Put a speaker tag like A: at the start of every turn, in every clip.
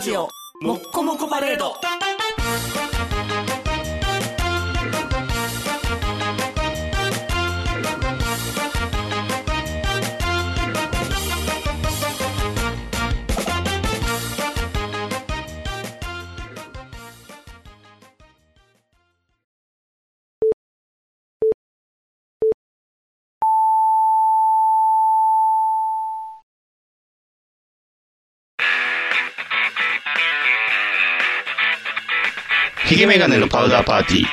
A: ジオもっこもこパレード
B: ヒゲメガネのパウダーパーティー。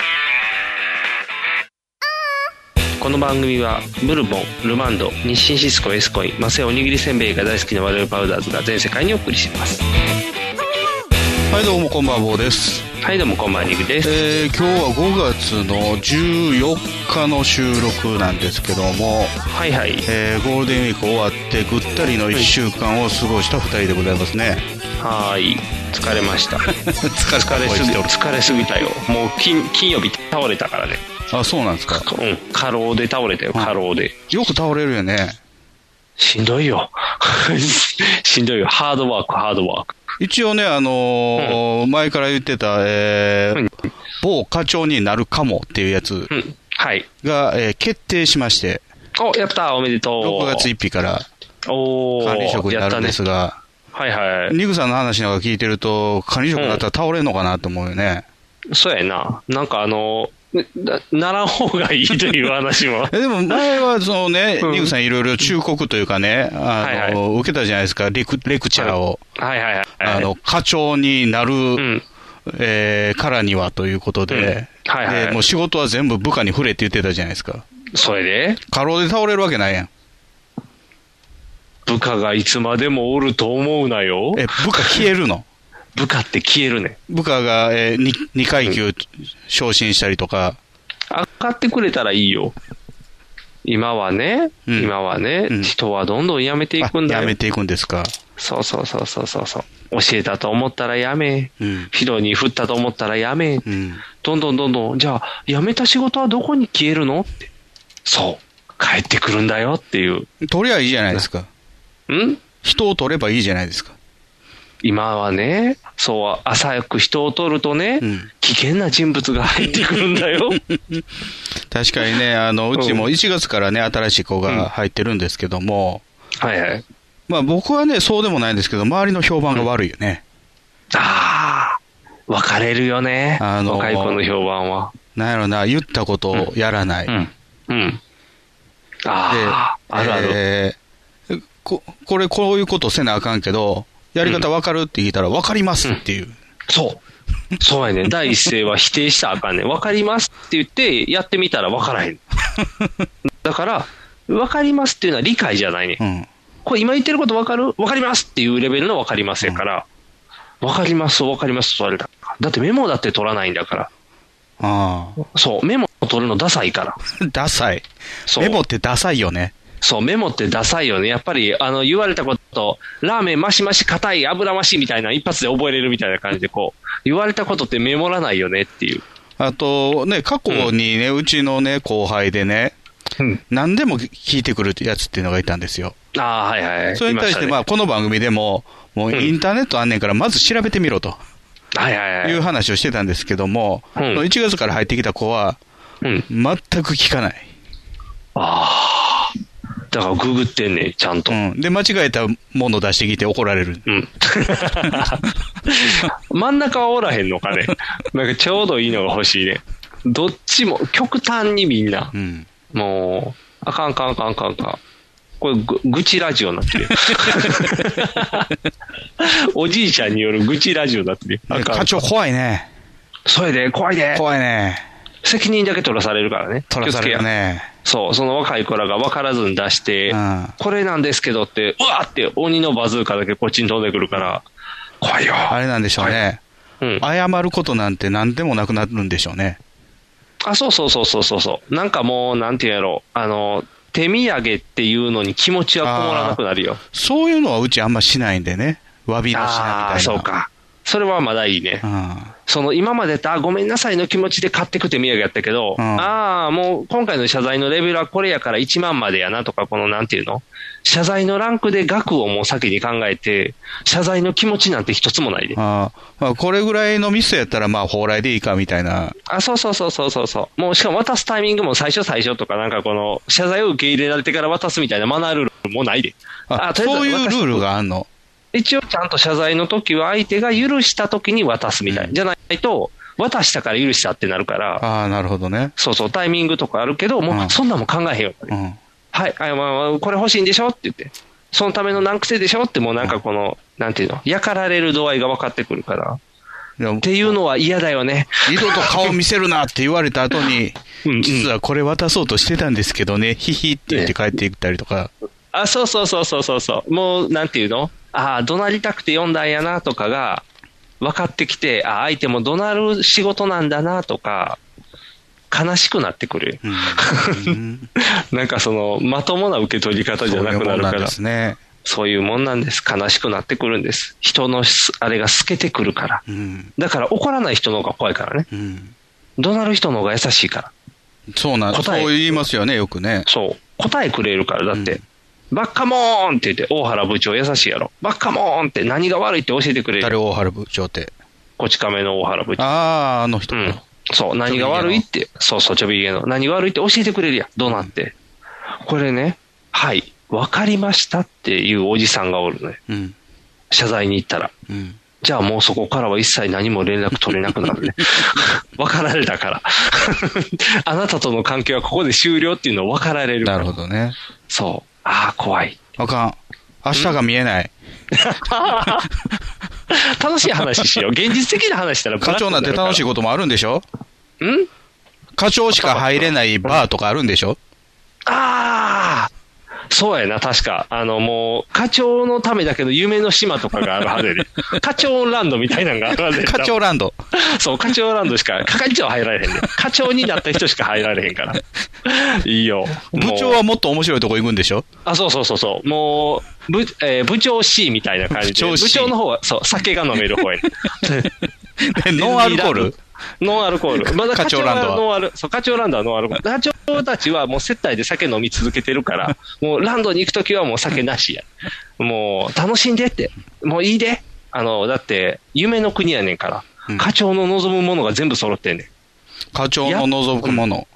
B: この番組はブルボン、ルマンド、日清シスコ、エスコイン、マセおにぎりせんべいが大好きな我々パウダーズが全世界にお送りします。
C: はいどうもこんばんは坊です、
B: はい、どうもこんばんは、にぐりです。
C: えー、今日は5月の14日の収録なんですけども、
B: はいはい。
C: えー、ゴールデンウィーク終わってぐったりの1週間を過ごした2人でございますね
B: はーい。疲れました。 疲
C: 疲れ
B: れすぎ、
C: ておる
B: 疲れすぎたよ。もう金、金曜日倒れたからね。
C: あそうなんですか
B: うん。過労で倒れたよ、過労で。
C: よく倒れるよね
B: しんどいよ。 しんどいよ。ハードワーク、ハードワーク。
C: 一応ねあのー前から言ってた、えー
B: うん
C: 某課長になるかもっていうやつ
B: うん。はい。
C: が、えー決定しまして
B: お、やったおめでとう。
C: 6月1日から
B: おー
C: 管理職になるんで
B: や
C: す
B: っ
C: が、
B: たね、はいはい。
C: ニグさんの話なんか聞いてると、管理職だったら倒れんのかなと思うよね。
B: そうやな。なんかあの、なならん方がいいという話 も。
C: えでも前はそのね、
B: うん
C: ニグさんいろいろ忠告というかね、あ
B: はい
C: の、受けたじゃないですか、レクレクチャーを。
B: はいはいはい。
C: あの、課長になる、
B: うん。
C: えーからにはということで、
B: うんはいはい
C: でもう仕事は全部部下に触れって言ってたじゃないですか。
B: それで、
C: 過労で倒れるわけないやん。
B: 部下がいつまでもおると思うなよ。
C: え、部下消えるの。
B: 部下って消えるね。
C: 部下が、え 2, 階級昇進したりとか、
B: 上がってくれたらいいよ。今はね、
C: うん
B: 今はね、
C: うん
B: 人はどんどん辞めてい
C: あ
B: くんだよ。
C: やめていくんですか。
B: そうそうそうそうそうそう。教えたと思ったらやめ。
C: うん。
B: ひどに振ったと思ったらやめ。
C: うん。
B: どんどんどんどん、じゃあ、辞めた仕事はどこに消えるのって。そう。帰ってくるんだよっていう。
C: 取りゃいいじゃないですか。
B: ん
C: 人を取ればいいじゃないですか。
B: 今はね、そう、浅く人を取るとね、
C: うん
B: 危険な人物が入ってくるんだ よ。
C: 確かにね、あの、うち
B: う
C: も1月からね、新しい子が入ってるんですけども、
B: はいはい。
C: まあ僕はね、そうでもないんですけど、周りの評判が悪いよね。
B: ああ、分かれるよね。
C: あのー
B: 若い子の評判は。
C: なんやろな、言ったことをやらない。
B: う
C: で、
B: ん。うん。ああ、あるある。
C: えーこ、これこういうことせなあかんけど、やり方わかるって聞いたら、わかりますっていう。
B: そう。そうや ね。第一声は否定したらあかんねん。わかりますって言って、やってみたらわからへん。 だから、わかりますっていうのは理解じゃないねん
C: う。ん。
B: これ今言ってることわかるわかりますっていうレベルのわかりませんから、わかります、わかりますと言われたら。だってメモだって取らないんだから。
C: ああ。
B: そう、メモ取るのダサいから。
C: ダサい。
B: そう
C: メモってダサいよね。
B: そう、メモってダサいよね。やっぱり、あの、言われたこと、ラーメンマシマシ硬い油増しみたいな一発で覚えれるみたいな感じで、こう、言われたことってメモらないよねっていう。
C: あと、ね、過去にね、うちのね、後輩でね、何でも聞いてくるやつっていうのがいたんですよ。
B: ああ、はいはい。
C: それに対して、
B: い
C: ま
B: ま
C: あ、この番組でも、もうインターネットあんねんから、まず調べてみろと
B: したね、はいはいい
C: う
B: はい。
C: 話をしてたんですけども、
B: うん
C: 1月から入ってきた子は、
B: うん。
C: 全く聞かない。
B: だから、ググってんねんちゃんと。
C: うん。で、間違えたもの出してきて怒られる。
B: うん。真ん中はおらへんのかね。なんかちょうどいいのが欲しいね。どっちも、極端にみんな
C: う。ん。
B: もう、あかんあかんあかんあかんあかん。これぐ、愚痴ラジオになってる よ。おじいちゃんによる愚痴ラジオになってるよ。あかん
C: 課。長怖いね。
B: それで、怖いで。
C: 怖いね。
B: 責任だけ取らされるからね。
C: 取らされるね。
B: そう、その若い子らが分からずに出して、
C: うん
B: これなんですけどって、うわーって鬼のバズーカだけこっちに飛んでくるから、怖いよ。
C: あれなんでしょうね。
B: うん、
C: 謝ることなんて何でもなくなるんでしょうね。
B: あ、そうそうそうそうそうそう。なんかもう、なんていうんやろあの、手土産っていうのに気持ちはこもらなくなるよ。
C: そういうのはうちあんましないんでね。詫びのしなみたい
B: あ
C: な。
B: あー、そう。か。それはまだいいね
C: う。ん。
B: その今までだ、ごめんなさいの気持ちで買ってく手土産やったけど、
C: うん
B: ああ、もう今回の謝罪のレベルはこれやから1万までやなとか、このなんていうの謝罪のランクで額をもう先に考えて、謝罪の気持ちなんて一つもないで。
C: あーまあ、これぐらいのミスやったら、まあ、蓬莱でいいかみたいな。
B: あ、そうそうそうそうそうそう。もうしかも渡すタイミングも最初最初とか、なんかこの、謝罪を受け入れられてから渡すみたいなマナールールもないで。
C: あ
B: あとりあえず
C: そういうルールがあんの。
B: 一応ちゃんと謝罪の時は相手が許した時に渡すみたい。
C: うん
B: じゃないと、渡したから許したってなるから、
C: ああ、なるほどね。
B: そうそう、タイミングとかあるけど、も
C: う
B: うんそんなんも考えへんよ。
C: うん。
B: はい、あまあこれ欲しいんでしょって言って。そのための難癖でしょって、もうなんかこの、なんていうの、やかられる度合いが分かってくるから。っ
C: でも
B: ていうのは嫌だよね。
C: 二度と顔見せるなって言われた後に、
B: うんうん
C: 実はこれ渡そうとしてたんですけどね、ヒヒって言って帰っていったりとか、
B: あ、そうそうそうそうそうそう。もう、なんていうのああ、怒鳴りたくて読んだんやなとかが、分かってきて、ああ、相手も怒鳴る仕事なんだなとか、悲しくなってくる。
C: うん、
B: なんかその、まともな受け取り方じゃなくなる
C: そういうもん
B: か
C: ん
B: ら
C: で。すね。
B: そういうもんなんです。悲しくなってくるんです。人のすあれが透けてくるから。
C: うん。
B: だから怒らない人の方が怖いからね。
C: うん。
B: 怒鳴る人の方が優しいから。
C: そうなん、そう
B: 答え
C: 言いますよね、よくね。
B: そう。答えくれるから。だって、
C: うん
B: バッカモーンって言って、大原部長優しいやろ。バッカモーンって何が悪いって教えてくれ
C: 誰
B: る。
C: 大原部長って。
B: こち亀の大原部長。
C: ああ、あの人。
B: うん。そう。何が悪いって、そうそう、ちょびひげの。何が悪いって教えてくれるやん。どうなって。これね、はい。わかりましたっていうおじさんがおるね。
C: うん。
B: 謝罪に行ったら。
C: うん。
B: じゃあもうそこからは一切何も連絡取れなく なるね。分かられたから。 あなたとの関係はここで終了っていうのを分かられるか
C: な
B: ら。
C: るほどね。
B: そう。ああ、怖い。
C: あかん。明日が見えない。
B: 楽しい話しよう。現実的な話したら
C: 課長なんて楽しいこともあるんでしょ
B: い。ん
C: 課長しか入れないバーとかあるんでしょ
B: ああそうやな、確か。あの、もう、課長のためだけど、夢の島とかがある はずで。課長ランドみたいなのがあるはずで。
C: 課長ランド。
B: そう、課長ランドしか、係長は入られへんね。課長になった人しか入られへんから。いいよ。
C: 部
B: もう
C: 長はもっと面白いとこ行くんで しょ
B: あ、そうそうそうそう。もう、部、えー部長 C みたいな感じで。
C: 部長 C
B: 部長の方は、そう、酒が飲める方へ。
C: えノンアルコール
B: ノンアルコール。ま だ課
C: 課
B: 長
C: 長
B: ラ
C: ラ
B: ン
C: ン
B: ド
C: ド
B: は
C: は
B: ノンアル、そう、課長ランドはノンアルコール。課長たちはもう接待で酒飲み続けてるから、もうランドに行くときはもう酒なしや。もう楽しんでって。もういいで。あの、だって、夢の国やねんから。
C: うん
B: 課長の望むものが全部揃ってんね
C: 課長の覗くもの。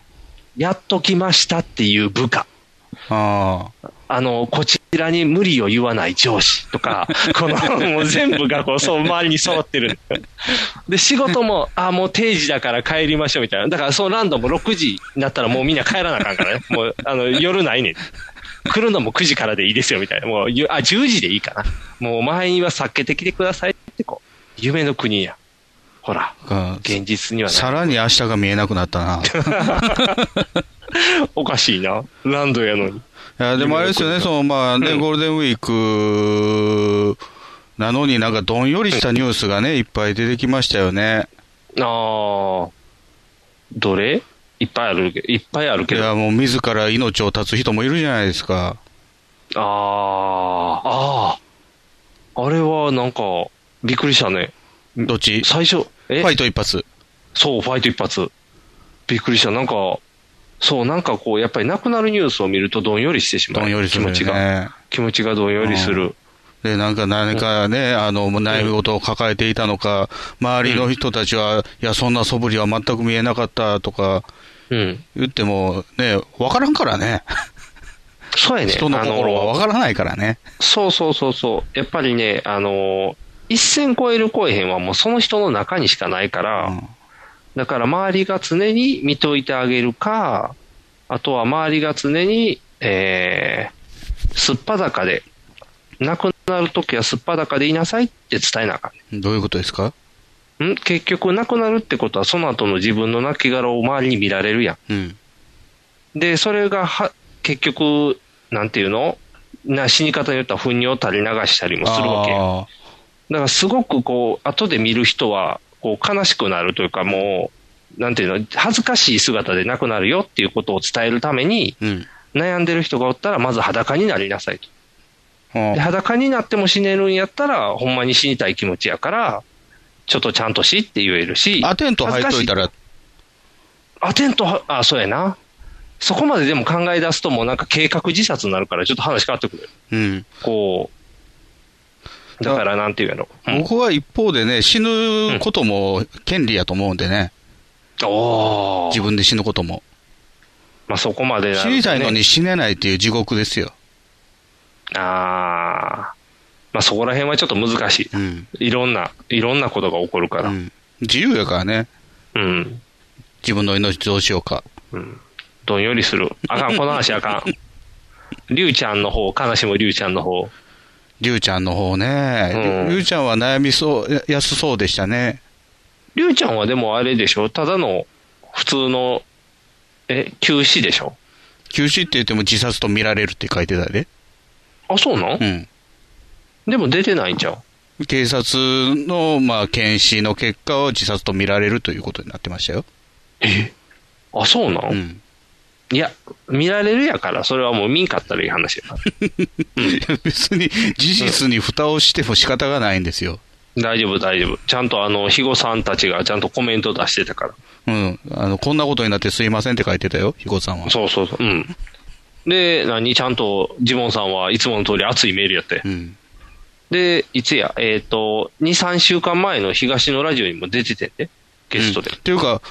B: ん。やっと来ましたっていう部下。
C: ああ。
B: あの、こちらに無理を言わない上司とか、 この、もう全部がこう、そう、周りに揃ってる。で、仕事も、あ、もう定時だから帰りましょうみたいな。だから、そのランドも6時になったらもうみんな帰らなあかんからね。もう、あの、夜ないねん。来るのも9時からでいいですよみたいな。もう、ゆあ、10時でいいかな。もう、満員は避けてきてくださいってこう、夢の国や。ほら、
C: うん
B: 現実には
C: さ
B: ない。
C: らに明日が見えなくなったな。
B: おかしいな。ランドやのに。
C: いやでもあれですよ ね、そのまあね、
B: うん
C: ゴールデンウィークなのになんかどんよりしたニュースがね、いっぱい出てきましたよね。
B: ああ、どれいっぱいあるけ、いっぱいある
C: い
B: けど。
C: や、
B: あ
C: もう自ら命を絶つ人もいるじゃないですか。
B: あー、ああ、あれはなんか、びっくりしたね。
C: どっちフ
B: 最初、え、
C: ァイト一発。
B: そう、ファイト一発。びっくりした。なんか、そう、なんかこう、やっぱりなくなるニュースを見るとどんよりしてしまう。
C: どんよりする
B: 気
C: よ
B: 持ちが。
C: ね。
B: 気持ちがどんよりする。
C: で、なんか何かね、あの、悩み事を抱えていたのか、周りの人たちは、いや、そんな素振りは全く見えなかったとか
B: うん。
C: 言っても、ね、わからんからね。
B: そうやね。
C: 人の心は
B: あの
C: わからないからね。
B: そうそうそうそう。やっぱりね、あの、一線超える超えへんはもうその人の中にしかないから、
C: うん
B: だから周りが常に見といてあげるか、あとは周りが常に、えー、すっぱだかで、亡くなるときはすっぱだかでいなさいって伝えなあか
C: どういうことですか
B: ん。ん結局亡くなるってことはその後の自分の亡きを周りに見られるや
C: うん。
B: ん。で、それがは、結局、なんていうのな死に方によっては糞尿垂れ流したりもするわけやん。
C: あ
B: だからすごくこう、後で見る人は、こう、悲しくなるというか、もう、なんていうの、恥ずかしい姿でなくなるよっていうことを伝えるために、
C: ーうん。
B: 悩んでる人がおったら、まず裸になりなさいと。
C: うん
B: で、裸になっても死ねるんやったら、ほんまに死にたい気持ちやから、ちょっとちゃんとしって言えるし、
C: アテント入っといたら、
B: アテントは、あ、そうやな。そこまででも考え出すと、もうなんか計画自殺になるから、ちょっと話変わってくる。
C: うん。
B: こう、だからなんていうやろ。うん、
C: 僕は一方でね、死ぬことも権利やと思うんでね、
B: お
C: 自
B: ー
C: 分で死ぬことも。
B: まあそこまで
C: 死
B: なるとね
C: にたいのに死ねないっていう地獄ですよ。
B: ああ。まあそこら辺はちょっと難しい。
C: うん。
B: いろんな、いろんなことが起こるか
C: う
B: ら。
C: ん自由やからね、
B: うん。
C: 自分の命どうしようか。
B: どんよりする。あかん、この話あかん。りゅうちゃんの方、悲しむりゅうちゃんの方。
C: りゅうちゃんの方ね、
B: うん
C: りゅうちゃんは悩みそう、ややすそうでしたね。
B: りゅうちゃんはでもあれでしょただの、普通の、え、休止でしょ
C: 休止って言っても自殺と見られるって書いてたで。
B: あ、そうなん、
C: うん。
B: でも出てないんちゃう
C: 警察の、まあ、検視の結果を自殺と見られるということになってましたよ。
B: あ、そうなん、
C: うん。
B: いや、見られるやから、それはもう見んかったらいい話やから。
C: 別に事実に蓋をしても仕方がないんですよ。
B: 大丈夫、大丈夫。ちゃんとあの、肥後さんたちがちゃんとコメント出してたから。
C: うん。あの、こんなことになってすいませんって書いてたよ、ひこさんは。
B: そうそうそう。うん。で、何ちゃんと、ジモンさんはいつもの通り熱いメールやって。
C: うん。
B: で、いつや、えっ、と、2、3週間前の東のラジオにも出ててんで、ゲストで
C: うん。っていうか、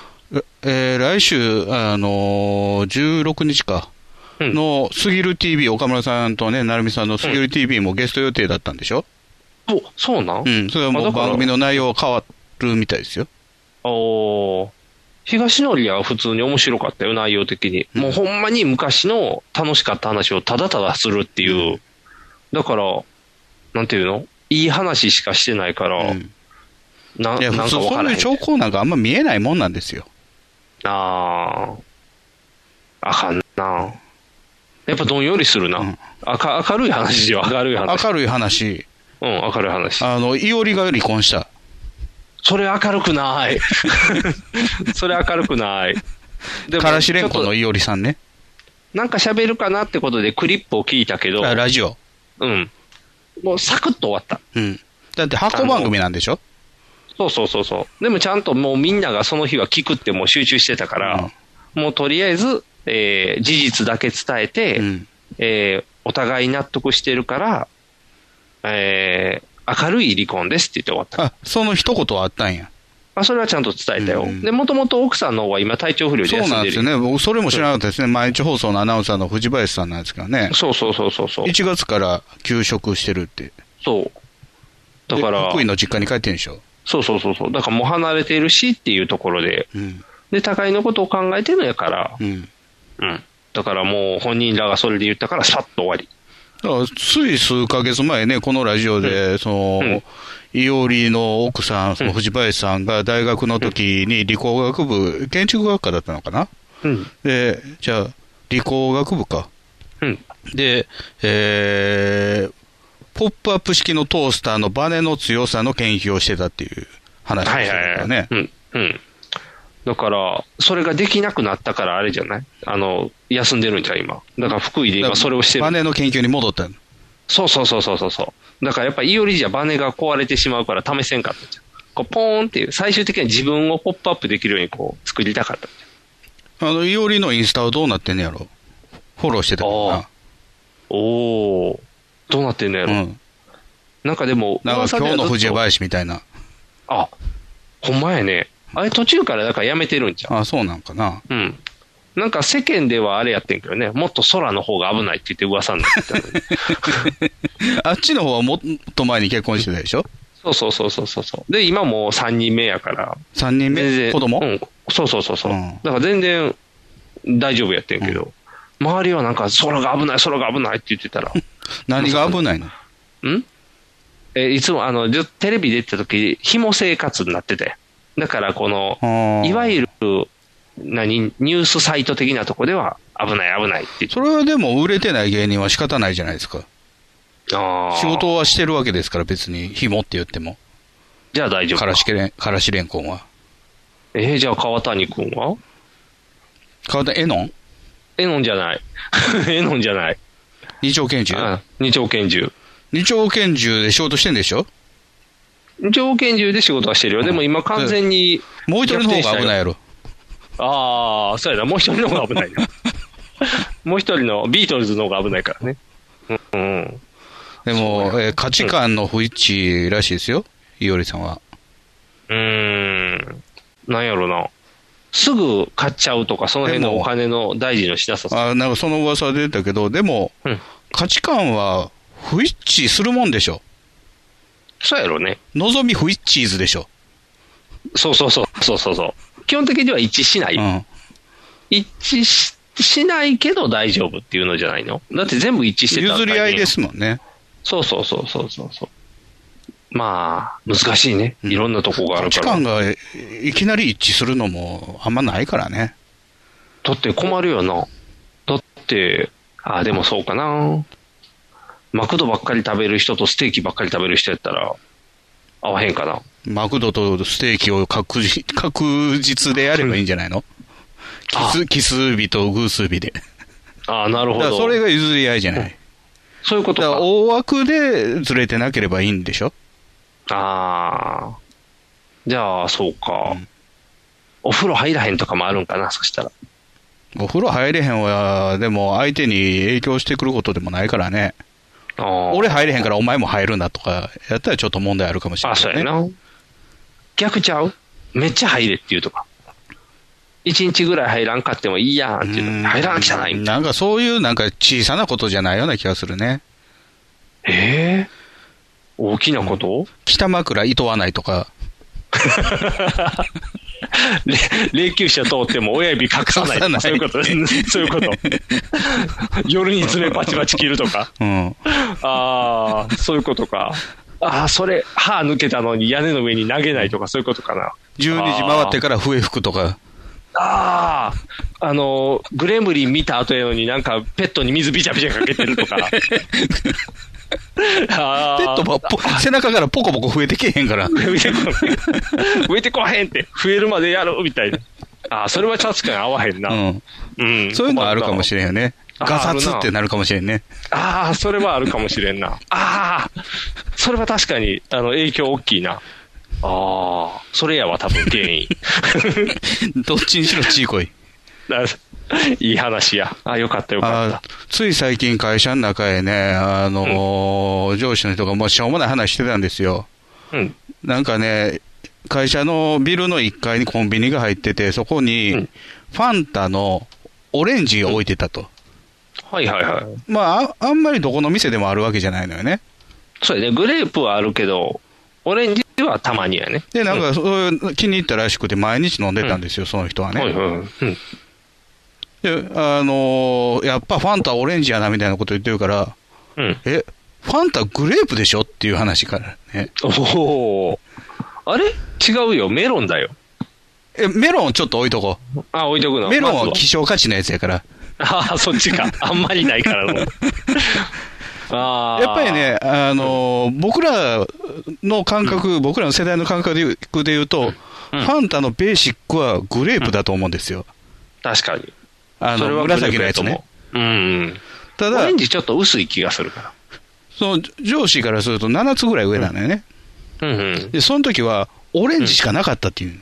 C: えー来週、あのー16日か、
B: うん
C: の、スギル TV、岡村さんとね、成美さんのスギル TV もゲスト予定だったんでしょ、
B: お、そうなん、
C: うん、それは
B: あ
C: もう
B: だから
C: 番組の内容が変わるみたいですよ。
B: おー東のりは普通に面白かったよ、内容的に。もうほんまに昔の楽しかった話をただただするっていう。だから、なんていうのいい話しかしてないから、
C: うん
B: ななん
C: いや、普
B: か
C: 通、
B: わ
C: そ
B: か
C: う
B: ら
C: い
B: へ。
C: うん兆候なんかあんま見えないもんなんですよ。
B: あーあかんな。やっぱどんよりするな。
C: うん
B: あか明るい話よ、明るい話。
C: 明るい話、
B: うん、明るい話。
C: あの、いおりが離婚した。
B: それ明る くない。それ明るくない。で
C: からしれん
B: ちょ
C: こ
B: っ
C: の
B: と
C: いおりさんね。
B: なんか喋るかなってことでクリップを聞いたけど、
C: あラジオ。
B: うん。もうサクッと終わった。
C: うん。だって、箱番組なんでしょ
B: そうそうそうそう。でもちゃんともうみんながその日は聞くってもう集中してたから、もうとりあえず、えー事実だけ伝えて、
C: うん。
B: えーお互い納得してるから、えー明るい離婚ですって言って終わっ
C: あ、
B: た。
C: その一言はあったんや。
B: まあ、それはちゃんと伝えたよ。
C: うん
B: で、もともと奥さんの方は今体調不良で
C: そう
B: 休
C: なんんで
B: で
C: す
B: る
C: よ。ね。僕、それも知らなかったですね。毎日放送のアナウンサーの藤林さんなんですけどね。
B: そうそうそうそうそう。
C: 1月から休職してるって。
B: そう。だ
C: で
B: から
C: 福、井の実家に帰ってんでしょ。
B: そうそうそうそう。だからもう離れてるしっていうところで、
C: うん。
B: で、互いのことを考えてるのやから、
C: うん。
B: うん。だからもう本人らがそれで言ったから、さっと終わり。
C: だからつい数ヶ月前ね、このラジオで、その、
B: うん
C: いおりの奥さん、その藤林さんが大学の時に理工学部、建築学科だったのかな
B: うん。
C: で、じゃあ、理工学部か。
B: うん。
C: で、えー、ポップアップ式のトースターのバネの強さの研究をしてたっていう話を
B: は
C: し
B: い
C: て
B: は
C: た
B: い
C: から
B: はい。
C: ね
B: う。ん。うん。だから、それができなくなったから、あれじゃないあの、休んでるんじゃん、今。だから福井で
C: だから
B: 今それをして
C: バ
B: る。
C: ネの研究に戻ったの
B: そうそうそうそうそうそう。だからやっぱいおりじゃバネが壊れてしまうから試せんかったじゃん。こう、ポーンっていう、最終的には自分をポップアップできるようにこう、作りたかった。
C: あの、いおりのインスタはどうなってんねやろフォローしてたか
B: おおどうなってんのやろ、
C: らな。うん。
B: なんかでも、
C: なんか
B: 噂
C: 今
B: では
C: 日
B: ず
C: の
B: っと
C: 藤林みたいな。
B: あ、ほんまやね。あれ途中からだからやめてるんじゃん。
C: あ、そうなんかな。
B: うん。なんか世間ではあれやってんけどね、もっと空の方が危ないって言って噂になってたのに
C: あっちの方はもっと前に結婚してたでしょ
B: そうそうそうそうそうそう。で、今もう3人目やから。
C: ?3 人
B: 全
C: 目
B: 然
C: 子供、
B: うん。そうそうそうそう。
C: うん
B: だから全然大丈夫やってんけど、周りはなんか空が危ない、空が危ないって言ってた ら、
C: 何が危ないの
B: んえいつもあのじょテレビ出てた時ひも生活になっててだからこのいわ
C: る。
B: ゆる何ニュースサイト的なとこでは危ない危ないって言って
C: それはでも売れてない芸人は仕方ないじゃないですか。
B: あー
C: 仕事はしてるわけですから別に、紐って言っても。
B: じゃあ大丈夫
C: か
B: から
C: しけれん、からしれんこんは。
B: えーじゃあ川谷君は
C: 川田エノン
B: えのんじゃない えのんじゃない
C: 二丁拳銃
B: あ二丁拳銃
C: 二丁拳銃で仕事してんでしょ
B: 条件銃で仕事はしてるよ。でも今完全に。
C: もう一人の方が危ないやろ。
B: ああ、そうやな。もう一人の方が危 ないな。もう一人のビートルズの方が危ないからね。うん、うん。
C: でも、えー価値観の不一致らしいですよ、いおりさんは。
B: うーん。なんやろな。すぐ買っちゃうとか、その辺
C: で
B: の
C: も
B: お金の大事のしなささ。
C: あなんかその噂出たけど、でも、
B: うん。
C: 価値観は不一致するもんでしょ。
B: そうやろね。
C: 望み不一致ーズでしょ。
B: そうそうそう。そうそうそう。基本的には一致しない。
C: うん。
B: 一致ししないけど大丈夫っていうのじゃないのだって全部一致してたら
C: 譲り合いで
B: 大
C: すもんね。
B: 変そうそうそうそうそうそう。まあ、難しいね。いろんなとこがあ
C: 価
B: る
C: 値
B: から。
C: 観がえいきなり一致するのもあんまないからね。
B: だって困るよな。だって、あ、でもそうかな。マクドばっかり食べる人とステーキばっかり食べる人やったら、合わへんかな。
C: マクドとステーキを確実確実でやればいいんじゃないの奇
B: あ
C: 数奇数日と偶数日で。
B: あなる
C: だ
B: ほ
C: から
B: ど。
C: それが譲り合いじゃない。
B: そういうこ
C: だ
B: と
C: から
B: か。
C: 大枠でずれてなければいいんでしょ
B: ああ。じゃあ、そうか。お風呂入らへんとかもあるんかな、そしたら。
C: お風呂入れへんは、でも相手に影響してくることでもないからね。
B: あー
C: 俺入れへんからお前も入るなとか、やったらちょっと問題あるかもしれ
B: あ、
C: ない、ね。
B: そうやな。逆ちゃうめっちゃ入れって言うとか。一日ぐらい入らんかってもいいやんって
C: う
B: い
C: ん
B: う。入らんきゃないみたいな。
C: なんかそういうなんか小さなことじゃないような気がするね。
B: ええ大きなこと、
C: 北枕いとわないとか、
B: れ霊柩車通っても親指隠さないと
C: 隠
B: か、
C: さな
B: そう
C: い
B: い うこと、そういうこと。夜に爪パチパチ切るとか。
C: うん。
B: ああ、そういうことか。ああ、それ、歯抜けたのに屋根の上に投げないとか、そういうことかな。
C: 12時回ってから笛吹くとか、
B: ああ、あの、グレムリン見た後やのになんかペットに水ビチャビチャかけてる とか。あ
C: ペットばぽ背中からポコポコ増えてけえへんから、
B: 植えてこへん。植えてこへんって、増えるまでやろうみたいな。ああ、それは確かに合わへんな。
C: う
B: う ん
C: ん。そういうのはあるかもしれんよね。
B: あ
C: ガサ
B: ある
C: ツ
B: な
C: ってなるかもしれんね。
B: ああ、それはあるかもしれんな。ああ、それは確かに、あの、影響大きいな。ああ、それやわ、多分原 因。
C: どっちにしろちいこい。
B: だいい話や。ああ、よかったよかった
C: あ。つい最近会社の中へね、あのー上司の人がもうしょうもない話してたんですよ。
B: うん。
C: なんかね、会社のビルの1階にコンビニが入ってて、そこ
B: う
C: に
B: ん
C: ファンタのオレンジを置いてたと。
B: はいはいはい。
C: まあ、ああんまりどこの店でもあるわけじゃないのよね。
B: そうやね、グレープはあるけど、オレンジはたまにやね。
C: で、なんかそういう気に入ったらしくて、毎日飲んでたんですよ、その人はね。
B: はいはいはい。うん。
C: で、あのーやっぱファンタオレンジやなみたいなこと言ってるから、
B: うん。
C: え、ファンタグレープでしょっていう話からね。
B: おお。あれ違うよ、メロンだよ。
C: え、メロンちょっと置いとこう。
B: あ、置いとくの。
C: メロン
B: まず
C: は希少価値のやつやから。
B: ああ、そっちか。あんまりないか らの。ああ。
C: やっぱりね、あのー僕らの感覚、僕らの世代の感覚で言うと、
B: うん
C: ファンタのベーシックはグレープだと思うんですよ。
B: 確かに。
C: あ
B: それ
C: の、
B: は
C: 紫のやつ
B: グレー
C: ね
B: プ。と思う。うん。
C: た
B: オ
C: だ
B: レン、ジちょっと薄い気がするか
C: その上司からすると7つぐらい上なんだよね。
B: ら。うんうん。
C: で、その時は、オレンジしかなかったっていう。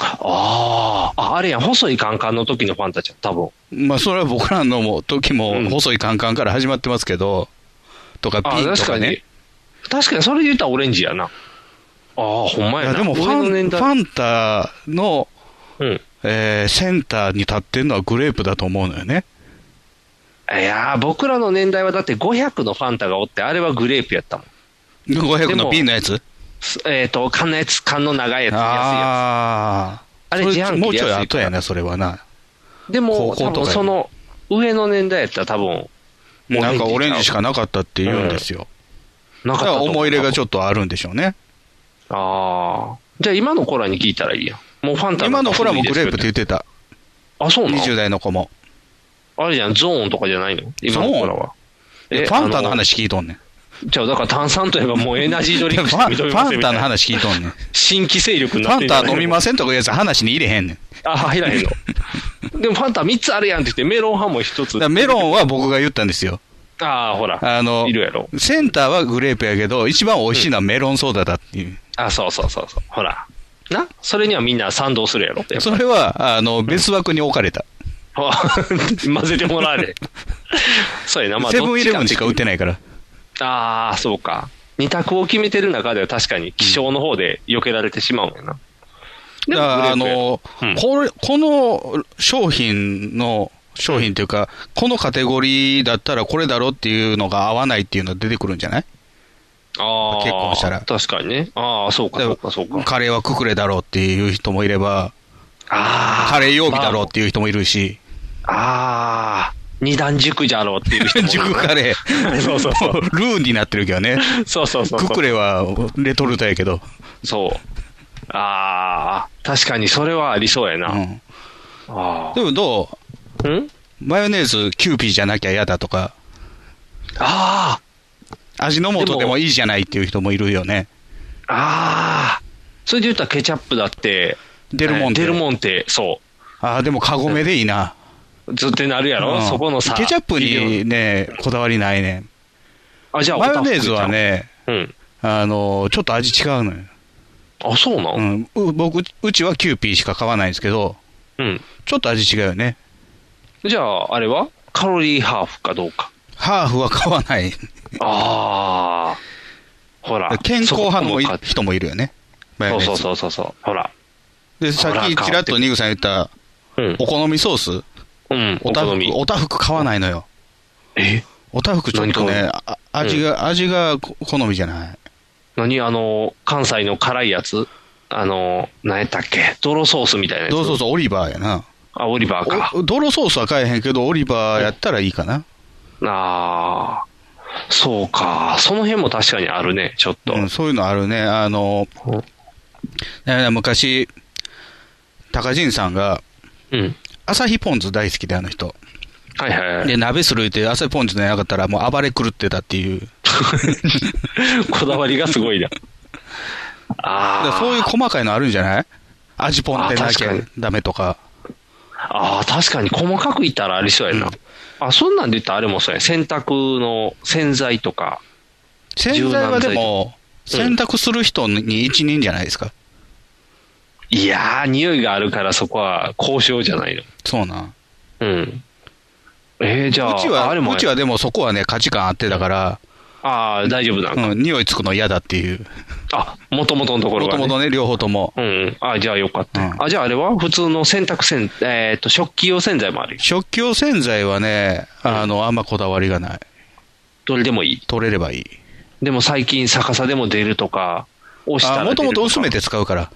B: ああ。ああれやん、細いカンカンの時のファンタちゃん、多分。
C: まあ、それは僕らのも時
B: うん
C: も細いカンカンから始まってますけど、とか、ピ
B: ああ、
C: ンと
B: 確
C: か
B: かに
C: ね。。
B: 確かに、それで言ったらオレンジやな。ああ、ほん
C: い
B: まや
C: や
B: な。
C: でもファン、
B: 俺の年
C: フ
B: 代
C: ァンタの、
B: うん。
C: えーセンターに立ってるのはグレープだと思うのよね。
B: いやー僕らの年代はだって500のファンタがおって、あれはグレープやったもん。
C: 500の瓶のやつ
B: すえっ、と、缶のやつ、缶の長いやつ、安いや
C: ああ
B: あれ自販機で
C: もうちょい
B: 安いか
C: 後
B: ら
C: やな、それはな。
B: つ。でも、
C: 高校と
B: 多
C: かより
B: 分その上の年代やったら多分、
C: もうなんか
B: オ
C: オ
B: レ
C: レ
B: ン
C: ン
B: ジ
C: ジしかなかったって言うんですよ。
B: な
C: だ
B: かっ
C: か
B: た
C: ら思い入れがち
B: ょっ
C: ょっとあるんでしょうね。
B: と思う。ああ。じゃあ今の子らに聞いたらいいやん。もうファンタ
C: 今の子らもグレープって言
B: う。
C: ってた。
B: あ、そうなの
C: 20代の子も。
B: あれじゃん、ゾーンとかじゃないの今の子らは。
C: ファンタの。話聞いとんねん。
B: あのじゃあだから炭酸といえばもうエナジードリ
C: フ
B: ン
C: ァン
B: ク
C: フ
B: しか認め
C: ァ
B: ません
C: ン
B: みた
C: タの
B: いな。
C: 話聞いとんねん。フ
B: 新規勢力になっ
C: ァン
B: てんじゃ
C: タ
B: ないの
C: 飲みませんとかいうやつ話に入れへんねん。
B: あ、入らへんの。でもファンタ3つあるやんって言って、メロン派も1つ。
C: だからメロンは僕が言ったんですよ。
B: ああ、ほら。
C: あの
B: いるやろ。
C: センターはグレープやけど、一番美味しいのはメロンソーダだっていう。
B: あそうそうそうそう。ほら。なそれにはみんな賛同するやろ。やっぱ
C: それは、あの、別枠に置かれた。
B: あ 混ぜてもらわれ。そうやな、まあ、
C: セブンイレブンしか売
B: ど
C: っ
B: っち
C: てないから。
B: か。ああ、そうか。二択を決めてる中では確かに気象の方で避けられてしまうんやな。で
C: だから、あ
B: グレー
C: の、
B: うん
C: これ、この商品の、商品というか、このカテゴリーだったらこれだろっていうのが合わないっていうの出てくるんじゃない
B: プああ、
C: 結婚したら
B: 確かにね。ああ、そうか、そうか、そうか。
C: カレーはククレだろうっていう人もいれば、
B: ああ。
C: カレー曜日だろうっていう人もいるし、
B: ああ、二段軸じゃろうっていう人もいる。
C: 熟カレー、
B: そう そうそう
C: ルーンになってるけどね、
B: そう そうそうそう。
C: ククレはレトルトやけど、
B: そう。ああ、確かにそれはありそうやな。
C: う
B: あ
C: ん
B: あ
C: でもどう
B: ー。ん
C: マヨネーズキューピーじゃなきゃ嫌だとか、
B: ああ、
C: 味の素でもいいじゃないっていう人もいるよね。
B: ああ。それで言ったらケチャップだって、
C: デルモンテ。
B: デルモンテ、そ
C: ああ、でもカゴメでいいな。
B: う。ずってなるやろ、
C: うん
B: そこのさ。
C: ケチャップ
B: 微妙
C: にね、こだわりないね。
B: な。あ、じゃあ、
C: マヨネーズはね、
B: おたふくちゃん。うん。
C: あの、ちょっと味違うのよ。
B: あ、そうな、
C: うんん。う僕、うちはキューピーしか買わないんですけど、
B: うん、
C: ちょっと味違うよね。
B: じゃあ、あれはカロリーハーフかどうか。
C: ハーフは買わない。
B: ああ。ほら。
C: 健康派の
B: そこもか
C: 人もいるよね。マヨ
B: そ
C: ネ
B: う
C: ーズ。
B: そうそうそうそう。ほら。
C: で、さっきちらっとニグさん言った、
B: うん
C: お。好みソース
B: うん、
C: お
B: お
C: た
B: 好
C: ふく
B: み、。
C: おたふく買わないのよ。
B: え
C: おたふくちょっとね
B: 何、
C: あ味が、味がこ好みじゃない。
B: 何あの、関西の辛いやつあの、何やったっけ泥ソースみたいなやつ。
C: どうぞそうオリバーやな。
B: あ、オリバーか。
C: おドロソースは買えへんけど、オリバーやったらいいかな。
B: ああ。そうか。その辺も確かにあるね、ちょっと。
C: うん、そういうのあるね。あの、ね昔、高人さんが、
B: うん。
C: 朝日ポン酢大好きで、あの人。
B: はいはいはい。
C: で、鍋する言って、朝日ポン酢じゃなかったら、もう暴れ狂ってたっていう。
B: こだわりがすご いな。
C: だから
B: ああ。
C: そういう細かいのあるんじゃない味ポンでな
B: あ
C: き
B: 確
C: ゃ
B: かに
C: ダメとか。
B: ああ、確かに細かく言ったらありそうやな。あ、そんなんで言ったらあれもそうや。洗濯の洗剤とか。
C: 洗剤はでも、
B: 剤
C: 洗濯する人に一人じゃないですか。
B: いやー、匂いがあるからそこは交渉じゃないの。
C: そうなん。
B: うん。えー、じゃあ、
C: うち
B: あ
C: は、
B: れも
C: うちはでもそこはね、価値観あってだから、
B: ああ、大丈夫なんか。
C: うん、匂いつくの嫌だっていう。
B: あ、もともとのところ
C: もと
B: が、ね。
C: もとね、両方とも。
B: うんうん。あ、じゃあよかった。
C: うん
B: あ、じゃああれは普通の洗濯洗、えっ、と、食器用洗剤もあるよ。
C: 食器用洗剤はね、あの、あんまこだわりがない。
B: どれでもいい。
C: 取れればいい。
B: でも最近逆さでも出るとか、押した
C: あ、
B: ら
C: も
B: 出る
C: と
B: とか。
C: もと薄めて使うから。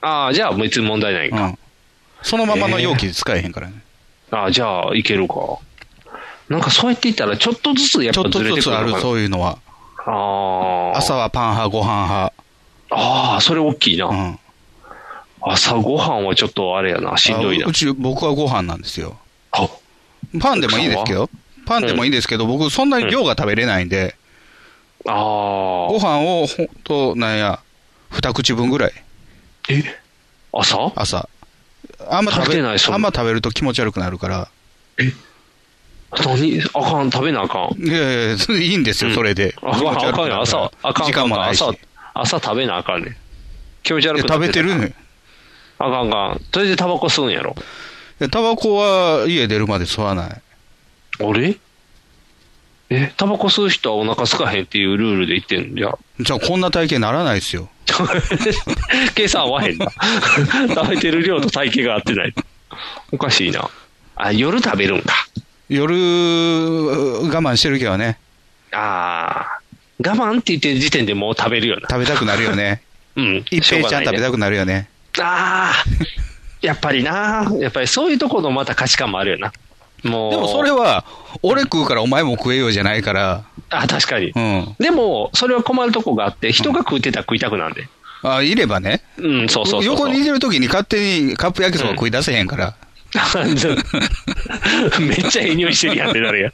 B: ああ、じゃあ別に問題ないか。
C: うん。そのままの容器で使えへんからね。
B: ああ、じゃあいけるか。なんかそうやって言ったら、ちょっとずつやっ
C: ちょ
B: ぱ
C: っと
B: ずれて
C: ずつ
B: くるの
C: あ
B: か
C: る
B: な。、
C: そういうのは。
B: ああ。
C: 朝はパン派、ご飯派。
B: ああ、それ大きいな。
C: うん。
B: 朝ごはんはちょっとあれやな、しんどい
C: あ
B: な
C: う。ち、僕はご飯なんですよ。
B: あ
C: パンでもいいですけど。パンでもいいですけど、僕、そんなに量が食べれないんで、
B: あ
C: ご飯をほんと、なんや、二口分ぐらい、
B: ー。え朝
C: 朝。あんま食
B: 食べ
C: べ、
B: てないそう
C: あんま食べると気持ち悪くなるから。
B: 何あかん、食べなあかん。
C: いやいや、それいいんですよ、
B: うん
C: それで。
B: あかん、あかんよ、朝、あかん、
C: 時間もないし。
B: 朝、朝食べなあかんねん。気持ち
C: い
B: 悪
C: や
B: くな
C: 食べてる
B: た
C: ね。
B: あかん、あかん。それでタバコ吸うんやろ。
C: いやタバコは家出るまで吸わない。
B: あれえ、タバコ吸う人はお腹空かへんっていうルールで言ってんのじゃあ。
C: じゃあこんな体型ならないですよ。
B: 計算合 わへんな。食べてる量と体型が合ってない。おかしいな。あ、夜食べるんか。
C: 夜、我慢してるけどね、
B: あー。我慢って言ってる時点でもう食べるよな。
C: 食べたくなるよ ね。
B: うん。
C: 一平ちゃん食べ
B: いね
C: たくなるよね。
B: あー。やっぱりな。やっぱりそういうところのまた価値観もあるよな。もう。
C: でもそれは、俺食うからお前も食えようじゃないから、
B: あ、確かに
C: う。ん。
B: でも、それは困るとこがあって、人が食うてたら食いたくなんで。
C: あ、いればね、
B: うん、そうそうそうそう。
C: 横にいてる時に勝手にカップ焼きそば食い出せへんから、
B: めっちゃええ匂いしてるやんってなるやん。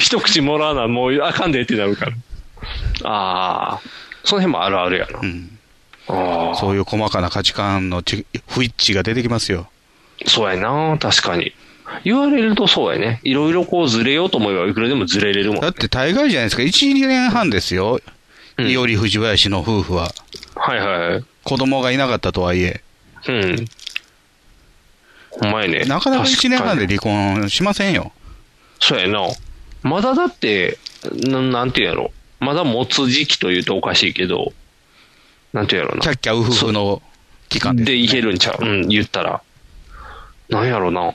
B: 一口もらわな、もうあかんでってなるから。ああ、その辺もあるあるやな。
C: うん
B: ああ、
C: そういう細かな価値観のち不一致が出てきますよ。
B: そうやな、確かに。言われるとそうやね。いろいろこうずれようと思えばいくらでもずれれるもん。
C: だって大概じゃないですか。1、2年半ですよ。
B: うん
C: いおり藤林の夫婦は。
B: はいはいはい。
C: 子供がいなかったとはいえ。
B: うん。ほんまやね。
C: なかなか1年半
B: 確
C: で
B: かに。
C: 離婚しませんよ。
B: そうやな。まだだって、ななんていうんやろ。まだ持つ時期というとおかしいけど、なんていうんやろな。
C: キャッキャウフフの期間で。
B: でいけるんちゃううん、言ったら。なんやろな。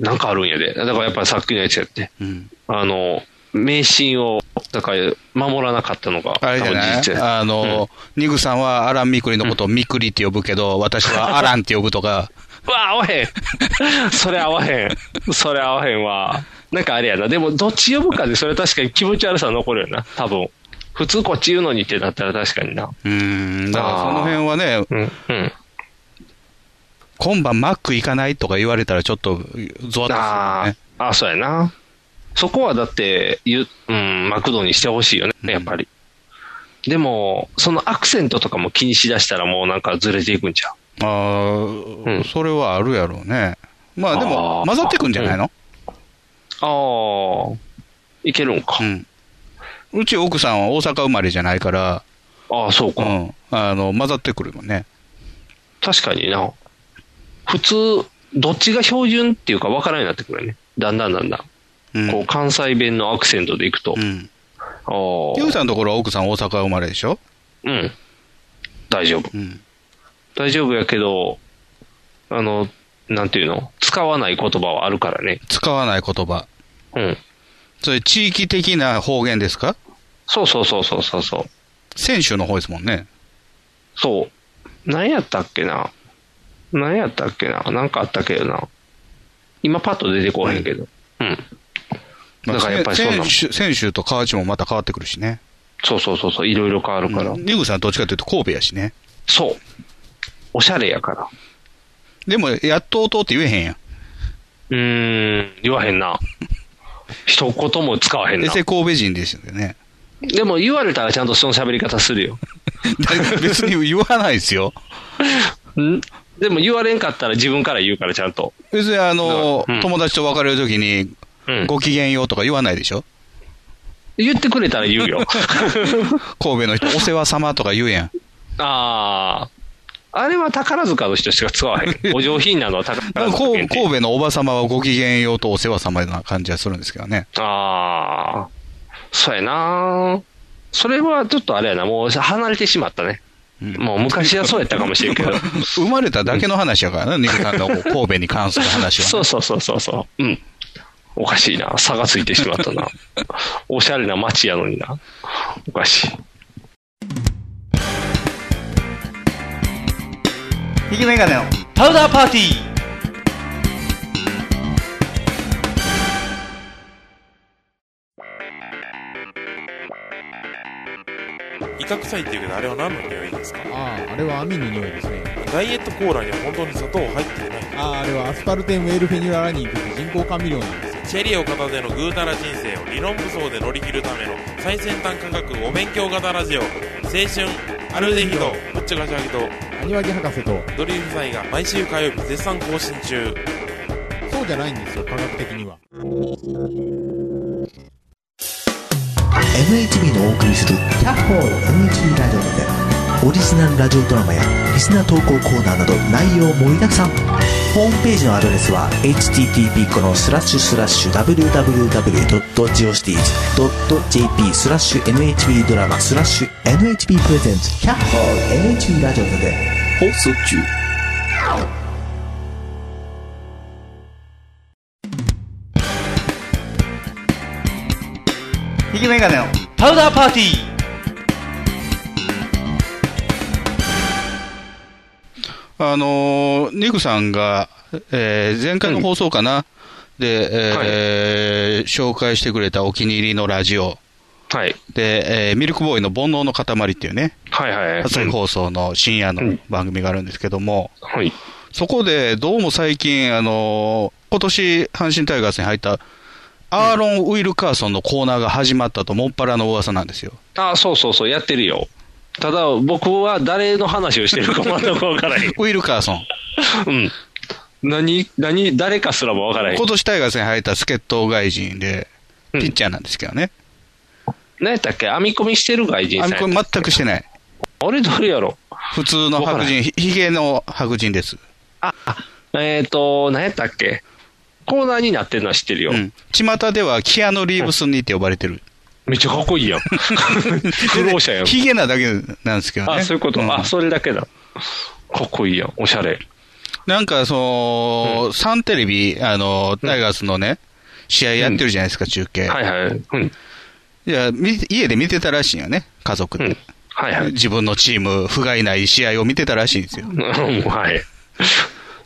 B: なんかあるんやで。だからやっぱりさっきのやつやって。
C: うん
B: あの、迷信を、だから守らなかったのが、
C: あれじゃな
B: 多分事実
C: い
B: や
C: あの、ニグさんはアラン・ミクリのことをミクリって呼ぶけど、私はアランって呼ぶとか、
B: うわ、合わへん。 それ合わへん。それ合わへんわ。なんかあれやな。でも、どっち呼ぶかで、それ確かに気持ち悪さ残るよな。多分。普通こっち言うのにってなったら確かにな。
C: うん、だからその辺はね、
B: うん。うん。
C: 今晩マック行かないとか言われたらちょっとゾワッとするよ
B: あ
C: ね。
B: ーあ、そうやな。そこはだって、ゆうん、マクドにしてほしいよね、
C: うん
B: やっぱり。でも、そのアクセントとかも気にしだしたらもうなんかずれていくんちゃう
C: ああ、
B: うん
C: それはあるやろうね。まあでも
B: あ、ー
C: 混ざってくんじゃないの
B: ああ、いけるんか
C: う。ん。うち奥さんは大阪生まれじゃないから、
B: ああ、そう
C: う
B: か、
C: ん。あの、混ざってくるもんね。
B: 確かにな。普通、どっちが標準っていうか分からんようになってくるよね。だんだんだんだん。
C: うん。
B: こう、関西弁のアクセントでいくと。
C: うん。
B: ああ
C: ゆうさんのところは奥さん大阪生まれでしょ
B: うん。大丈夫。
C: うん。
B: 大丈夫やけど、あの、なんていうの使わない言葉はあるからね。
C: 使わない言葉。
B: うん。
C: それ地域的な方言ですか
B: そうそうそうそうそうそう。
C: 選手の方ですもんね。
B: そう。何やったっけな何やったっけななんかあったけどな。今パッと出てこへんけど。うん。
C: まあ
B: だからやっぱりそうなの
C: 選手、選手と河内もまた変わってくるしね。
B: そうそうそうそう。いろいろ変わるから。
C: うんゆうさんどっちかというと神戸やしね。
B: そう。おしゃれやから。
C: でも、やっと弟って言えへんやん。
B: うーん。言わへんな。一言も使わへん
C: 衛
B: な。
C: 生神戸人ですよね。
B: でも言われたらちゃんとその喋り方するよ。
C: 別に言わないですよ。
B: んでも言われんかったら自分から言うからちゃんと。
C: 別にあの、
B: うん
C: 友達と別れるときに、
B: うん。
C: ごきげんようとか言わないでしょ
B: 言ってくれたら言う よ。
C: 神戸の人、 お世話様とか言うやん。
B: ああ。あれは宝塚の人しか使わへ ん。お上品なのは宝
C: なん
B: 塚
C: かこう
B: 限
C: 神
B: 定。
C: 戸のおば様はごきげんようとお世話様な感じはするんですけどね。
B: ああ。そうやな。それはちょっとあれやな。もう離れてしまったね。もう昔はそうやったかもしれん けど。
C: 生まれただけの話やからな、ニクさんの 神戸に関する話は
B: そ
C: ね、
B: うそうそうそうそう。うん。おかしいな。差がついてしまったな。 おしゃれな街やのにな。おかしい。
C: 引きメガネを。
A: パウダーパーティー
D: 威嚇臭いっていうけどあれは何の匂いですか
E: あああれは網の匂いですね
D: ダイエットコーラには本当に砂糖入っていない
E: あああれはアスパルテンウェルフェニュララニンという人工甘味料なんですよ
D: チェリーを片手のぐうたら人生を理論武装で乗り切るための最先端科学お勉強型ラジオ青春アルデヒドぶっちゃかしゃぎと
E: アニワギ博士と
D: ドリーフ祭が毎週火曜日絶賛更新中
E: そうじゃないんですよ科学的には
F: NHB のお送りする「キャッホール NHB ラジオ」でオリジナルラジオドラマやリスナー投稿コーナーなど内容盛りだくさんホームページのアドレスは http このスラッシュスラッシュ www.geocities.jp スラッシュ NHB ドラマスラッシュ NHB プレゼンツキャッホール NHB ラジオで放送中
C: 引きメガネを。
A: パウダーパーティー
C: あのーニクさんが、えー前回の放送かな、で、えー
B: はい
C: えー紹介してくれたお気に入りのラジオ。
B: はい。
C: で、えーミルクボーイの煩悩の塊っていうね、
B: はいはい。
C: 朝日放送の深夜の番組があるんですけども、
B: はい。
C: そこでどうも最近、あのー今年阪神タイガースに入った、アーロン・ウィルカーソンのコーナーが始まったと、もっぱらの噂なんですよ。。
B: あそうそうそう、やってるよ。た だ、僕は誰の話をしてるか全く分からへん
C: ウィルカーソン。
B: うん。何、何、誰かすらもわからへん
C: 今。年タイガースに入った助っ人外人で、
B: うん
C: ピッチャーなんですけどね。
B: 何やったっけ編み込みしてる外人
C: あ
B: さん
C: ん
B: やった
C: これ全くしてない。
B: 俺どれやろ
C: 普通の
B: わから
C: 白
B: ん
C: 人、ひひげの白人です。
B: あ、あえっ、と、何やったっけコーナーになってるのは知ってるよ。
C: うん。巷ではキアノ・リーブスにって呼ばれてる。
B: めっちゃかっこいいや ん。不 老者やん。
C: ひげなだけなんですけどね。
B: あ、そういうこと。
C: ん
B: あ、それだけだ。かっこいいやん。おしゃれ。
C: なんか、その、サンテレビ、あの、タイガースのね、試合やってるじゃないですか、中継。
B: はいはい。うん。
C: いや、み家で見てたらしいんよね、家族で
B: うん。。はいはい。
C: 自分のチーム、不甲斐ない試合を見てたらしいんですよ。
B: うんはい。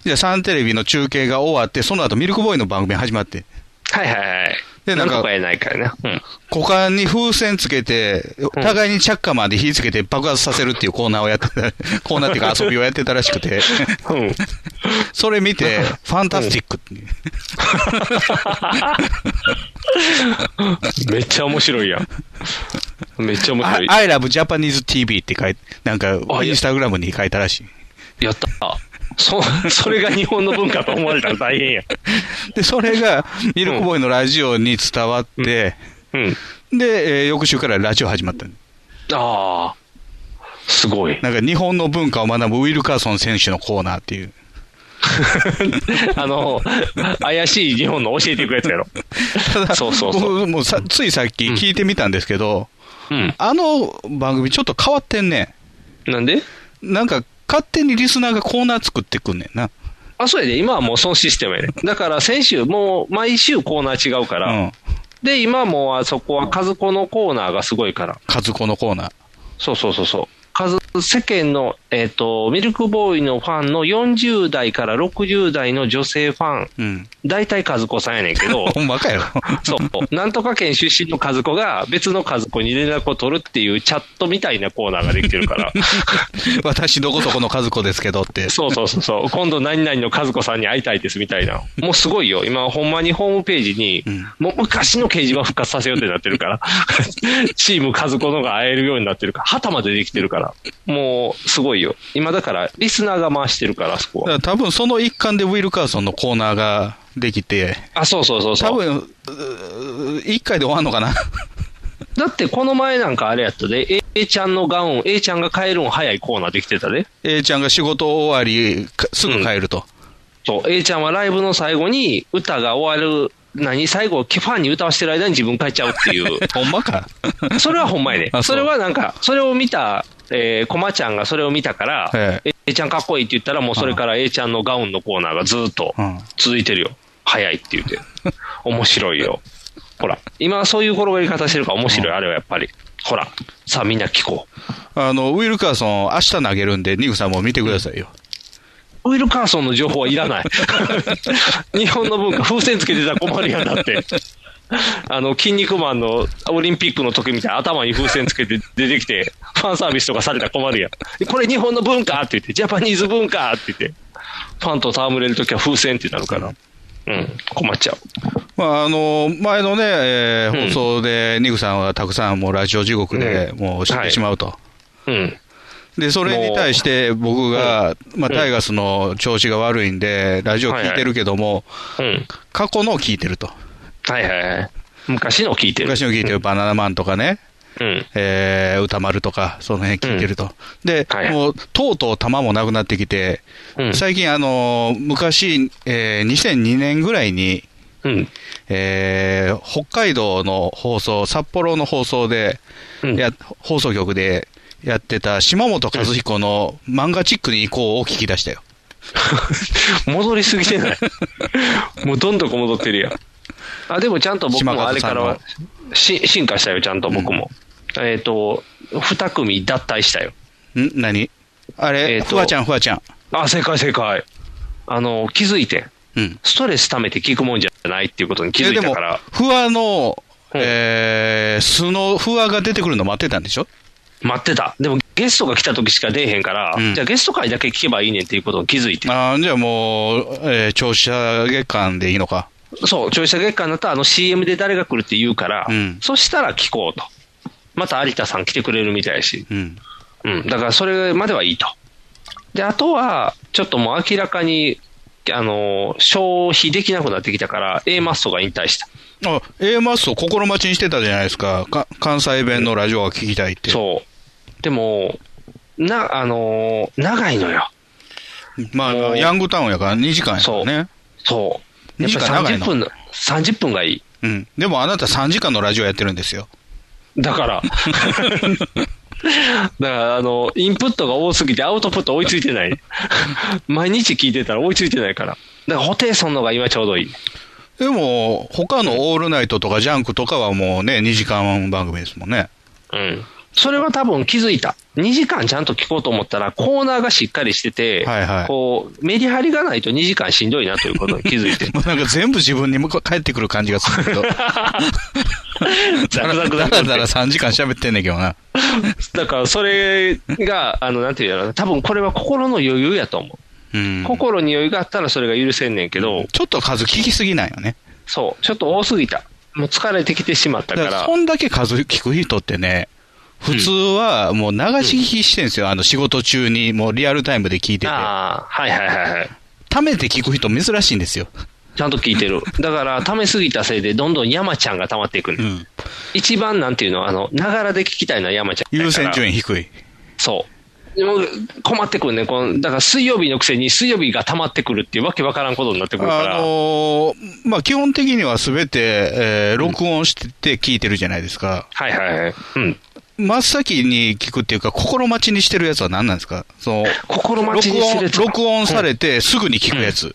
C: じゃあ、サンテレビの中継が終わって、その後、ミルクボーイの番組始まって、
B: はいはいはい。
C: でなんか
B: なんとかやないからね。うん。
C: 股間に風船つけて、
B: ん
C: 互いにチャッカマンで火つけて爆発させるっていうコーナーをやってた、 コーナーっていうか遊びをやってたらしくて、
B: うん。
C: それ見て、ファンタスティックって、
B: めっちゃ面白いやん。めっちゃ面
C: あ
B: 白い。
C: I love Japanese TV って書いて、なんか、
B: あい
C: イ
B: や
C: ンスタグラムに書いたらしい。
B: やった。そ、それが日本の文化と思われたら大変や。
C: で、それが、ミルクボーイのラジオに伝わって、
B: うん。
C: で、えー翌週からラジオ始まった。
B: ああ。す ごい。
C: なんか、日本の文化を学ぶウィルカーソン選手のコーナーっていう。
B: あの、怪しい日本の教えていくやつやろ。
C: ただ、
B: そうそうそう
C: 僕もうさついさっき聞いてみたんですけど、
B: うん。
C: あの番組ちょっと変わってんね。
B: なんで
C: なんか、勝手にリスナーがコーナー作ってくんねんな。
B: あ、そうやで。今はもうそのシステムやで。だから先週、もう毎週コーナー違うか
C: う
B: ら。
C: ん。
B: で、今もうあそこは和子のコーナーがすごいから。
C: カズコのコーナー。
B: そうそうそうそう。数世間の、えっとミルクボーイのファンの40代から60代の女性ファン、
C: うん。
B: 大体和子さんやねん けど、
C: ほんまかよ。
B: そう、なんとか県出身の和子が別の和子に連絡を取るっていうチャットみたいなコーナーができて るから、
C: 私どこそこのカズコですけどって。
B: そうそうそ うそう、今度何々の和子さんに会いたいですみたいな、もうすごいよ、今、ほんまにホームページに、
C: ん
B: もう昔の掲示板復活させようってなって るから、チーム和子のが会えるようになってるから、旗までできてるから、もうすごいよ、今だから、リスナーが回してるから、あそこ
C: だか
B: は。
C: ら多分その一環でウィルカーソンのコーナーができて、
B: あ、そうそうそうそう。
C: 多分うー一回で終わんのかな。
B: だってこの前なんかあれやったで、A- A ちゃんのガウン、A ちゃんが帰るん早いコーナーできてたで。
C: A ちゃんが仕事終わり、かすぐ帰ると。
B: そう、A ちゃんはライブの最後に歌が終わる、何、最後、ファンに歌わしてる間に自分帰っちゃうっていう。
C: ほんま か。
B: それはほんまやね
C: あ。そ
B: そうれはなんか、それを見た、えー、コマちゃんがそれを見たから、
C: ええ
B: A ちゃんかっこいいって言ったら、もうそれから A ちゃんのガウンのコーナーがずーっと
C: うん
B: 続いてるよ。早いって言って。面白いよ。ほら、今そういう転がり方してるから面白い、あれはやっぱり。ほら、さあみんな聞こう。
C: あの、ウィルカーソン、明日投げるんで、ニグさんも見てくださいよ。
B: ウィルカーソンの情報はいらない。日本の文化、風船つけてたら困るやんだって。あの、筋肉マンのオリンピックの時みたいに頭に風船つけて出てきて、ファンサービスとかされたら困るやん。これ日本の文化って言って、ジャパニーズ文化って言って、ファンと戯れる時は風船ってなるから。うん、困っちゃう。
C: まあ、あの、前のね、えー
B: うん
C: 放送で、ニグさんはたくさんもうラジオ地獄で、
B: うん
C: もう知っ
B: は
C: て
B: い
C: しまうと。
B: うん。
C: で、それに対して僕が、まあ、タイガースの調子が悪いんで、ラジオ聞いてるけども、
B: うん。
C: 過去のを聞いてると。
B: はいはいはい。昔の聞いてる
C: 昔。の聞いてるバナナマンとかね、
B: うん。
C: えー歌丸とか、その辺聞いてると。で、
B: はい
C: もう、とうとう玉もなくなってきて、
B: うん。
C: 最近、あのー昔、えー2002年ぐらいに、
B: うん。
C: えー北海道の放送、札幌の放送で、
B: うん
C: や放送局でやってた島本和彦の漫画チックに移行を聞き出したよ。
B: 戻りすぎてないもうどんどこ戻ってるやんあでもちゃんと僕
C: 島
B: もあ
C: 方
B: れ
C: さ
B: か
C: ん
B: ら
C: の
B: はし進化したよちゃんと僕も、えっ、と2組脱退したよ
C: ん何あれ、
B: えーと
C: フワちゃん、フワちゃん。
B: あ正解正解あの気づいて
C: うん。
B: ストレス溜めて聞くもんじゃないっていうことに気づいたか
C: いや
B: ら
C: でも、フワの、
B: うん
C: えー素のフワが出てくるの待ってたんでしょ
B: 待ってたでもゲストが来た時しか出えへんから、
C: うん
B: じゃあゲスト回だけ聞けばいいねんっていうことに気づいて
C: あーじゃあもう、えー、聴者月間でいいのか。
B: そう、調査月間だとあの CM で誰が来るって言うから、
C: うん
B: そしたら聞こうと。また有田さん来てくれるみたいやし、
C: うん。
B: うん、だからそれまではいいと。で、あとは、ちょっともう明らかに、あのー消費できなくなってきたから、A マッソが引退した。
C: あ、A マスを心待ちにしてたじゃないですか。か関西弁のラジオが聞きたいって。
B: そう。でも、な、あのー長いのよ。
C: まあ、
B: もう
C: ヤングタウンやから2時間やからね。
B: そう。やっぱり
C: 短い長いの
B: 30分の、30分がいい。
C: うん。でもあなた3時間のラジオやってるんですよ。
B: だから。 だから、あの、インプットが多すぎてアウトプット追いつい てない。毎日聞いてたら追いついてないから。だから、ホテイソンの方が今ちょうどいい。
C: でも、他のオールナイトとかジャンクとかはもうね、2時間番組ですもんね。
B: うん。それは多分気づいた。2時間ちゃんと聞こうと思ったら、コーナーがしっかりしてて、
C: はいはい。
B: こう、メリハリがないと2時間しんどいなということに気づ いて
C: もうなんか全部自分に向か返ってくる感じがする けど。
B: ザクザク
C: だ
B: ザ
C: ら
B: ク
C: だら3時間喋ってんねんけどな。
B: だから、それが、あの、なんていうの多分これは心の余裕やと思
C: うん
B: う。。心に余裕があったらそれが許せんねんけど、
C: ちょっと数聞きすぎないよね。
B: そう、ちょっと多すぎた。もう疲れてきてしまった
C: だ
B: か。
C: からら、そんだけ数聞く人ってね、普通はもう流し聞きしてんですよ。あの仕事中にもうリアルタイムで聞いてて。
B: ああ、はいはいはいはい。
C: 貯めて聞く人珍しいんですよ。
B: ちゃんと聞いてる。だから、ためすぎたせいで、どんどん山ちゃんが溜まっていく、ね
C: ん。
B: 一番なんていうの、あの、ながらで聞きたいのは山ちゃん。
C: 優先順位低い。
B: そう。でも困ってくるね。このだから水曜日のくせに水曜日が溜まってくるっていうわけわからんことになってくるか
C: あ
B: ら。
C: のーまあ、基本的にはすべて、えー録音してて聞いてるじゃないですか。
B: はいはいはい。うん。
C: 真っ先に聞くっていうか、心待ちにしてるやつは何なんですかその
B: 心待ちにしてるやつ
C: 録音録音されてすぐに聞くやつ。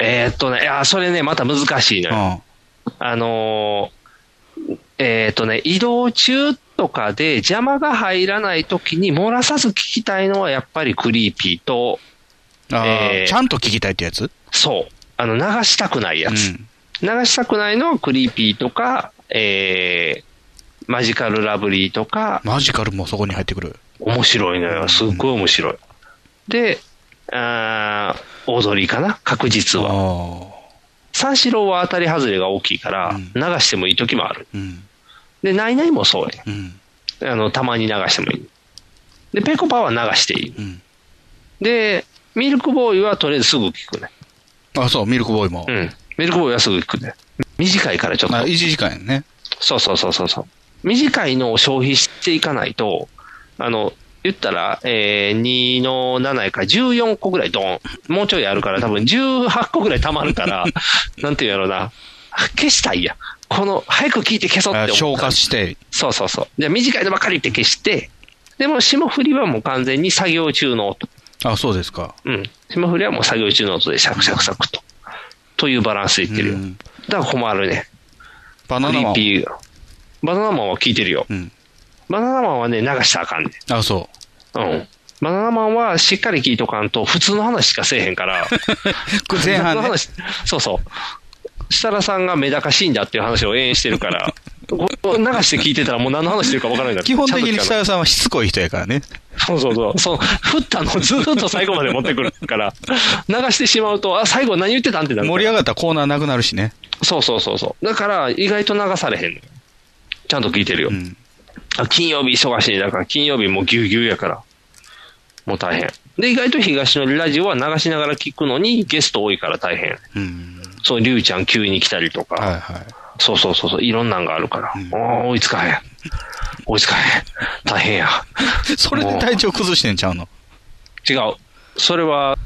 B: えーっとね、いや、それね、また難しいの
C: う
B: よ。
C: ん
B: あのーえーっとね、移動中とかで邪魔が入らないときに漏らさず聞きたいのはやっぱりクリーピーと、
C: あー
B: えー
C: ちゃんと聞きたいってやつ
B: そう、あの、流したくないや
C: う
B: つ。
C: ん
B: 流したくないのはクリーピーとか、えーマジカルラブリーとか、
C: マジカルもそこに入ってくる。
B: 面白いのよ。すっごい面白い。で、あーオードリーかな確実は。
C: あ
B: 三四郎は当たり外れが大きいから、
C: うん
B: 流してもいい時もある。
C: ーうん。
B: で、ナイナイもそうや
C: うん。
B: あの、たまに流してもいい。で、ペコパは流していい。
C: うん。
B: で、ミルクボーイはとりあえずすぐ聞くね。
C: あ、そう、ミルクボーイも。
B: うん。ミルクボーイはすぐ聞くね。短いからちょっ
C: あ
B: と
C: 1。時間やね。
B: そうそうそうそうそう。短いのを消費していかないと、あの、言ったら、えー2の7やから14個ぐらいドン。もうちょいあるから、多分18個ぐらい溜ま るから、なんていうんやろうな。消したいや。この、早く聞いて消そう
C: あ
B: って思
C: 消
B: った
C: 化して。
B: そうそうそう。じゃあ短いのばかりって消して、でも霜降りはもう完全に作業中の音。
C: あ、そうですか。
B: うん。霜降りはもう作業中の音でシャクシャクシャクと。というバランスでいってるよ。
C: うん
B: だから困るね。
C: バナ
B: ク
C: ナ
B: リ
C: マ
B: ー
C: ン
B: ピ。ーが。バナナマンは聞いてるよ。
C: うん。
B: バナナマンはね、流したらあかんね
C: あ、そう。
B: うん。バナナマンはしっかり聞いとかんと、普通の話しかせえへんから。
C: 前半ね
B: 普通の話そうそう。設楽さんがメダカ死んだっていう話を延々して るから、こう流して聞いてたらもう何の話してるか分からないから。
C: 基本的
B: ちゃん
C: に
B: と聞か
C: 設
B: ない
C: 楽さんはしつこい人やからね。
B: そうそうそう。そう、振ったのをずーっと最後まで持ってくるから、流してしまうと、あ、最後何言ってたんってなるか
C: 盛り
B: ら。
C: 上がったらコーナーなくなるしね。
B: そうそうそうそう。だから、意外と流されへんのよちゃんと聞いてるよ。
C: うん。
B: あ金曜日忙しい。だから、金曜日もうぎゅうぎゅうやから。もう大変。で、意外と東のラジオは流しながら聞くのに、ゲスト多いから大変。
C: うん。
B: そう、りゅうちゃん急に来たりとか。
C: はいはい。
B: そうそうそうそう、いろんなんがあるから。おー追いつかへん。追いつかへん。大変や。
C: それで体調崩してんちゃうの
B: 違う。それは、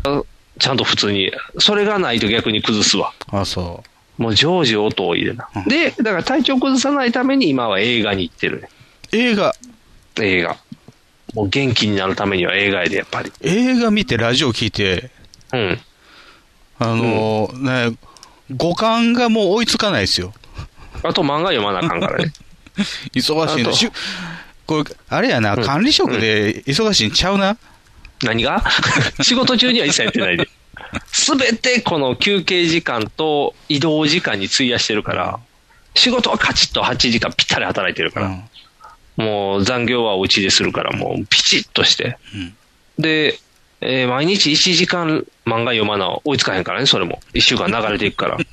B: ちゃんと普通に。それがないと逆に崩すわ。
C: あ、そ
B: もう常時音を入れな。で、だから体調崩さないために今は映画に行ってるね。
C: う。映画、
B: 映画。もう元気になるためには映画やで、やっぱり。
C: 映画見てラジオ聞いて、
B: うん。
C: あのーね、五感がもう追いつかないですよ。
B: あと漫画読まなあかんから ね。
C: 忙しい
B: あ
C: の。
B: と
C: しゅこれ、あれやな、
B: うん
C: 管理職で忙しいんちゃうな。
B: 何が 仕事中には一切やってないで。すべてこの休憩時間と移動時間に費やしてるから、仕事はカチッと8時間ぴったり働いてる
C: う
B: から。
C: ん。
B: もう残業はお家でするから、もうピチッとして。で、えー毎日1時間漫画読まな追いつかへんからね、それも。1週間流れていく から。も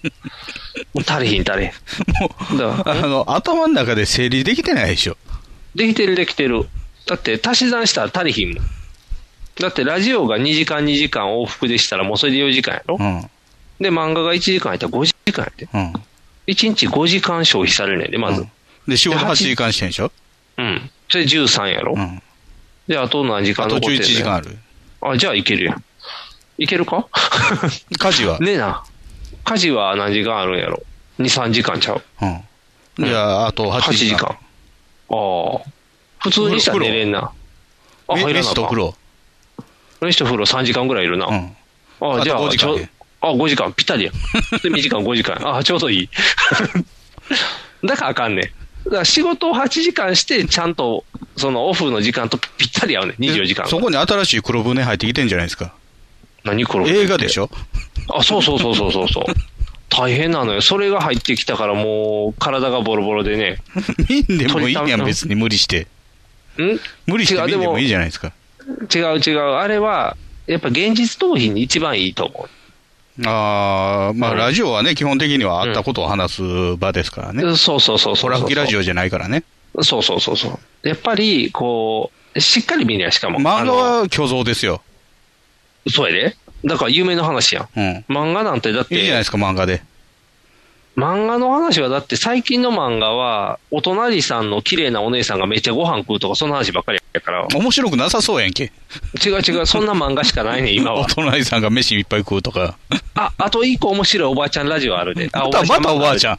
B: う足りひん足りへん。だか
C: あ
B: ら
C: の、頭の中で整理できてないでしょ。
B: できてるできてる。だって足し算したら足りひんもん。だってラジオが2時間2時間往復でしたらもうそれで4時間やろ、
C: うん。
B: で、漫画が1時間やったら5時間やで。
C: うん。
B: 1日5時間消費されるねんで、まず。
C: で、仕事8時間してんでしょ
B: うん。それ13やろ、
C: うん。
B: で、あと何時間
C: あと
B: 残ってん
C: 11
B: ねん
C: 時間ある。
B: あ、じゃあいけるやん。いける か
C: 家事は
B: ねえな。家事は何時間あるんやろ ?2、3時間ちゃう。
C: うん。じゃあ、あと8
B: 8時
C: 時
B: 間。
C: 間
B: あ。あ。普通にしたら寝れんな。あ、
C: め
B: 入ら
C: 飯
B: なあ
C: と
B: か
C: 風
B: ん。
C: 呂。
B: 飯と風呂3時間ぐらいいるな。
C: うん。あ
B: あ
C: と
B: じゃあ、
C: 5時間
B: ちょ
C: ね
B: あ、5時間、ぴったりやん。 で、2時間、5時間。あ、ちょうどいい。 だからあかんねん。だから仕事を8時間して、ちゃんと、そのオフの時間とぴったり合うねん。24時間
C: そ。こに新しい黒船入ってきてんじゃないですか。
B: 何これ
C: 映画でし ょ
B: あ、そうそうそうそうそう そう。大変なのよ。それが入ってきたからもう、体がボロボロでね。
C: 見んでもいいやん、
B: 鳥
C: 別に無理して。
B: ん
C: 無理して
B: 違う
C: 見
B: で
C: んで
B: も
C: もいいじゃないですか。
B: 違う違う。あれは、やっぱ現実逃避に一番いいと思う。
C: ああ、まあ、
B: うん
C: ラジオはね、基本的にはあったことを話す場ですからね。
B: そうそうそうそうそう。
C: 空吹きラジ
B: オ。
C: オじゃないからね。
B: そうそうそうそう。やっぱり、こう、しっかり見るやんしかも。
C: 漫画
B: あの
C: は虚像ですよ。
B: そうやで。だから有名な話やん。
C: うん。
B: 漫画なんてだっ
C: いいじゃない
B: て、
C: ですか、漫画で。
B: 漫画の話はだって最近の漫画は、お隣さんの綺麗なお姉さんがめっちゃご飯食うとか、そんな話ばっかりやから、
C: 面白くなさそうやんけ。
B: 違う違う、そんな漫画しかないねん、今
C: お
B: は。
C: 隣さんが飯いっぱい食うとか。
B: あ、あと一個面白いおばあちゃんラジオあるで。あ
C: また、またおばあちゃ
B: ん。
C: ん。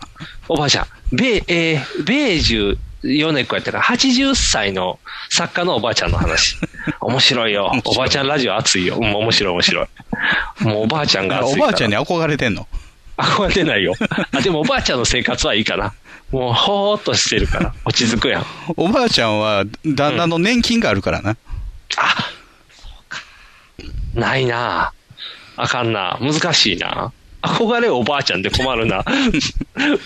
B: おばあちゃん。米、えー、米十四年子やったから、80歳の作家のおばあちゃん の話。面白いよ
C: 面。白い
B: おばあちゃんラジオ熱いよ。うん、面白い面白い。もうおばあちゃんが
C: お
B: 熱いから。
C: ばあちゃんに憧れてんの。
B: 憧れてないよ。あ、でもおばあちゃんの生活はいいかな。もう、ほーっとしてるから。落ち着くやん。
C: おばあちゃんは、旦那の年金があるからな。
B: あ、そうか。ないなあかんな難しいな憧れおばあちゃんで困る な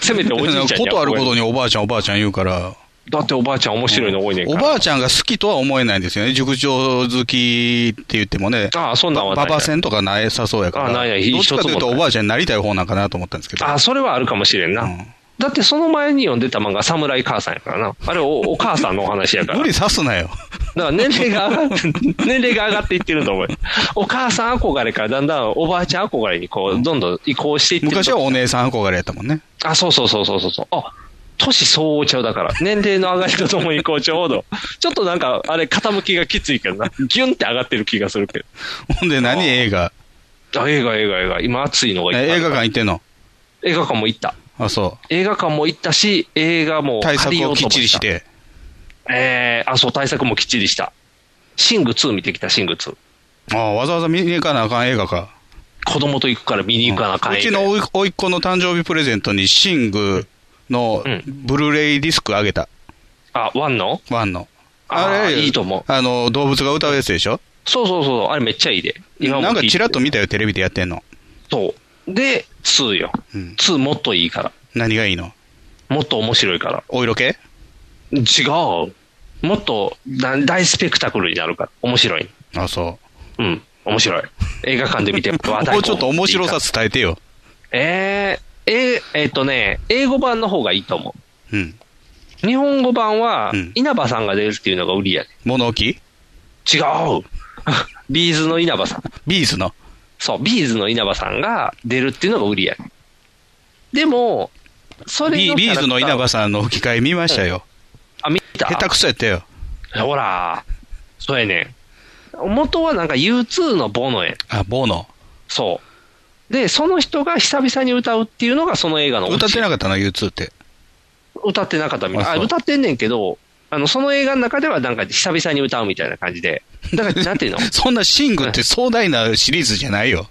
B: せめておじいちゃん
C: こ
B: に
C: とある
B: 憧
C: こ
B: れ
C: とにおばあちゃん、おばあちゃん言うから。
B: だっておばあちゃん面白いの多いねん
C: お
B: から。
C: ばあちゃんが好きとは思えないんですよね。塾長好きって言ってもね。
B: ああそんなんはない
C: パパ戦とかないさそうやから。
B: あないない
C: どっちかという
B: 一つ
C: と
B: もな
C: お
B: い
C: ばあちゃんになりたい方なんかなと思ったんですけど。
B: あ、それはあるかもしれんな。
C: うん
B: だってその前に読んでた漫画、侍母さんやからな。あれ お、お母さんのお話やから。
C: 無理さすなよ。
B: だから年齢が上がって、 年齢が上がっていってると思うよ。お母さん憧れからだんだんおばあちゃん憧れにこう、どんどん移行していってると
C: 昔はお姉さん憧れやったもんね。
B: あ、そうそうそうそうそうそう。あ、年相応ちゃうだから。年齢の上がりとともにこうちょうど。 ちょっとなんか、あれ、傾きがきついけどな。ギュンって上がってる気がするけ
C: ほんで何映画
B: ど。あ、映画映画映画。今熱いのがいっぱいあ
C: え映
B: る
C: 画館行ってんの
B: 映画館も行った。
C: あ、そ
B: 映画館も行ったし、映画も
C: う。対
B: 借
C: 策
B: りよ
C: を
B: う
C: き
B: と思。
C: っちりしたて。
B: えー、あ、そう、対策もきっちりした。シング2見てきた、シング2。
C: ああ、わざわざ見に行かなあかん映画か。
B: 子供と行くから見に行かなあかん
C: う
B: 映
C: ち
B: 画
C: のおい甥っ子の誕生日プレゼントにシングの
B: うん
C: ブルーレイディスクあげた。
B: あ、ワンの
C: ワンの。
B: あーいいと思う
C: あの、動物が歌うやつでしょ
B: そうそうそう、あれめっちゃいいで。今も
C: なんか
B: 聞いて
C: チラッと見たよ、テレビでやってんの。
B: そう。で、2よ。
C: うん
B: 2もっといいから。
C: 何がいいの
B: もっと面白いから。
C: お色気
B: 違う。もっとだ大スペクタクルになるから。面白い。
C: あ、そ
B: うん。面白い。映画館で見 て、
C: う。もうちょっと面白さ。伝えてよ。
B: えー、えーえーっとね、英語版の方がいいと思
C: うん。
B: う。日本語版は
C: うん、
B: 稲葉さんが出るっていうのが売りやね。
C: 物置
B: 違う ビーズの稲葉さん。
C: ビーズの。
B: そう、ビーズの稲葉さんが出るっていうのが売りやね。でも、それ
C: ビービーズの稲葉
B: さん。
C: さんの吹き替え見ましたよ。
B: あ、見た
C: 下手くそやったよ。
B: ほら、そうやねん。元はなんか U2 のボノやん。
C: あ、ボーノ。
B: そう。で、その人が久々に歌うっていうのがその映画の
C: 歌ってなかったな、U2 って。
B: 歌ってなかったみたい
C: あ
B: あ
C: そう
B: 歌ってんねんけど、あの、その映画の中ではなんか久々に歌うみたいな感じで。だから、なんてい うの
C: そんなシングって壮大なシリーズじゃないよ。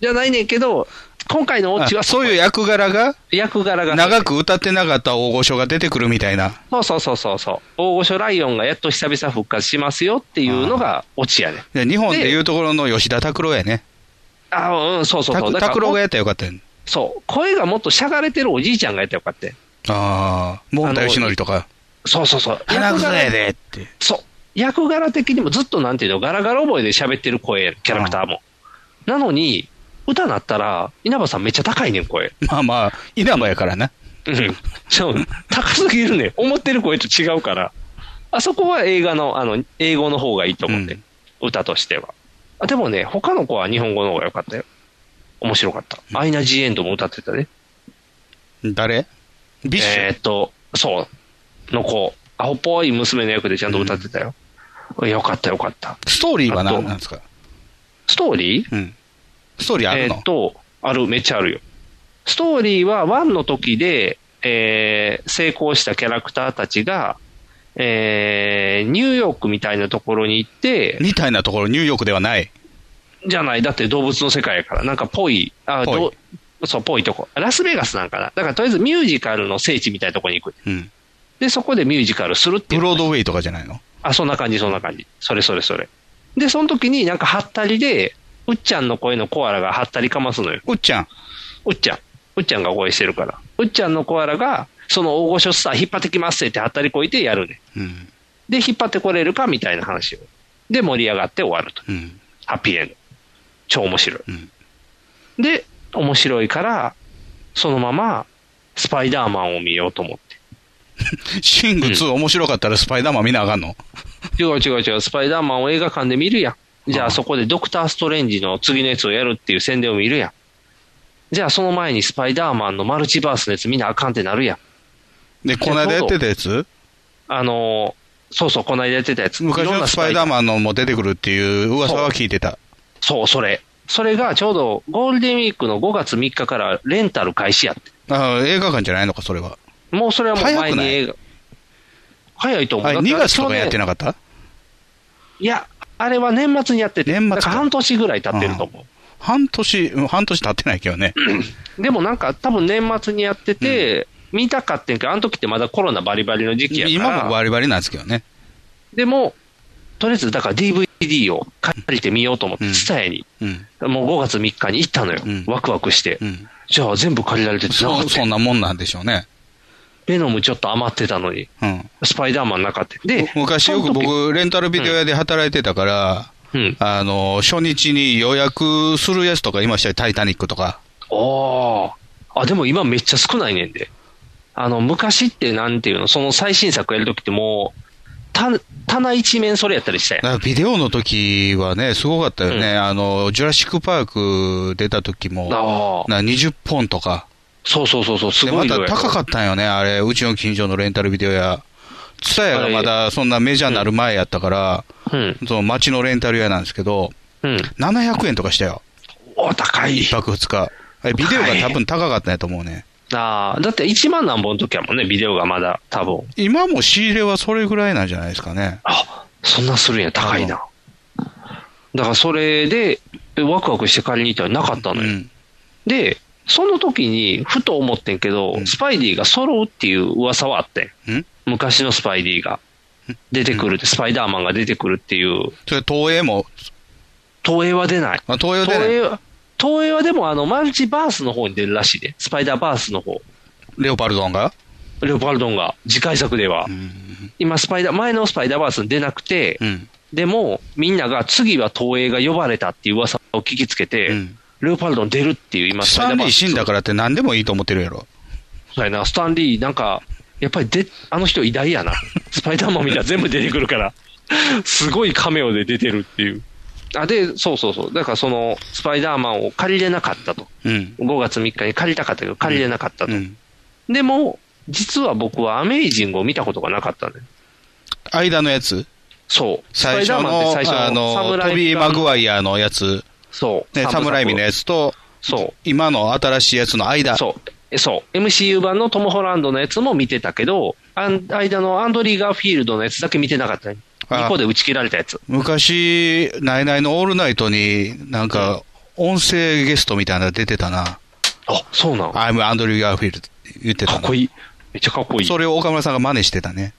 B: じゃないねんけど、今回のオ
C: あ
B: チは
C: そういう役柄が、
B: 役柄が。
C: 長く歌ってなかった大御所が出てくるみたいな。
B: そうそうそうそうそう。大御所ライオンがやっと久々復活しますよっていうのがオチやねん。
C: で日本でいうところの吉田拓郎やね。
B: ああ、うん、そうそうそ
C: 拓
B: う。だから
C: 拓郎がやったらよかったよ。
B: そう。声がもっとしゃがれてるおじいちゃんがやったらよかったよ。
C: ああ、モンタヨシノリとか。
B: そうそうそう。
C: 花くそやでって。
B: そう。役柄的にもずっとなんていうの、ガラガラ覚えで喋ってる声やん、キャラクターも。なのに、歌なったら、稲葉さんめっちゃ高いねん、声。
C: まあまあ、稲葉やからな。
B: うん。そう高すぎるねん。思ってる声と違うから。あそこは映画の、あの、英語の方がいいと思って。歌としては。あでもね、他の子は日本語の方が良かったよ。面白かった。アイナ・ジ・エンドも歌ってたね。
C: 誰ビッシュ、
B: えーっと、そう、の子、アホっぽい娘の役でちゃんと歌ってたよ。よかったよかった。
C: ストーリーは
B: あと
C: 何なんですか
B: ストーリー
C: うん。ストーリーある
B: え
C: の、
B: ーっと、ある、めっちゃあるよ。ストーリーは1の時で、えー成功したキャラクターたちが、えーニューヨークみたいなところに行って、
C: みたいなところ、ニューヨークではない。
B: じゃない、だって動物の世界やから、なんかぽい、あ、
C: ぽい
B: どうそう、ぽいとこ。ラスベガスなんかな。だからとりあえずミュージカルの聖地みたいなとこに行く。
C: うん。
B: で、そこでミュージカルするってい
C: ブ
B: う。
C: ロードウェイとかじゃないの
B: あ、そんな感じ、そんな感じ。それそれそれ。で、その時になんかハッタリで、うっちゃんの声のコアラがハッタリかますのよ。
C: うっちゃん。
B: うっちゃん。うっちゃんが声してるから。うっちゃんのコアラが、その大御所スター引っ張ってきますってハッタリこいてやるね。
C: うん。
B: で、引っ張ってこれるかみたいな話を。で、盛り上がって終わると。
C: うん。
B: ハッピーエンド。超面白い。
C: うん
B: で、面白いから、そのまま、スパイダーマンを見ようと思って。
C: シング2面白かったらスパイダーマン見なあかんの
B: 違う違う違う、スパイダーマンを映画館で見るやん。じゃ
C: ああ
B: あそこでドクター・ストレンジの次のやつをやるっていう宣伝を見るやん。じゃあその前にスパイダーマンのマルチバースのやつ見なあかんってなるやん。
C: で、この間やってたやつ
B: あのーそうそう、この間やってたやつ。
C: 昔
B: いろん
C: の
B: な
C: スパイダーマンのも出てくるっていう噂は聞いてた。
B: そう、それ。それがちょうどゴールデンウィークの5月3日からレンタル開始やって。
C: あ映画館じゃないのか、それは。
B: もうそれはもう前
C: 早く
B: に
C: ない
B: 映画。早いと思う。
C: あれ、
B: だって
C: 2月とかやって
B: 去年
C: なかった
B: いや、あれは年末にやってて、
C: 年末か
B: だから半年ぐらい経ってると思
C: 半年、うん半年経ってないけどね。
B: う。でもなんか、多分年末にやってて、見たかってんけど、あの時ってまだコロナバリバリの時期やから、
C: 今もバリバリなんですけどね。
B: でも、とりあえずだから DVD を借りてみようと思って、
C: うん
B: 伝えに、
C: うん。
B: もう5月3日に行ったのよ、
C: うん
B: ワクワクして、
C: うん。
B: じゃあ全部借りられてて、な
C: そ
B: か
C: う
B: った
C: そんなもんなんでしょうね。
B: ベノムちょっと余ってたのに、
C: うん。
B: スパイダーマンなかった。で、
C: 昔よく
B: その
C: 僕、レンタルビデオ屋で働いてたから、
B: 時、うん、
C: あの、初日に予約するやつとかいましたよ、タイタニックとか。
B: おーあ、でも今めっちゃ少ないねんで。あの、昔ってなんていうの、その最新作やるときってもう、た、棚一面それやったりしたやん。
C: だからビデオの時はね、すごかったよね。
B: うん
C: あの、ジュラシック・パーク出た時も、な
B: ああ。
C: 20本とか。
B: そうそうそうそう、す
C: で、
B: ご
C: ま
B: い
C: た
B: 量や
C: 高かったんよね、あれ、うちの近所のレンタルビデオ屋。ツタヤがまだそんなメジャーになる前やったから、
B: うん。
C: その街のレンタル屋なんですけど、
B: うん。
C: 700円とかしたよ。
B: お、高い
C: 一。泊二日。あれビデオが多分高かったんやと思うね。
B: ああ。だって1万何本の時やもんね、ビデオがまだ、多分。
C: 今も仕入れはそれぐらいなんじゃないですかね。
B: あ、そんなするんや、高いな。だからそれで、ワクワクして借りに行ったらなかった
C: う
B: のよ。
C: ん。
B: で、その時に、ふと思ってんけど、
C: ん
B: スパイディが揃うっていう噂はあってん。
C: うん
B: 昔のスパイディが出てくるって、スパイダーマンが出てくるっていう、
C: それ東映も、
B: 東映は出ない。
C: あ東映
B: 東
C: で、
B: 映は、東映はでもあの、マルチバースの方に出るらしいで、スパイダーバースの方。
C: レオパルドンが、
B: レオパルドンが、次回作では。今、スパイダー、前のスパイダーバースに出なくて、
C: うん。
B: でも、みんなが次は東映が呼ばれたっていう噂を聞きつけて、
C: うん
B: レオパルドン出るっていう、今、スパイ
C: サ
B: ダ
C: ン
B: ーバ
C: リー
B: ース。
C: 死んだからって何でもいいと思ってるやろ。
B: そうやな、スタンリー、なんか、やっぱりで、あの人偉 大やな。スパイダーマンみたいな全部出てくるから。すごいカメオで出てるっていう。あ、で、そうそうそう。だからその、スパイダーマンを借りれなかったと。
C: うん。
B: 5月3日に借りたかったけど、借りれなかったと。
C: うん。
B: でも、実は僕はアメイジングを見たことがなかったね。
C: 間のやつ
B: そう。
C: 最初
B: スパイダーマンって
C: の、
B: 最初
C: あの、
B: 侍
C: トビー・マグワイアのやつ、
B: そう。
C: ね、サムライミの
B: ね
C: やつと、
B: そう。
C: 今の新しいやつの間。
B: そう。えそう。MCU 版のトム・ホランドのやつも見てたけど、あん間のアンドリー・ガーフィールドのやつだけ見てなかったね。
C: あ
B: 2個で打ち切られたやつ。
C: 昔、ナイナイのオールナイトに、なんか、音声ゲストみたいなの出てたな。
B: あ、そうなん。か
C: アイム・アンドリュー・ガーフィールドって言ってた
B: っこ
C: い
B: いい。めっちゃかっこいい。
C: それを岡村さんが真似してたね。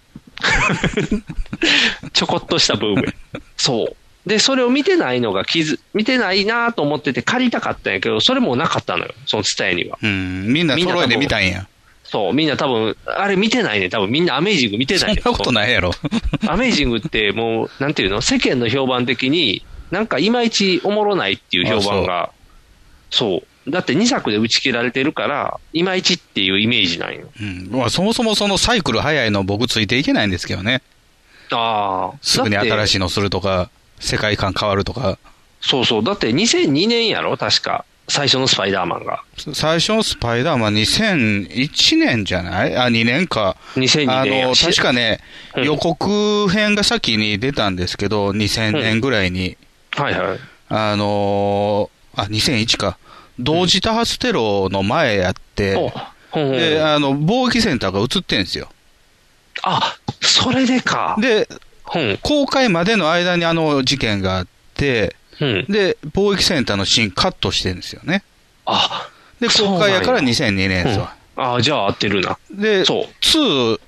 B: ちょこっとしたブ ーム。そう。で、それを見てないのが気づ、見てないなと思ってて借りたかったんやけど、それもなかったのよ。その伝えには。
C: うん。みんな揃えて見たんや。
B: そう。みんな多分、あれ見てないね。多分みんなアメイジング見て
C: そ
B: なんい
C: なことないやろ。
B: アメイジングってもう、なんていうの、世間の評判的に、なんかいまいちおもろないっていう評判が、そうだって2作で打ち切られてるから、いまいちっていうイメージなんよ。
C: うん。まあ、そもそもそのサイクル早いの僕ついていけないんですけどね。
B: ああ。
C: すぐに新し
B: い。
C: いのするとか。世界観変わるとか、
B: そうそう。だって2002年やろ確か。最初のスパイダーマンが。
C: 最初のスパイダーマン2001年じゃないあ、2年か。
B: 2002
C: あ
B: 年や
C: の、
B: し
C: 確かね、
B: うん
C: 予告編が先に出たんですけど、2000年ぐらいに、
B: はいはい。
C: あのーあ、2001か。同時多発テロの前やって、
B: おほんほん
C: で、あの、貿易センターが映ってんですよ。
B: あ、それでか。
C: で、
B: うん。
C: 公開までの間にあの事件があって、
B: うん。
C: で、貿易センターのシーンカットしてるんですよね。
B: あ、
C: で、公開やから2002年
B: う
C: です
B: ん
C: わ。、
B: あ、じゃあ合ってるな。
C: で、
B: そう
C: 2、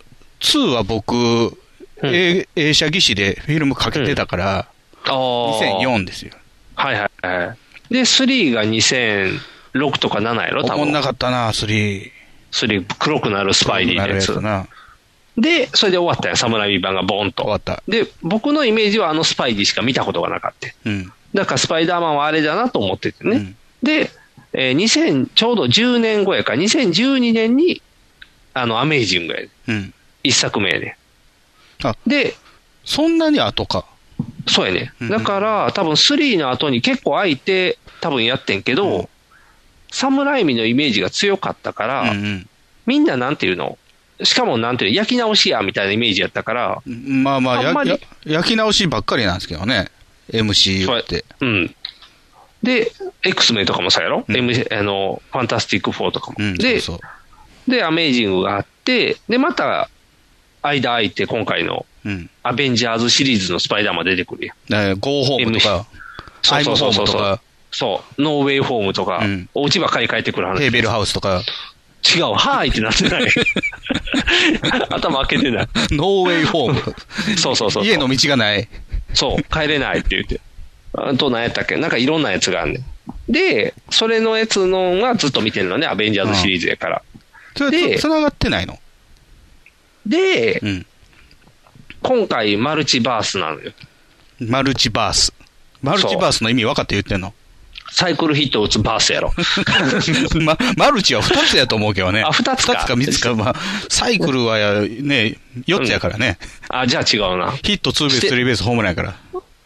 C: 2は僕、
B: ん
C: 映映写技師でフィルムかけてたから、
B: ああ。
C: 2004ですよ。
B: はいはいはい。で、3が2006とか7やろ多
C: おもん
B: 分
C: な。かったな、3。
B: 3、黒くなるスパイリーのやつ。
C: な。
B: で、それで終わったやん。サムライ版がボン
C: 終わ
B: と
C: っ。た。
B: で、僕のイメージはあのスパイディしか見たことがなかった。
C: うん。
B: だからスパイダーマンはあれだなと思っててね。
C: うん
B: で、えー2000、ちょうど10年後やから、2012年に、あの、アメイジングやで。
C: うん。
B: 一作目やで
C: あ。
B: で、
C: そんなに後か。
B: そうやね
C: うん。
B: だから、多分3の後に結構空いて、多分やってんけ
C: う
B: ど、
C: ん
B: サムライミのイメージが強かったから、
C: うん
B: みんななんていうのしかもなんていうの焼き直しやみたいなイメージやったから、
C: うん。まあまあ
B: あんまり
C: やや焼き直しばっかりなんですけどね。MCU って。
B: うん。で、X 名とかもさやろ、
C: うん
B: M- あのファンタスティック4とかも。
C: うん。
B: で
C: そうそ
B: で、アメイジングがあって、で、また、間空いて、今回の
C: う。うん。
B: アベンジャーズシリーズのスパイダーマン出てくるやん。
C: えー、ゴーホームとか、
B: そうそうそ
C: I'm home
B: うそう
C: と
B: そう
C: か。
B: そう。ノーウェイホームとか、
C: うん
B: お家ばっかり帰ってくる話。
C: ヘーベル
B: 違
C: ハウスと か、
B: う、はーいってなってない。 頭開けてない。
C: ノーウェイホーム。
B: そうそうそうそう。
C: 家の道がない。
B: そう、帰れないって言って。あと何やったっけなんかいろんなやつがあんねん。で、それのやつのがずっと見てるのね、アベンジャーズシリーズやから。
C: それ
B: で
C: つ、つながってないの
B: で、
C: うん。
B: 今回マルチバースなのよ。
C: マルチバース。マルチバースの意味分かって言ってんの
B: サイクルヒットを打つバー スやろ。
C: ま、マルチは2つやと思うけどね。
B: あ二つか
C: 2つか3つか。まあ、サイクルはやね、4つやからね。
B: あ、じゃあ違うな。
C: ヒット、ツーベース、スリーベース、ホームランやから。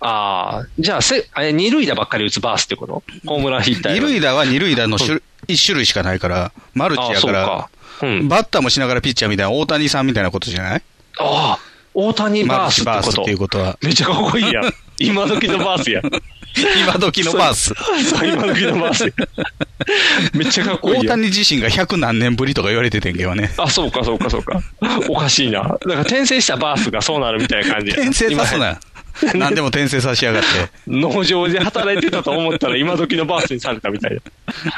B: ああ、じゃあせ、あれ、二塁打ばっかり打つバースってことホームランヒッター
C: 二
B: やろ。
C: 塁打は二塁打の
B: う
C: 種1種類しかないから、マルチ
B: ああ、
C: や
B: そ
C: か
B: う
C: ら、
B: か。うん。
C: バッターもしながらピッチャーみたいな、大谷さんみたいなことじゃない
B: ああ、大谷
C: マ
B: バー
C: ル
B: ス
C: チ
B: って
C: バー
B: こ
C: スっ
B: と
C: ていう。ことは。
B: めっちゃかっこいいやん。 今時のバースやん。
C: 今時のバース。
B: そう、 今時のバースやん。めっちゃかっこいいや
C: 大
B: ん。
C: 谷自身が100何年ぶりとか言われててんけどね。
B: あ、そうか、そうか、そうか。おかしいな。だから転生したバースがそうなるみたいな感じや。
C: 転生さすな。何でも転生さしやがって。
B: 今農場で働いてたと思ったら今時のバースにされたみたいな。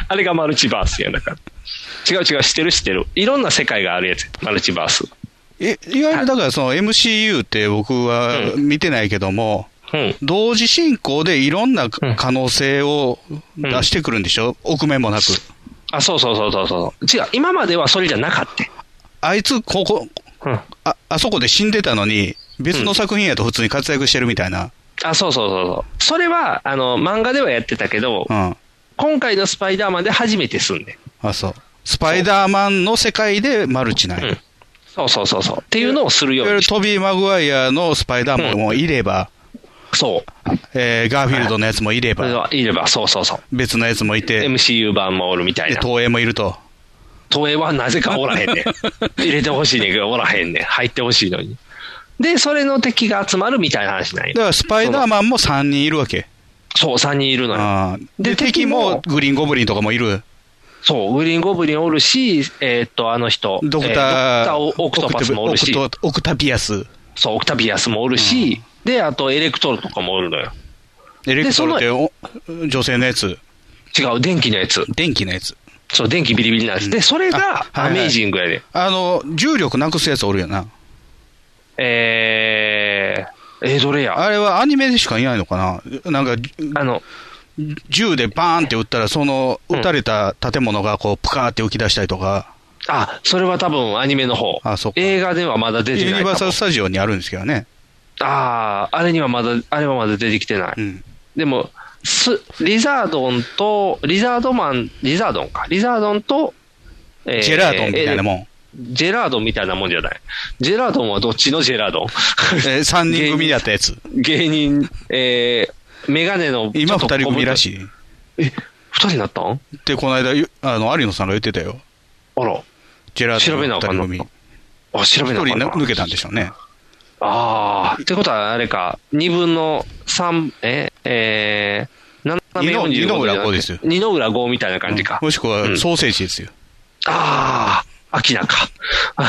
B: あれがマルチバースやんだから。違う違う、知ってる知ってる。いろんな世界があるやつやマルチバース。
C: えいわゆるだからその MCU って僕は見てないけども、
B: うん。
C: 同時進行でいろんな
B: うん
C: 可能性を出してくるんでしょ、奥面もなく。
B: あ、そうそうそうそうそう。違う、今まではそれじゃなかった。
C: あいつ、ここ、
B: うん。
C: あ、あそこで死んでたのに、別の作品やと普通に活躍してるみたいな。
B: あ、そうそうそうそう。それは、あの、漫画ではやってたけど、
C: うん。
B: 今回のスパイダーマンで初めてすんで。
C: あ、そう。スパイダーマンの世界でマルチなんや。
B: う
C: い
B: んそうそうそうそう。っていうのをするよ
C: わゆ
B: うに
C: る。トビー・マグワイアのスパイダーマンもいれば、
B: そう。
C: えーガーフィールドのやつもいれ
B: それ
C: ば、
B: はいれば、そうそうそう。
C: 別のやつもいて、
B: MCU 版もおるみたい
C: で
B: な。
C: 東映もいると。
B: 東映はなぜかおらへ んねん。入れてほしいねんけど、おらへんねん。入ってほしいのに。で、それの敵が集まるみたいな話なん
C: だ
B: や。
C: からスパイダーマンも3人いるわけ。
B: そう、3人いるのよ。
C: あーで、
B: で
C: 敵
B: 敵
C: も
B: も
C: グリーンゴブリンとかもいる。
B: そう、グリーンゴブリンおるし、えーっと、あの人、
C: ドクター、
B: えードクターオオクトパスもおるし、
C: オクトオクタピアス。
B: そう、オクタビアスもおるし、で、あとエレクトロとかもおるのよ。
C: エレクトロってお女性のやつ。
B: 違う、電気のやつ。
C: 電気のやつ。
B: そう、電気ビリビリなんです。で、それ
C: あ
B: が、
C: はいはい
B: アメイジングやで。
C: あの、重力なくすやつおるよな。
B: えー、えー、どれや
C: あれはアニメでしかいないのかななんか、
B: あの、
C: 銃でバーンって撃ったら、その撃たれた建物がこう、プカーって浮き出したりとか、
B: あ、それは多分アニメの方。
C: あそっか
B: 映画ではまだ出て
C: ユ
B: ない
C: ニ
B: かも。
C: バーサル・スタジオにあるんですけどね。
B: ああ、あれにはまだ、あれはまだ出てきてない。
C: うん。
B: でも、すリザードンと、リザードマン、リザードンか、リザードンと、えー
C: ジェラードンみたいなもん。
B: ジェラードンみたいなもんじゃない。ジェラードンはどっちのジェラードン
C: えー、3人組でやったやつ。
B: 芸人、えー、メガネの。
C: 今2人組ら
B: い。
C: しい。
B: え、二人になったん
C: で、この間、ゆあの、有野さんが言ってたよ。
B: あら。
C: ジェラート
B: 調べな
C: の
B: あ
C: 2
B: かん
C: 人
B: の
C: 組。
B: あ、調べな
C: 1
B: あか
C: 人
B: んな
C: な抜けたんでしょうね。
B: ああ。ってことは、あれか、2分の3、え、えー、斜め45
C: 二の二の裏五ですよ
B: 二の裏5みたいな感じか。
C: もしく
B: うん
C: は、ソーセージですよ。
B: ああ、秋菜か。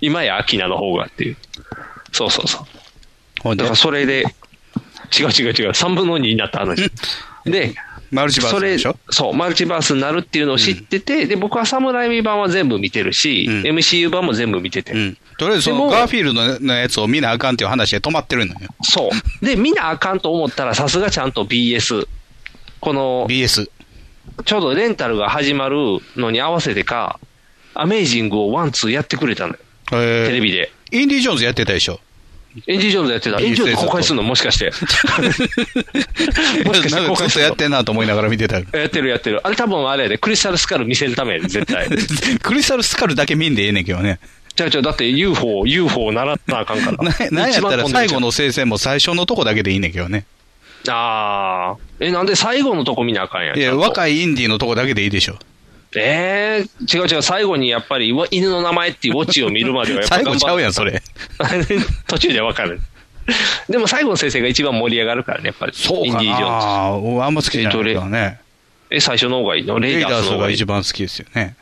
B: 今や秋菜の方がっていう。そうそうそう。
C: ほん
B: だ
C: で
B: から、それで、違う違う違う、3分の2になった話。で、
C: マルチバー
B: そ
C: ス
B: れ
C: でしょ、
B: そう、マルチバースになるっていうのを知ってて、で、僕はサムライミ版は全部見てるし、
C: うん
B: MCU 版も全部見てて、
C: うん。とりあえず、そ
B: で
C: の
B: も
C: ガーフィールドのやつを見なあかんっていう話で止まってるのよ。
B: そう。で、見なあかんと思ったら、さすがちゃんと BS。この、
C: BS。
B: ちょうどレンタルが始まるのに合わせてか、アメイジングをワン、ツーやってくれたのよ、テレ
C: え
B: ビで。
C: ー、インディ・ジョーンズやってたでしょ。
B: エンジンジョーンズやってた。エンジンジョーンズ公開するのもし かして。もしかして
C: なん
B: 公
C: かずっ
B: 開
C: とや
B: するの
C: ってんなと思いながら見てた。
B: やってるやってる。あれ多分あれやで、クリスタルスカル見せるためやで、絶 対。
C: クリスタル・スカルだけ見んでええねんけどね。
B: ちゃうちゃう、だって UFO、UFO 習ったらあかんから。
C: ななんやったら
B: 一番混ん
C: 最
B: でるじゃ
C: 後
B: ん
C: の聖戦も最初のとこだけでいいねんけどね。
B: ああ。え、なんで最後のとこ見なあかんやん。
C: い や、
B: い。
C: 若いインディーのとこだけでいいでしょ。
B: えー、違う違う、最後にやっぱり、うわ犬の名前っていうウォッチを見るまではやっぱ
C: 最後
B: 頑張
C: ちゃうやん、それ。
B: ん。 途中でわかる。でも最後の先生が一番盛り上がるからね、やっぱり。インディ・ージョーンズ。
C: ああー、あんま好きじゃないけどね。
B: え、最初の方がいいのレ
C: レ
B: イ
C: イ
B: ダー
C: ダー
B: スの
C: ス
B: 方が
C: が
B: いい
C: 一。番好きですよね。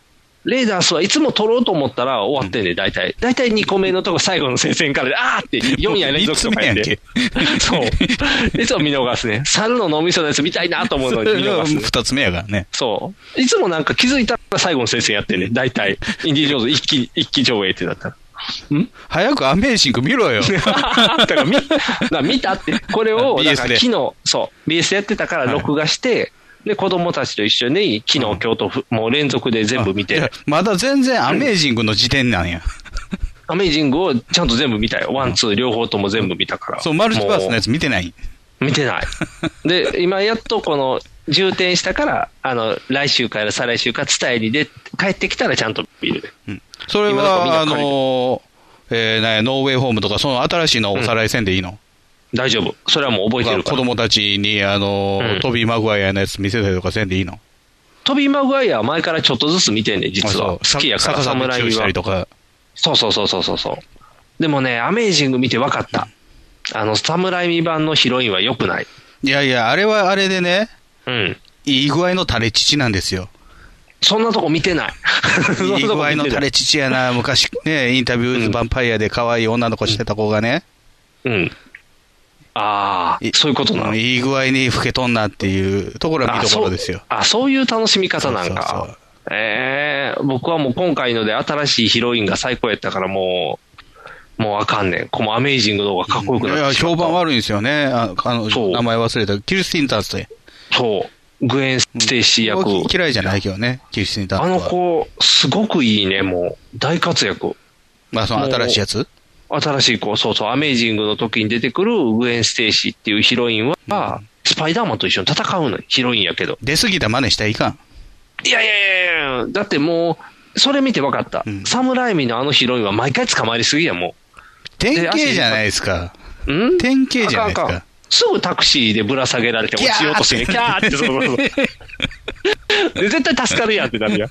B: レーダースはいつも取ろうと思ったら終わってんね、大体。大体2個目のとこ最後の戦線からで、あーって4夜連続とかやっ
C: 三つ
B: て。そう。いつも見逃すね。猿の脳みそのやつ見たいなと思う のに見逃す、ね。
C: 二つ目やからね。
B: そう。いつもなんか気づいたら最後の戦線やってんね、大体。インディ・ジョーンズ一気、一気上映ってなったら。
C: 早くアメージング見ろよ。
B: だから見だから見たって、これを
C: BS
B: だから
C: で
B: 昨日、そう、BS でやってたから
C: はい
B: 録画して、で、子供たちと一緒に、昨日、京都府、もう連続で全部見
C: い
B: て
C: や、まだ全然アメージングの時点なんや。
B: アメイジングをちゃんと全部見たよ。ワン、ツー、両方とも全部見たから。
C: そう、マルチバースのやつ見てない。
B: 見 てない。で、今やっとこの、充填したから、あの、来週から再来週か伝えにで、帰ってきたらちゃんと見る。
C: それ
B: 今なんかみん
C: は、
B: な
C: あ
B: 借りて
C: の、えーなんやノーウェイホームとか、その新しいのおさらいせんでいいの、
B: 大丈夫。それはもう覚えてる
C: 子
B: から。
C: 供たちに、あの、
B: うん
C: トビー・マグワイアのやつ見せたりとかせんでいいの
B: トビー・マグワイアは前からちょっとずつ見てんねん
C: あ
B: 実
C: そ
B: は。好
C: うさ
B: きやから、
C: 逆さまに注
B: 侍
C: 意した
B: は
C: り。とか。
B: そうそうそうそうそうそう。でもね、アメイジング見て分かった。あの、サムライミ版のヒロインは良くない。
C: いやいや、あれはあれでね、
B: うん。
C: いい具合の垂れ乳なんですよ。
B: そんなとこ見てない。そんな
C: い
B: いと
C: 具
B: こ見てない
C: 合の垂れ乳やな、昔ね、インタビューズ・ヴァンパイアで可愛い女の子してた子がね、
B: うん。ああ
C: い、
B: そういうことなの
C: うんいい具合に老けとんなっていうところは
B: あ
C: 見ど
B: そ
C: こ
B: う
C: ろですよ。
B: あ、そういう楽しみ方なんか。
C: そうそうそう
B: ええ僕はもう今回ので新しいヒロインが最高やったからもう、もうあかんねん。このアメイジングの方がかっこよく
C: い
B: なっ
C: や
B: てしま
C: 評
B: った。
C: 判悪いんですよね、ああの
B: そう
C: 名前忘れた、キルスティン・タンスと
B: そう。グエン・ステイシー役。
C: 嫌いじゃないけどね、キルスティン・タンス
B: あ
C: は
B: の子、すごくいいね、もう。大活躍。
C: まあ、その新しいやつ、
B: 新しい子、そうそう、アメイジングの時に出てくるグエン・ステイシーっていうヒロインは、スパイダーマンと一緒に戦うのよヒロインやけど。
C: 出過ぎた真似したらいかん、
B: いやいやいやいやだってもう、それ見て分かった。
C: うん
B: サムライミのあのヒロインは毎回捕まりすぎや、も
C: 典型じゃないですか、
B: う。ん
C: 典型じゃないです
B: あんあん
C: か、
B: すぐタクシーでぶら下げられて落ちようとしてね、キャーって、そうそうそう。で、絶対助かるやんってなるやん。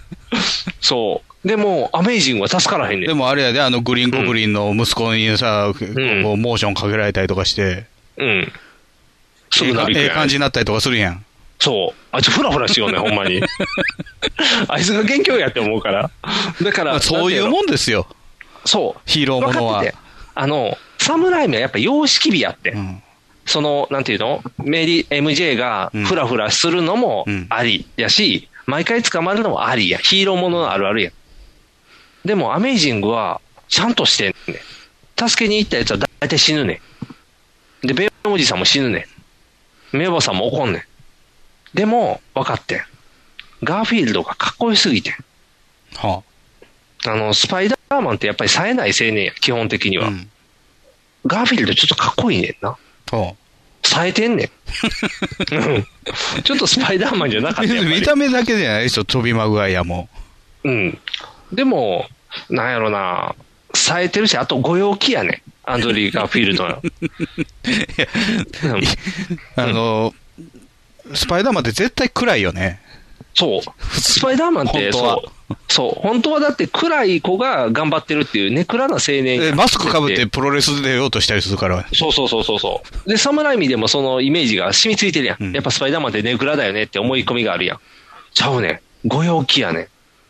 B: そう。でも、アメイジングは助からへんねん
C: で。もあれやで、あのグリーン・ゴブリンの息子にさ、こうモーションかけられたりとかして、
B: うん。す
C: え
B: ぐ
C: え
B: な
C: か
B: びく
C: ええ
B: やん
C: 感。じになったりとかするやん、
B: そう。あいつフラフラ しようね、ほんまに。あいつが元凶やって思うから。だか
C: ま
B: ら、
C: あそういう
B: なんてやろ
C: もんですよ、
B: そう。
C: ヒーローものは
B: 分かっててあの、サムライムはやっぱ様式美やって。
C: うん
B: その、なんていうのメリー、MJ がフラフラするのも
C: うん
B: ありやし、毎回捕まるのもありや。ヒーローもののあるあるや。でも、アメイジングは、ちゃんとしてんねん助けに行ったやつは大体死ぬねん。で、ベンおじさんも死ぬねん。メイおばさんも怒んねん。でも、分かってん。ガーフィールドがかっこよすぎてん。
C: は
B: あの、スパイダーマンってやっぱり冴えない青年や、基本的に
C: あ
B: は。
C: うん
B: ガーフィールドちょっとかっこいいねんな。
C: は
B: 冴えてんねん。うんちょっとスパイ ダーマンじゃな
C: あ
B: かったやっぱり
C: 見た目だけじゃないですよ、トビ・マグワイアも。
B: うん。でも、なんやろな、冴えてるし、あとご陽気やね。アンドリー・ガーフィール ドは。うん
C: あの、スパイダーマンって絶対暗いよね。
B: そう。スパイダーマンって、
C: 本当は
B: そう。そう。本当はだって暗い子が頑張ってるっていう、ネクラな青
C: え
B: 年。
C: マスクかぶって。プロレス出ようとしたりするから。
B: そうそうそうそうそう。で、サムライミでもそのイメージが染みついてるやん。
C: うん
B: やっぱスパイダーマンってネクラだよねって思い込みがあるやん。ちゃうね。ご陽気やね。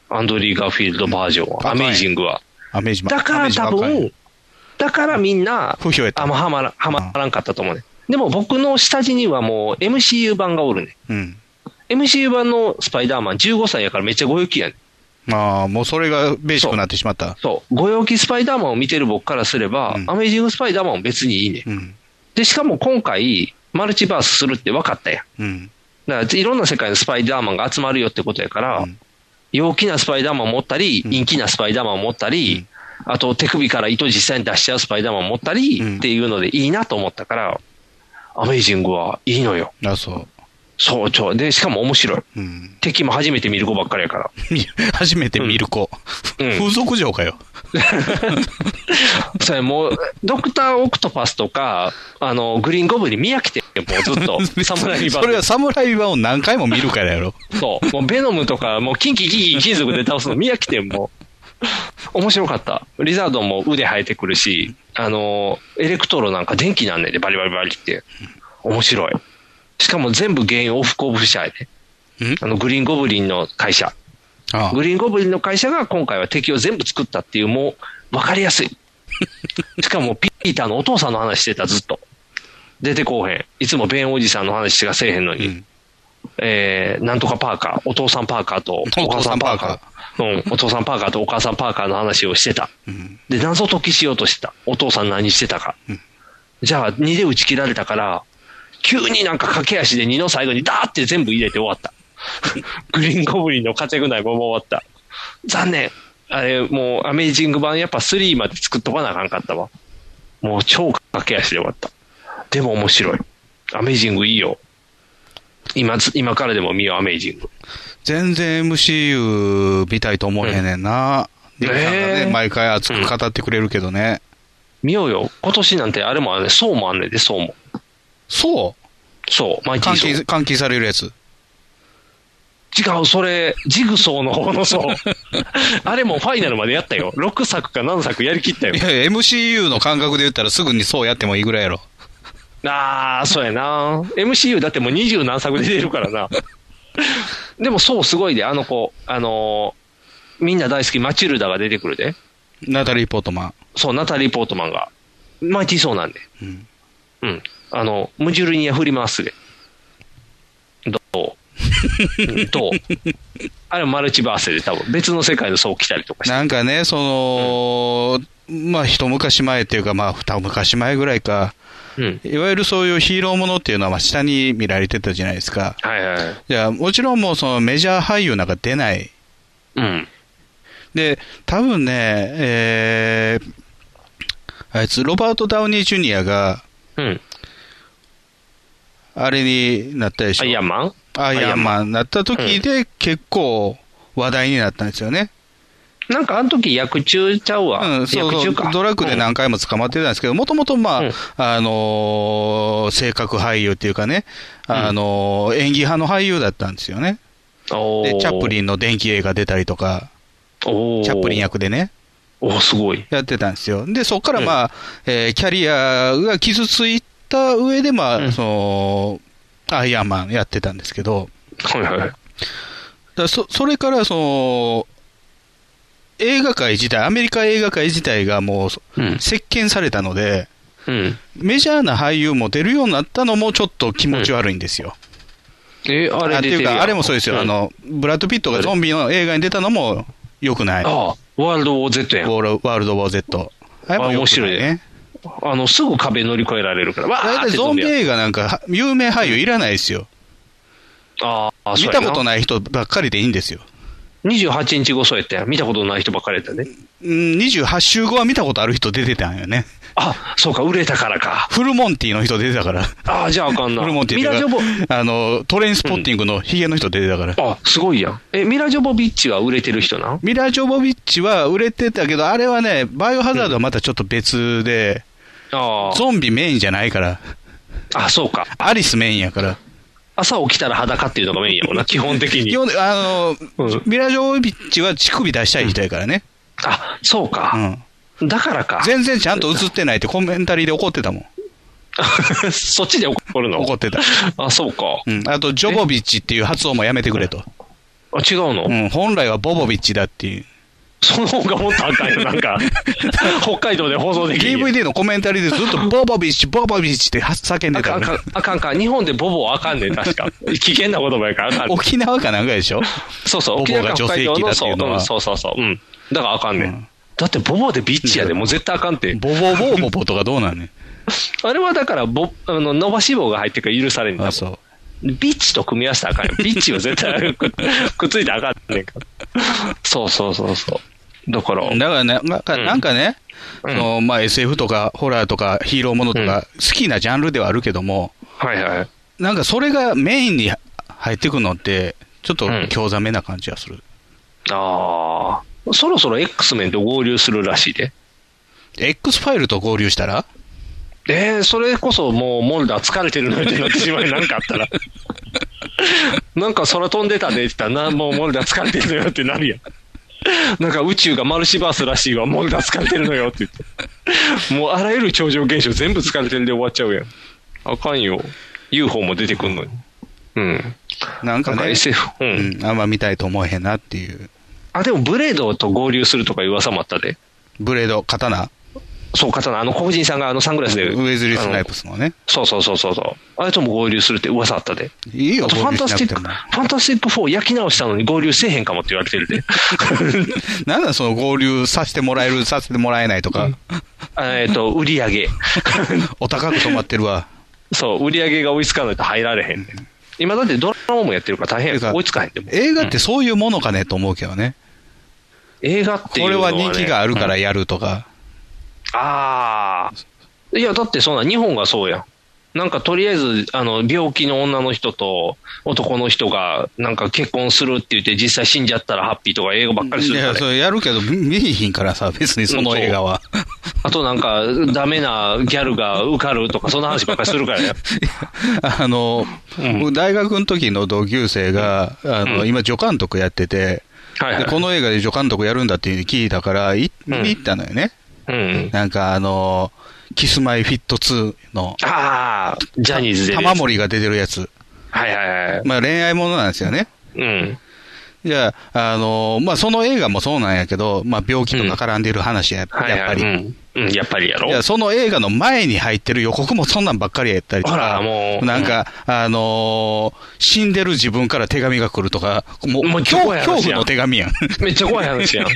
B: アンドリー・ガーフィールドバージョン
C: うん
B: は。アメイジングは。
C: アメージマン
B: だから
C: ア
B: 多、
C: メージマン
B: 分、だからみんな、
C: 不評やった
B: あ、もうはまら、はまらんかったと思うね。でも僕の下地にはもう MCU 版がおるね。
C: うん。
B: MCU 版のスパイダーマン15歳やからめっちゃご陽気やね。
C: まあ、もうそれがベーシックになってしまった。
B: そう。ご陽気スパイダーマンを見てる僕からすれば、
C: うん
B: アメージングスパイダーマンも別にいいね。
C: うん。
B: で、しかも今回、マルチバースするって分かったやん。
C: うん。
B: だから、いろんな世界のスパイダーマンが集まるよってことやから、
C: うん
B: 陽気なスパイダーマンを持ったり、
C: うん
B: 陰気なスパイダーマンを持ったり、あと手首から糸実際に出しちゃうスパイダーマンを持ったり、
C: うん
B: っていうのでいいなと思ったから、アメイジングはいいのよ。
C: あ、そ
B: そう、ちょ、で、しかも面白い。
C: う。うん。
B: 敵も初めて見る子ばっかりやから。
C: 初めて見る子。
B: うん
C: 風俗嬢かよ。。
B: それもう、ドクター・オクトパスとか、あの、グリーン・ゴブリン見飽きてるよもうずっと侍 版
C: それは侍版を何回も見るからや ろ。
B: そう。もうベノムとか、もうキンキキキ金属で倒すの、宮城店も。面白かった。リザードンも腕生えてくるし、あの、エレクトロなんか電気なんねんで、バリバリバリって。面白い。しかも全部原因オフコブ社やね。
C: ん
B: あの、グリーンゴブリンの会社。
C: あ
B: グリーンゴブリンの会社が今回は敵を全部作ったっていう、もう、わかり やすい。しかも、ピーターのお父さんの話してた、ずっと。出てこうへん。いつもベンおじさんの話しかせえへんのに。
C: うん
B: えーなんとかパーカー、お父さんパーカーとお母さんパーカー。うん、お父さんパーカーとお母さんパーカーの話をしてた。
C: うん。
B: で、謎解きしようとしてた。お父さん何してたか。じゃあ、2で打ち切られたから、急になんか駆け足で2の最後にダーって全部入れて終わ った。グリーンゴブリンの稼ぐないまま終わった。残念。あれ、もうアメイジング版やっぱ3まで作っとかなあかんかったわ。もう超駆け足で終わった。でも面白い。アメイジングいいよ。今つ、今からでも見よう、アメイジング。
C: 全然 MCU 見たいと思えへんねんな。
B: うん
C: リクさんがね
B: ね、え
C: 毎回熱く語ってくれるけどね。
B: 見ようよ。今年なんてあれもあるね、そうもあんねんで、そうも。
C: そ
B: そう、マイ
C: う
B: ティ
C: 監
B: ーソー
C: 禁、監禁されるやつ。
B: 違う、それ、ジグソーの方の層。 あれもファイナルまでやったよ。6作か何作やりきったよ
C: い。や、MCU の感覚で言ったらすぐにそうやってもいいぐらいやろ。
B: あー、そうやな。MCU だってもう二十何作出てるからな。でも、そうすごいで、あの子、あのーみんな大好き、マチルダが出てくるで。
C: ナタリー・ポートマン。
B: そう、ナタリー・ポートマンが。マイティー・ソーなんで。
C: うん
B: うん。あの、ムジュルニア振り回すで。どううんどうあれマルチバースで多分別の世界の層来たりとかして。
C: なんかね、その、まあ、一昔前っていうか、まあ、二昔前ぐらいか、
B: うん。
C: いわゆるそういうヒーローものっていうのは、まあ、下に見られてたじゃないですか。
B: はいはいはい。
C: いや、もちろんもう、そのメジャー俳優なんか出ない。
B: うん。
C: で、多分ね、えーあいつ、ロバート・ダウニー・ジュニアが、
B: うん。
C: あれになったでしょ。
B: アイアンマン
C: アイアンマンになった時で、結構話題になったんですよね。
B: なんかあの時薬中ちゃうわ。
C: うん、そう
B: 薬
C: そう
B: 中か。
C: ドラッグで何回も捕まってたんですけど、もともと、まあ、
B: うん
C: あのー性格俳優っていうかね、あのー演技派の俳優だったんですよね。
B: うん、
C: で、チャップリ
B: ン。
C: ンの電気映画出たりとか、
B: おー
C: チャップリン。役でね、
B: おーすごい。
C: やってたんですよ。で、そこから、
B: うん
C: まあ、えーキャリアが傷ついた上で、まあ、
B: うん
C: その、アイアンマンやってたんですけど、
B: はいは
C: だ
B: い。
C: からそそれから、その、映画界自体、アメリカ映画界自体がもう、
B: うん。
C: 席巻されたので、
B: うん。
C: メジャーな俳優も出るようになったのもちょっと気持ち悪いんですよ。
B: え、あれ
C: あって
B: 出て
C: いう
B: るやん
C: か、あれもそうですよ、
B: ん
C: あのブラッド・ピットがゾンビの映画に出たのもよくない、
B: ああ、ワールド・ウォー・ゼットや
C: ウ
B: ん。
C: ォールワールド・ウォー・ゼット。あれも良くな
B: 面白いねあの、すぐ壁乗り越えられるから。わ
C: 大
B: ーっ
C: 体
B: て
C: ゾ
B: 飛
C: ン
B: んで
C: ビ
B: やる
C: 映画なんか、は有名俳優いらないですよ、
B: ああ、
C: 見たこと
B: な
C: な
B: い。
C: い人ばっかりでいいんですよ。
B: 28日後そうやったやん。見たことない人ばっかりやったね。
C: うん、28週後は見たことある人出てたんよね。
B: あ、そうか、売れたからか。
C: フルモンティの人出てたから。
B: ああ、じゃああかん
C: フ
B: な。
C: ルモンティ
B: ミラジョボ、
C: いうかあの、トレインスポッティングのヒゲの人出てたから。
B: あ、すごいやん。え、ミラジョボビッチは売れてる人なん
C: ミラ・ジョボビッチは売れてたけど、あれはね、バイオハザードはまたちょっと別で、
B: あー
C: ゾンビメインじゃないから、
B: あ、そうか。
C: アリスメインやから。
B: 朝起きたら裸っていうのがメインや もんな、基本的
C: 基
B: に。
C: 本的あの、
B: うん
C: ミラ・ジョボビッチは乳首出したい人やからね。
B: あ、そう
C: う
B: か。
C: ん。
B: だからか。
C: 全然ちゃんと映ってないってコメンタリーで怒ってたもん。
B: そっちで怒るの
C: 怒ってた。
B: あ、そうか。
C: うん。あと、ジョボビッチっていう発音もやめてくれと。
B: あ、違うの、
C: うん。本来はボボビッチだっていう。
B: その方がもっと赤いよ、な んか。北海道で放送できる。
C: DVD のコメンタリーでずっとボボビッチ、ボボビッチって叫ん
B: あ
C: で
B: かん
C: た
B: あか
C: か
B: ん、あかんかん。日本でボボはあかんねん、 確か。危険な言葉やからあかん
C: ら。
B: ねん。
C: 沖縄かなんかでしょ
B: そうそう、
C: ボ
B: 沖
C: ボ
B: 縄
C: が
B: か北海道
C: 女
B: の、
C: 性器
B: そう、
C: だっていうのは
B: うんそうそうそう。うん。だからあかんねん。
C: うん
B: だってボボでビッチやで、もう絶対あかんて。
C: ボボボーボボとかどうなんねん。
B: あれはだからボ、あの伸ばし棒が入ってるから許されんねん
C: あ、そう。
B: ビッチと組み合わせたらあかんよ。ビッチは絶 対くくっついてあかんねんから。そうそうそうそう。だから、
C: だからね、なんか
B: うん
C: なんかね、
B: うん
C: そのまあ、SF とかホラーとかヒーローものとか、好きなジャンルではあるけども、
B: はいはい。
C: なんかそれがメインに入ってくるのって、ちょっと
B: うん
C: 興ざめな感じがする。
B: ああ。そろそろ X メンと合流するらしいで。
C: X ファイルと合流したら
B: えー、それこそもうモルダー疲れてるのよってなってしまい、なんかあ ったら。なんか空飛んでたでって言ったら、な、もうモルダー疲れてるのよってなるやん。なんか宇宙がマルチバースらしいわ、モルダー疲れてるのよって言って。もうあらゆる超常現象全部疲れてるで終わっちゃうやん。あかんよ。UFO も出てくんのに。うん。
C: なん
B: な
C: か
B: んか
C: ね、
B: SF。う。
C: うんん、あんま見たいと思えへんなっていう。
B: あ、でもブレードと合流するとかいう噂もあったで。
C: ブレード、刀、
B: そう、刀。あの黒人さんがあのサングラスで。
C: ウェズリー・スナイ
B: あの
C: プスのね。
B: そうそうそうそうそう。あれとも合流するって噂あったで。
C: いいよ、
B: あとフ
C: 合
B: ァン
C: 流
B: タ
C: し
B: ス
C: な
B: ティ
C: くて
B: ック、
C: も
B: フ。ァンタスティック4焼き直したのに合流せえへんかもって言われてる で。
C: なんだその合流させてもらえる、させてもらえないと か、
B: えっと、売り上 げ。
C: お高く止まってるわ。
B: そう、売り上げが追いつかないと入られへんねん。今だってドラマもやってるから大変
C: て
B: や
C: か
B: 追いつかへんでも。
C: 映画ってそういうものかねと思うけどね。
B: 映画ってい
C: こ
B: う
C: れ
B: の
C: は
B: は、ね。
C: 人気があるか
B: う
C: ら
B: ん
C: やるとか。
B: ああ。いや、だってそんな、日本がそうやん。なんかとりあえず、あの、病気の女の人と男の人が、なんか結婚するって言って実際死んじゃったらハッピーとか映画ばっかりす
C: い
B: るから
C: や、
B: ね
C: それやるけど、見見えひんからさ、別にその映画は。
B: あとなんか、ダメなギャルが受かるとか、そんな話ばっかりす るからや。
C: あの、
B: うん
C: 僕大学の時の同級生が、あの、
B: うん
C: 今、助監督やってて、
B: はいはい。
C: でこの映画で助監督やるんだっていうふうに聞いたから、い見に行ったのよね。
B: うん。
C: なんか、あの、キスマイフィット2の、
B: ああ、ジャニーズで。
C: 玉。森が出てるやつ。
B: はいはいはい。
C: まあ、恋愛ものなんですよね。
B: うん。
C: じゃあ、あの、まあ、その映画もそうなんやけど、まあ、病気とか絡んでる話や、やっ
B: はいはい、
C: ぱり。
B: うん。うん、やっぱりやろ。
C: いや、その映画の前に入ってる予告もそんなんばっかりやったりと
B: ほら
C: か、
B: もう
C: なんか、あのー死んでる自分から手紙が来るとか、もう、
B: もう
C: 恐
B: 怖い話やん
C: 恐怖の手紙やん。
B: めっちゃ怖い 話やん。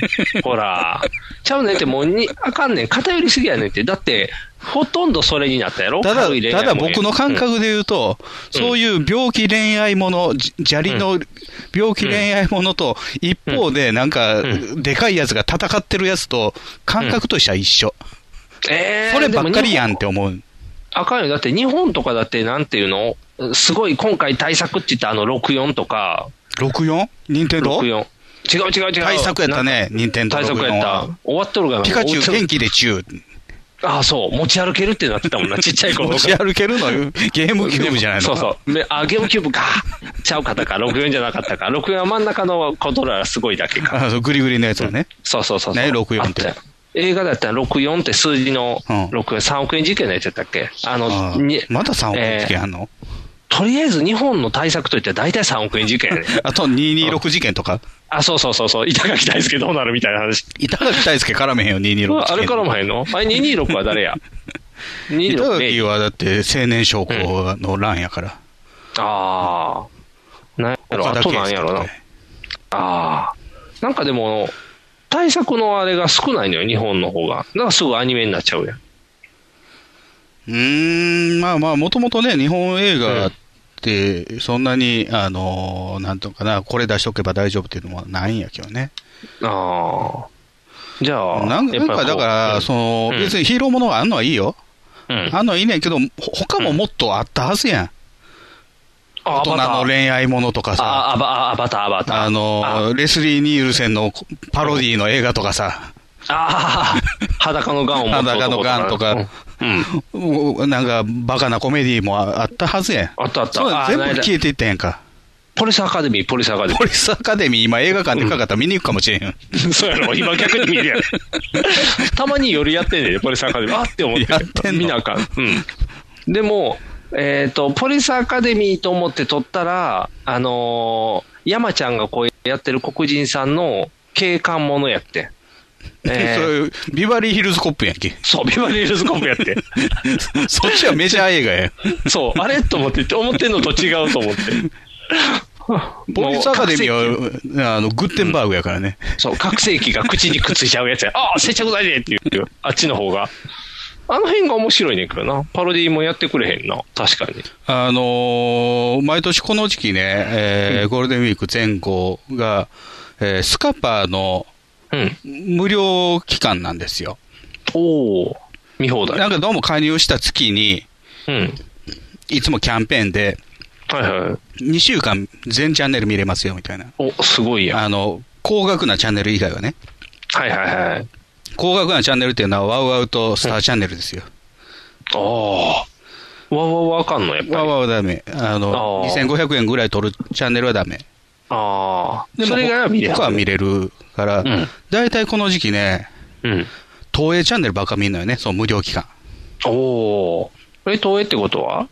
B: ほら。ちゃうねんって、もうに、あかんねん。偏りすぎやねんって。だって、ほとんどそれになったやろ
C: ただ、
B: 軽い恋
C: た
B: 愛
C: だ
B: も
C: 僕の感覚で言うと、
B: うん
C: そういう病気恋愛もの、じ砂利の病気恋愛ものと、一方で、なんか、
B: う
C: でかいやつが戦ってるやつと、感覚としては一緒。
B: えー
C: そればっかりや
B: で
C: んっ
B: も
C: て思う。
B: あかんよ。だって日本とかだって、なんていうのすごい今回対策って言ったあの64とか、
C: 64? 任天堂
B: 64。違う違う違う。
C: 対策やったね、任天堂
B: 対策や
C: 64
B: った
C: は。。
B: 終わっとるがな。
C: ピカチュウ元気
B: 気。
C: でチュウ。
B: ああ、そう。持ち歩けるってなってたも んな。ちっちゃい頃
C: 持ち歩けるのよゲームキューブじゃないの
B: そうそう。めあ、ゲームキューブか。ちゃうかったか。64じゃなかったか。64は真ん中のコントローラーすごいだけか。
C: あそうグリグリのやつはね。
B: そうそうそうそう。
C: ね64って
B: あたよ映画だったら64って数字の
C: うん
B: 64、3億円事件のやつやったっけあ
C: あ
B: の、
C: ー
B: に
C: まだ3億円事件あんの、
B: とりあえず日本の対策といって大体3億円事 件やね。
C: あと226事件とか。
B: あ、そうそうそうそう。板垣大輔どうなるみたいな 話。
C: 板垣大輔絡めへんよ、226事件。
B: あれからもへんのあれ226 は誰や
C: 板
B: ?226
C: 垣はだって青年将校の欄やから。
B: ああ。なんやろ、あとなんやろな。ああ。なんかでも、対策のあれが少ないのよ、日本の方が。なんかすぐアニメになっちゃうやん。
C: うーん、まあまあ、もともとね、日本映画っって、そんなに、あの、なんとかな、これ出しとけば大丈夫っていうのもないんやけどね。
B: ああ。じゃあ、
C: なんなんかだから、その、
B: うん
C: 別にヒーローものはあんのはいいよ。
B: うん、
C: あんのはいいねんけど、ほ他ももっとあったはずやん。大
B: あ
C: 人の恋愛ものとかさ、
B: あ、アバあアバター、アバター。
C: あの、レスリー・ニールセンのパロディの映画とかさ、
B: ああ、裸のガンを持った
C: 裸のガンとか、
B: うん。
C: もうなんかバカなコメディもああったはずやん。
B: あったあった
C: そうだ
B: あ
C: 全部
B: ないない
C: 消えていったやんか。
B: ポリスアカデミー、ポリスアカデ ミ
C: ポリスアカデミー、今映画館でかかったら見に行くかもしれんよ。
B: ー。 そうやろ、今逆に見るやん。 たまに夜やってんねん、ポリスアカデミー。あって思って
C: やってんの
B: 見なあかん。うん。でも、えっ、と、ポリスアカデミーと思って撮ったら、あのー山ちゃんがこうやってる黒人さんの警官ものやってん。え
C: そ
B: ー
C: れビバリーヒルズコップやんけ。
B: そう、ビバリーヒルズコップやってん。
C: そっちはメジャー映画やん。
B: そう、あれと思って、思ってんのと違うと思って。
C: ポリスアカデミ
B: もう
C: ーは、あの、グッテンバーグやからね。
B: そう、覚醒器が口にくっついちゃうや つや。ああ、接着剤でっていう、あっちの方が。あの辺が面白いねんけどな。パロディもやってくれへんな。確かに。
C: あのー毎年この時期ね、えーゴールデンウィーク前後が、えースカパーの
B: うん。
C: 無料期間なんですよ。
B: おお見放題。
C: なんかどうも加入した月に、
B: うん。
C: いつもキャンペーンで、
B: はいはい。
C: 2週間全チャンネル見れますよ、みたいな。
B: お、すごいやん。
C: あの、高額なチャンネル以外はね。
B: はいはいはい。
C: 高額なチャンネルっていうのは、ワウワウとスターチャンネルですよ。
B: ああ。わわわあかんの、やっ
C: ワ
B: ぱ
C: ウ
B: り。
C: ワウはダメ。あの、
B: あー
C: 2500円ぐらい取るチャンネルはダメ。
B: ああ。それ以外は見れ
C: 他は
B: る。
C: 見れるから
B: ん、
C: 大体、この時期ね、
B: うん。
C: 東映チャンネルばっか見んのよね、その無料期間。
B: おおー。え、東映ってことは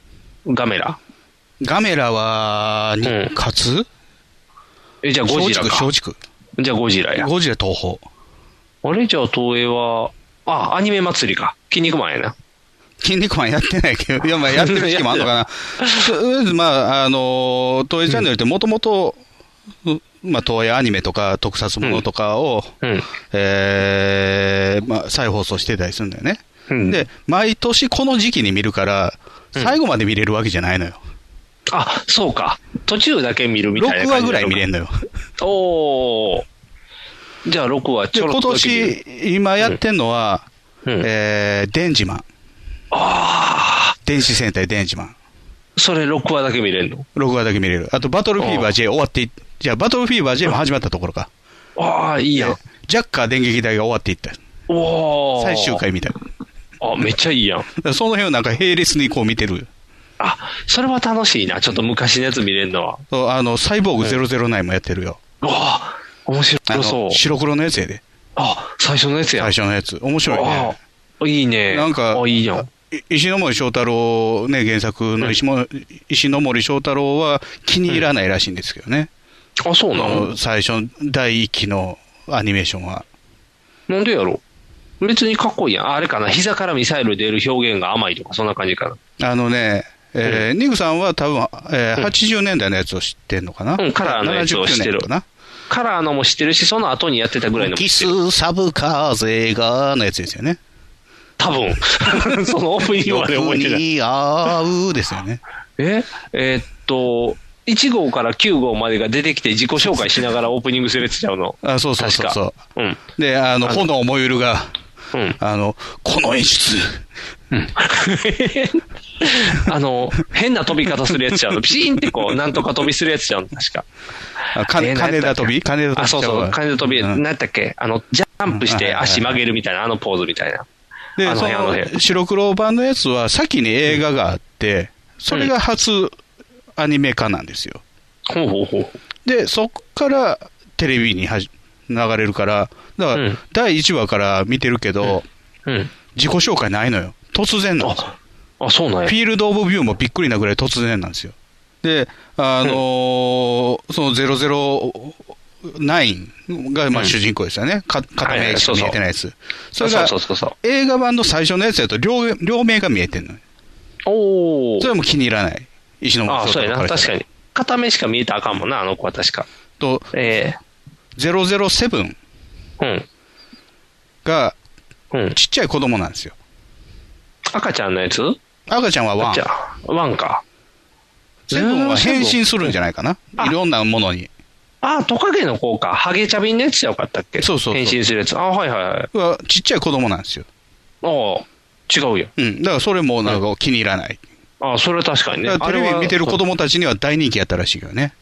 B: ガメラ
C: ガメラは、日
B: うん
C: 活
B: え、じゃあゴ
C: 松
B: ジラ
C: 竹、
B: か。
C: 松
B: じゃあゴジラ
C: 竹。
B: や。
C: ゴジラ東宝。
B: あれじゃあ東映は、あ、アニメ祭りか。筋肉マンやな。
C: 筋肉マンやってないけ ど、いや、まあやってる時期もあるのかな。とりあえず、まあ、あのー、東映チャンネルってもともと、まあ、東映アニメとか特撮ものとかを、
B: うん。
C: えーまあ、再放送してたりするんだよね。
B: うん
C: で、毎年この時期に見るから、最後まで見れるわけじゃないのよ。
B: あ、そうか。途中だけ見るみたい
C: 6
B: な感
C: 話
B: じ
C: ぐ
B: な
C: ら
B: のか。
C: い見れんのよ。
B: おー。じゃあ6話
C: で、
B: ちょろ
C: 今
B: っとだけ見る。
C: 年、今やってんのは、
B: うん
C: えー、電磁マン。電子戦隊電磁マン。
B: それ6話だけ見れんの
C: 6話だけ見れる。あと、バトルフィーバー J 終わってい、じゃあ、バトルフィーバー J も始まったところか。
B: ああ、いいやん。
C: ジャッカー電撃隊が終わっていった。
B: おー。
C: 最終。回みたいな。だ
B: あ、めっちゃいいやん。
C: からその辺をなんか並列にこう見てる。
B: あ、それは楽しいな。ちょっと昔のやつ見れんのは。
C: そうあの、サイボーグ009もやってるよ。
B: うわー面
C: あ
B: 白そう
C: の。白黒のやつやで。
B: あ、最初のやつや。
C: 最初のやつ。面白い
B: あ
C: ね。
B: ーいいね。
C: なんか
B: あ、いいやん。
C: い石ノ森章太郎、ね、原作の石も、石ノ森章太郎は気に入らないらしいんですけどね。
B: あ、そうな
C: あ
B: の
C: の最初、第1期のアニメーションは。
B: なんでやろう別にかっこいいやん。ああれかな。膝からミサイル出る表現が甘いとか、そんな感じか
C: あのね、えーニグさんは多分、えー80年代のやつを知ってんのかな、
B: うんカラーのやつを知って
C: 79
B: る
C: 年か
B: な。カラーのも知ってるし、その後にやってたぐらい
C: な
B: のも
C: キ
B: 知ってる。
C: スサブカーゼがのやつですよ ね。
B: 多分。 そのオープニングまで覚えて
C: よく
B: ない。
C: 似合うですよね。
B: ええーっと、1号から9号までが出てきて自己紹介しながらオープニングするやつちゃうの。
C: あそうそうそうそう
B: 確かうん。
C: で、あの、炎もゆるが、
B: うん。
C: あの、この演出、
B: あの、変な飛び方するやつちゃうの。ピシーンってこう、なんとか飛びするやつちゃうの。確か。
C: あか
B: えー
C: 金田飛び金田飛び
B: あ、そうそう。金田飛び、
C: う
B: なん
C: ん
B: やったっけあの、ジャンプし
C: うん
B: て
C: はいはいはい
B: 足曲げるみたいな、あのポーズみたいな。あ
C: で、
B: の
C: そ
B: 辺あの辺
C: の白黒版のやつは先に映画があって、それが初アニメ化なんですよ。
B: ほうほうほう。
C: で、そこからテレビにはじ流れるから、だか
B: う
C: ら
B: ん
C: 第1話から見てるけど、
B: うん。
C: 自己紹介ないのよ、突然なんですよ
B: あ、あ、そうなんや
C: フ。ィールド・オブ・ビューもびっくりなぐらい突然なんですよ。で、あのーその009がまあ
B: うん
C: 主人公ですよね、か片
B: はいは
C: 目
B: い
C: しか見えてないやつ、それが
B: そうそうそうそ
C: 映画版の最初のやつだと両、両目が見えてるのよ、
B: う。おお
C: そ。れも気に入らない、石
B: あ
C: 森
B: あ、
C: 章
B: そう
C: 太
B: や
C: 郎
B: な。
C: らし
B: 確
C: た
B: からに。片目しか見えたらあかんもんな、あの子は確か。
C: と、
B: え
C: 007
B: え
C: が
B: うん。うん。
C: ちっちゃい子供なんですよ、
B: 赤ちゃんのやつ
C: 赤ちゃんはワン
B: じゃあ、ワンか。
C: セブンは変身するんじゃないかな
B: あ。
C: いろんなものに。
B: あ、トカゲの子か。ハゲチャビンのやつじゃよかったっけ
C: そうそうそう
B: 変身するやつ。あ、はいはいはい。
C: うわちっちゃい子供なんですよ。
B: ああ、違うよ。
C: うん。だからそれもなんか気に入らない。
B: ああ、それは確かにね。
C: だからテレビ見てる子
B: と。
C: 供たちには大人気やったらしいよね。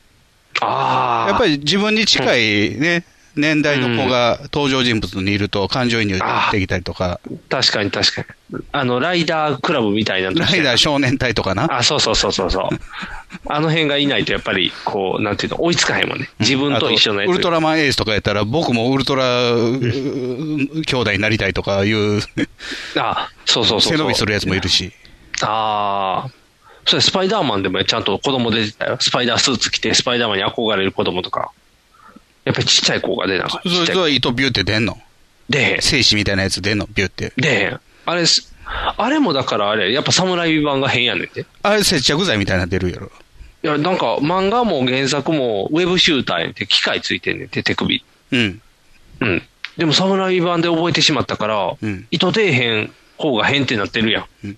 B: ああ。
C: やっぱり自分に近いね、年代の子が登場人物にいると感情移入できたりとか、
B: 確かに確かに。あの、ライダークラブみたいなのと
C: ラ
B: して
C: イダー少年隊とかな。
B: あ、そうそうそうそうそう。あの辺がいないと、やっぱり、こう、なんていうの、追いつかへんもんね。自分と一緒の
C: あ
B: や
C: と
B: つ。
C: ウルトラマンエースとかやったら、僕もウルトラう兄弟になりたいとかいう、
B: あ、そうそうそうそう。
C: 背伸びするやつもいるし、
B: ああ。それ、スパイダーマンでもちゃんと子供出てたよ。スパイダースーツ着て、スパイダーマンに憧れる子供とか。やっぱりちっちゃい子が出なかった。ち
C: そ
B: っ
C: い
B: ち
C: つ
B: ゃい子
C: は糸ビューって出んの、
B: 出へん。
C: 精子みたいなやつ出んの、ビューって。
B: 出へん。あれす、あれもだからあれ、やっぱ侍版が変やねんて。い
C: あれ、接着剤みたいなの出るやろ。
B: や、なんか漫画も原作もウェブシューターやねんて、機械ついてんねんて、手首。
C: うん。
B: うん。でも侍版で覚えてしまったから、
C: うん
B: 糸出えへん方が変ってなってるやん。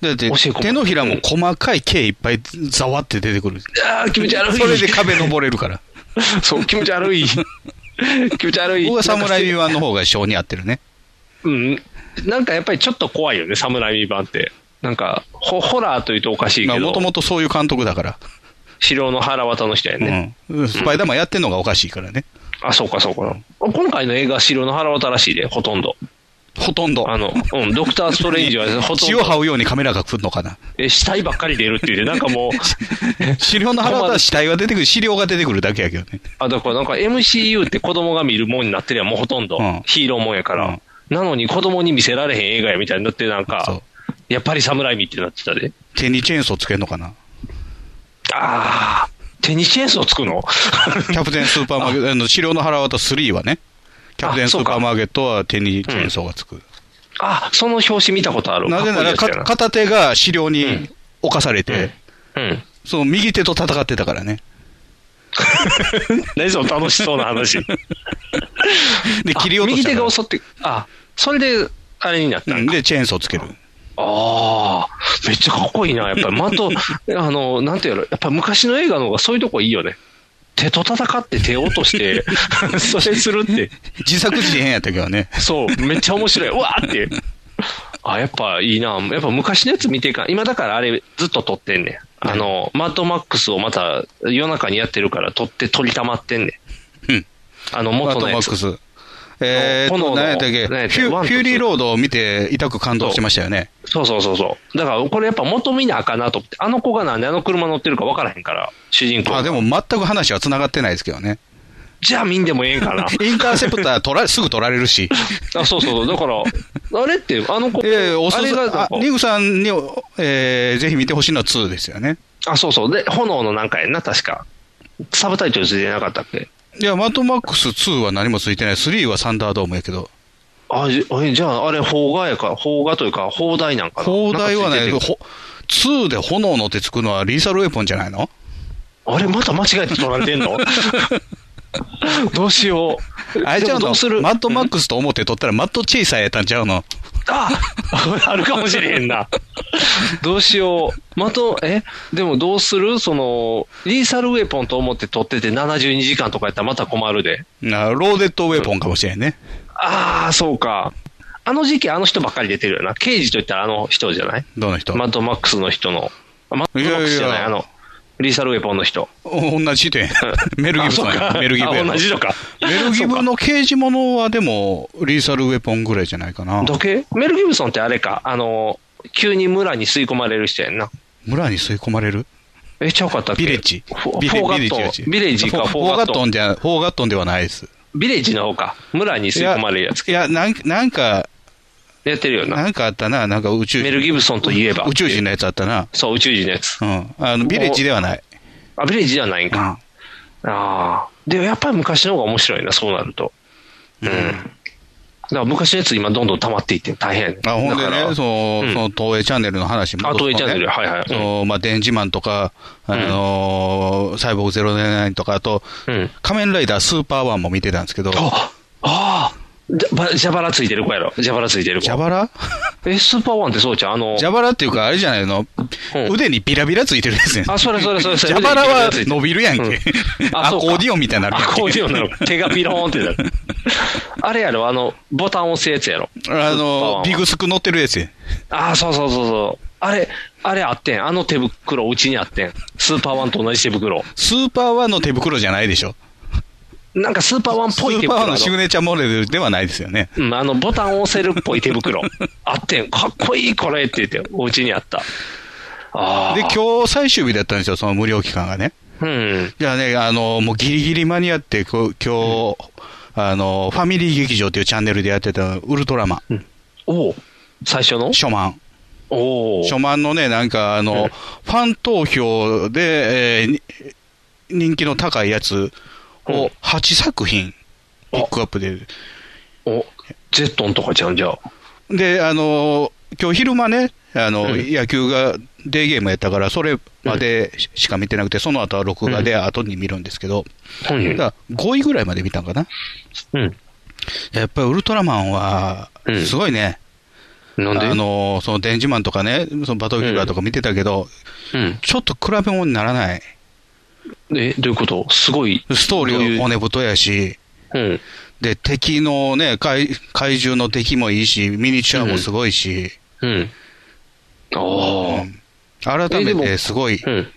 C: だって、
B: おしっこも
C: 手のひらも細かい毛いっぱいざわって出てくる。
B: ああ、気持ち悪い。
C: それで壁登れるから。
B: そう、気持ち悪い。気持ち 悪い。
C: 僕は侍
B: なんか
C: ワンの方が性に合ってるね。
B: うん。なんかやっぱりちょっと怖いよね、侍版って。なんか、ホホラーというとおかしい
C: まあ、
B: け
C: も
B: ど
C: と、もとそういう監督だから。
B: 城の腹渡の人やね。
C: うん。スパイダーマンやってんのがおかしいからね。
B: あ、そうか、そうか。今回の映画、白の腹渡らしいで、ほとんど。
C: ほとんど。
B: あの、うん、ドクター・ストレンジは、 ほとん
C: 血を
B: ど、
C: 這うようにカメラが来るのかな。
B: え死体ばっかり出るっていうね、なん かもう、
C: 資料の腹は死体は出てくる、資料が出てくるだけやけどね。
B: あ、だからなんか MCU って子供が見るもんになってるやん、もうほとんど。
C: うん
B: ヒーローもんやから。
C: うん
B: なのに子供に見せられへん映画やみたいになって、なん
C: そ
B: か
C: う、
B: やっぱり侍見ってなってたで。
C: 手にチェーンソーつけるのかな。
B: ああ、手にチェーンソーつくの
C: キャプテンスーパーマー ケット、あの資料の腹渡3はね、キャプテンスーパーマーケットは手にチェーンソーがつく。
B: あ、その表紙見たことある。
C: なぜなら
B: かっこいい
C: か
B: やつや
C: 片手が資料
B: うん
C: に侵されて、
B: うん。
C: その右手と戦ってたからね。
B: 何その楽しそうな話。
C: で、切り落と
B: あ
C: し
B: 右
C: た
B: 手
C: から
B: が襲って、あ、それで、あれになった
C: うんん
B: か。
C: で、チェーンソーつける。
B: ああ、めっちゃかっこいいな、やっぱ り。まと、あの、なんていうの、やっぱ昔の映画の方がそういうとこいいよね。手と戦って手を落と して、それするって。
C: 自作自演やったけどね。
B: そう、めっちゃ 面白い。うわーって。あ、やっぱいいな。やっぱ昔のやつ見ていかん。今だからあれずっと撮ってんねん。あの、マッドマックスをまた夜中にやってるから撮って撮りたまってんねん。
C: うん
B: あの、
C: あ
B: 元
C: と
B: の
C: マ
B: や
C: ッ
B: つ
C: ク。ス。えーっ
B: 炎
C: と、
B: の
C: 何やったっけフ
B: 何や
C: ュ
B: ったっけワン
C: ーフ
B: とツー
C: ューリーロードを見て痛く感動してましたよね。
B: そうそうそうそう。だからこれやっぱ求めなあかんなと思って。あの子がなんであの車乗ってるか分からへんから、主人公が。
C: あでも全く話は繋がってないですけどね。
B: じゃあ見んでもええん かな。
C: インターセプター取らすぐ取られる し。
B: あそうそう、だから、あれって、あの子、
C: えーおす
B: あれ
C: す
B: がなん
C: あ
B: か
C: リグさんに、えーぜひ見てほしいのは2ですよね。
B: あ、そうそう、で、炎のなんかやんな、確か。サブタイトルついてなかったっけ
C: いや、マットマックス2は何もついてない。3はサンダードームやけど。
B: あじえじゃあ、あれ、邦画やから、邦画というか、邦題なんかな。
C: 砲台は
B: んかつ
C: ね、
B: いてて
C: ほ2で炎の手つくのはリーサルウェポンじゃないの
B: あれ、また間違えて取られてん のどうしよう。
C: あれちゃう
B: でも
C: の
B: どうする
C: マットマックスと思って取ったらマットチェイサーやったんちゃうの
B: ああるかもしれへんな。どうしよう。まと、え、でもどうするその、リーサルウェポンと思って撮ってて72時間とかやったらまた困るで。
C: なローデッドウェポンかもしれんね。
B: ああ、そうか。あの時期あの人ばっかり出てるよな。刑事といったらあの人じゃない
C: どの人、
B: マッドマックスの人の。あマッドマックスじゃない
C: いやいや
B: あの、リーサルウェポンの人。
C: お同じ 点。 メルギブソン
B: あそう
C: や。
B: か
C: メルギブやろ
B: あ同じのか
C: メルギブの刑事ものはでも、リーサルウェポンぐらいじゃないかな。
B: 時計メル・ギブソンってあれか。あの、急に村に吸い込まれる人やんな。
C: 村に吸い込まれる
B: え、ちゃうかったっけ
C: ビレッジ。
B: フォ
C: ビ
B: フ
C: レ
B: ォーガ
C: ビ
B: ッ
C: レッ
B: ト
C: ジ
B: ン。ビレッジか、
C: フ
B: フ
C: ォ
B: ォ
C: ー
B: ー
C: ガ
B: ガ
C: ッ
B: ッ
C: ト
B: ト
C: ン
B: ン。
C: じゃ、フォーガットンではないです。
B: ビレッジの方か。村に吸い込まれるやつ
C: い。や、なんなんか、
B: やってるよな。
C: なんかあったな、なんか宇宙
B: メル・
C: 人。
B: ギブソンといえば。
C: 宇宙人のやつあったな。
B: そう、宇宙人のやつ。
C: うん。あの、ビレッジではない。
B: あ、ビレッジじゃないん
C: う
B: か。
C: ん
B: ああ。でもやっぱり昔の方が面白いな、そうなると。うん。だから昔のやつ今どんどん溜まっていって大変やね。
C: あほんで
B: だから
C: ね、その、
B: うん
C: その東映チャンネルの話も、
B: あ東映チャンネルはいはい
C: そのまあ、電磁マンとか、あのーサイボーグ009とか、あと、
B: うん
C: 仮面ライダースーパーワンも見てたんですけど、
B: ああじゃば蛇腹ついてる子やろ。蛇腹ついてる子。
C: 蛇腹
B: え、スーパーワンってそうじゃんあの、
C: 蛇腹っていうか、あれじゃないの、
B: うん
C: 腕にビラビラついてるやつやん。
B: あ、それそれそれそれ。
C: 蛇腹は伸
B: び
C: びるやんけ。
B: うんあ
C: ア
B: そう
C: コ
B: か
C: ーディオンみたいになるやんけ
B: アコーディオ ンなの。手がピローンってなる。あれやろあの、ボタン押すやつやろ。
C: あ
B: スーパーワン
C: の
B: は、
C: ビグスク乗ってるやつやん。
B: ああ、そうそうそうそう。あれ、あれあってん。あの手袋、うちにあってん。スーパーワンと同じ手袋。
C: スーパーワンの手袋じゃないでしょ。
B: なんかスーパーワンっ
C: ス
B: ぽい手
C: ーパーワ
B: 袋
C: ンのシグネチャーモデルではないですよね。
B: うん、あの、ボタン押せるっぽい手袋。あってん。かっこいい、これって言って、お家にあった。ああ。
C: で、今日最終日だったんですよ、その無料期間がね。
B: うん。
C: じゃあね、あの、もうギリギリ間に合って、こう今日、あの、ファミリー劇場っていうチャンネルでやってたウルトラマン、
B: おう最初の
C: 初漫。
B: おお。
C: 初漫のね、なんかあの、
B: うん
C: ファン投票で、えーに人気の高いやつ
B: うん
C: を8作品、ピックアップで。
B: お、ゼットンとかちゃうんじゃん。
C: で、あの、今日昼間ね、あの、
B: うん
C: 野球がデーゲームやったから、それまでしか見てなくて、その後は録画で後に見るんですけど、
B: うん。
C: だから5位ぐらいまで見たんかな。
B: うん。
C: やっぱりウルトラマンは
B: うん、
C: すごいね、
B: なんで
C: あのその電磁マンとかね、そのバトルフィーバーとか見てたけど、
B: うん。
C: ちょっと比べ物にならない、
B: え、どういうことすごい。
C: ストーリ
B: どうい
C: ーは
B: う
C: 骨太やし、
B: うん。
C: で敵のね怪、怪獣の敵もいいし、ミニチュアもすごいし、
B: うん。ああ。
C: うん改
B: えで
C: め
B: も
C: てすごい、
B: うん。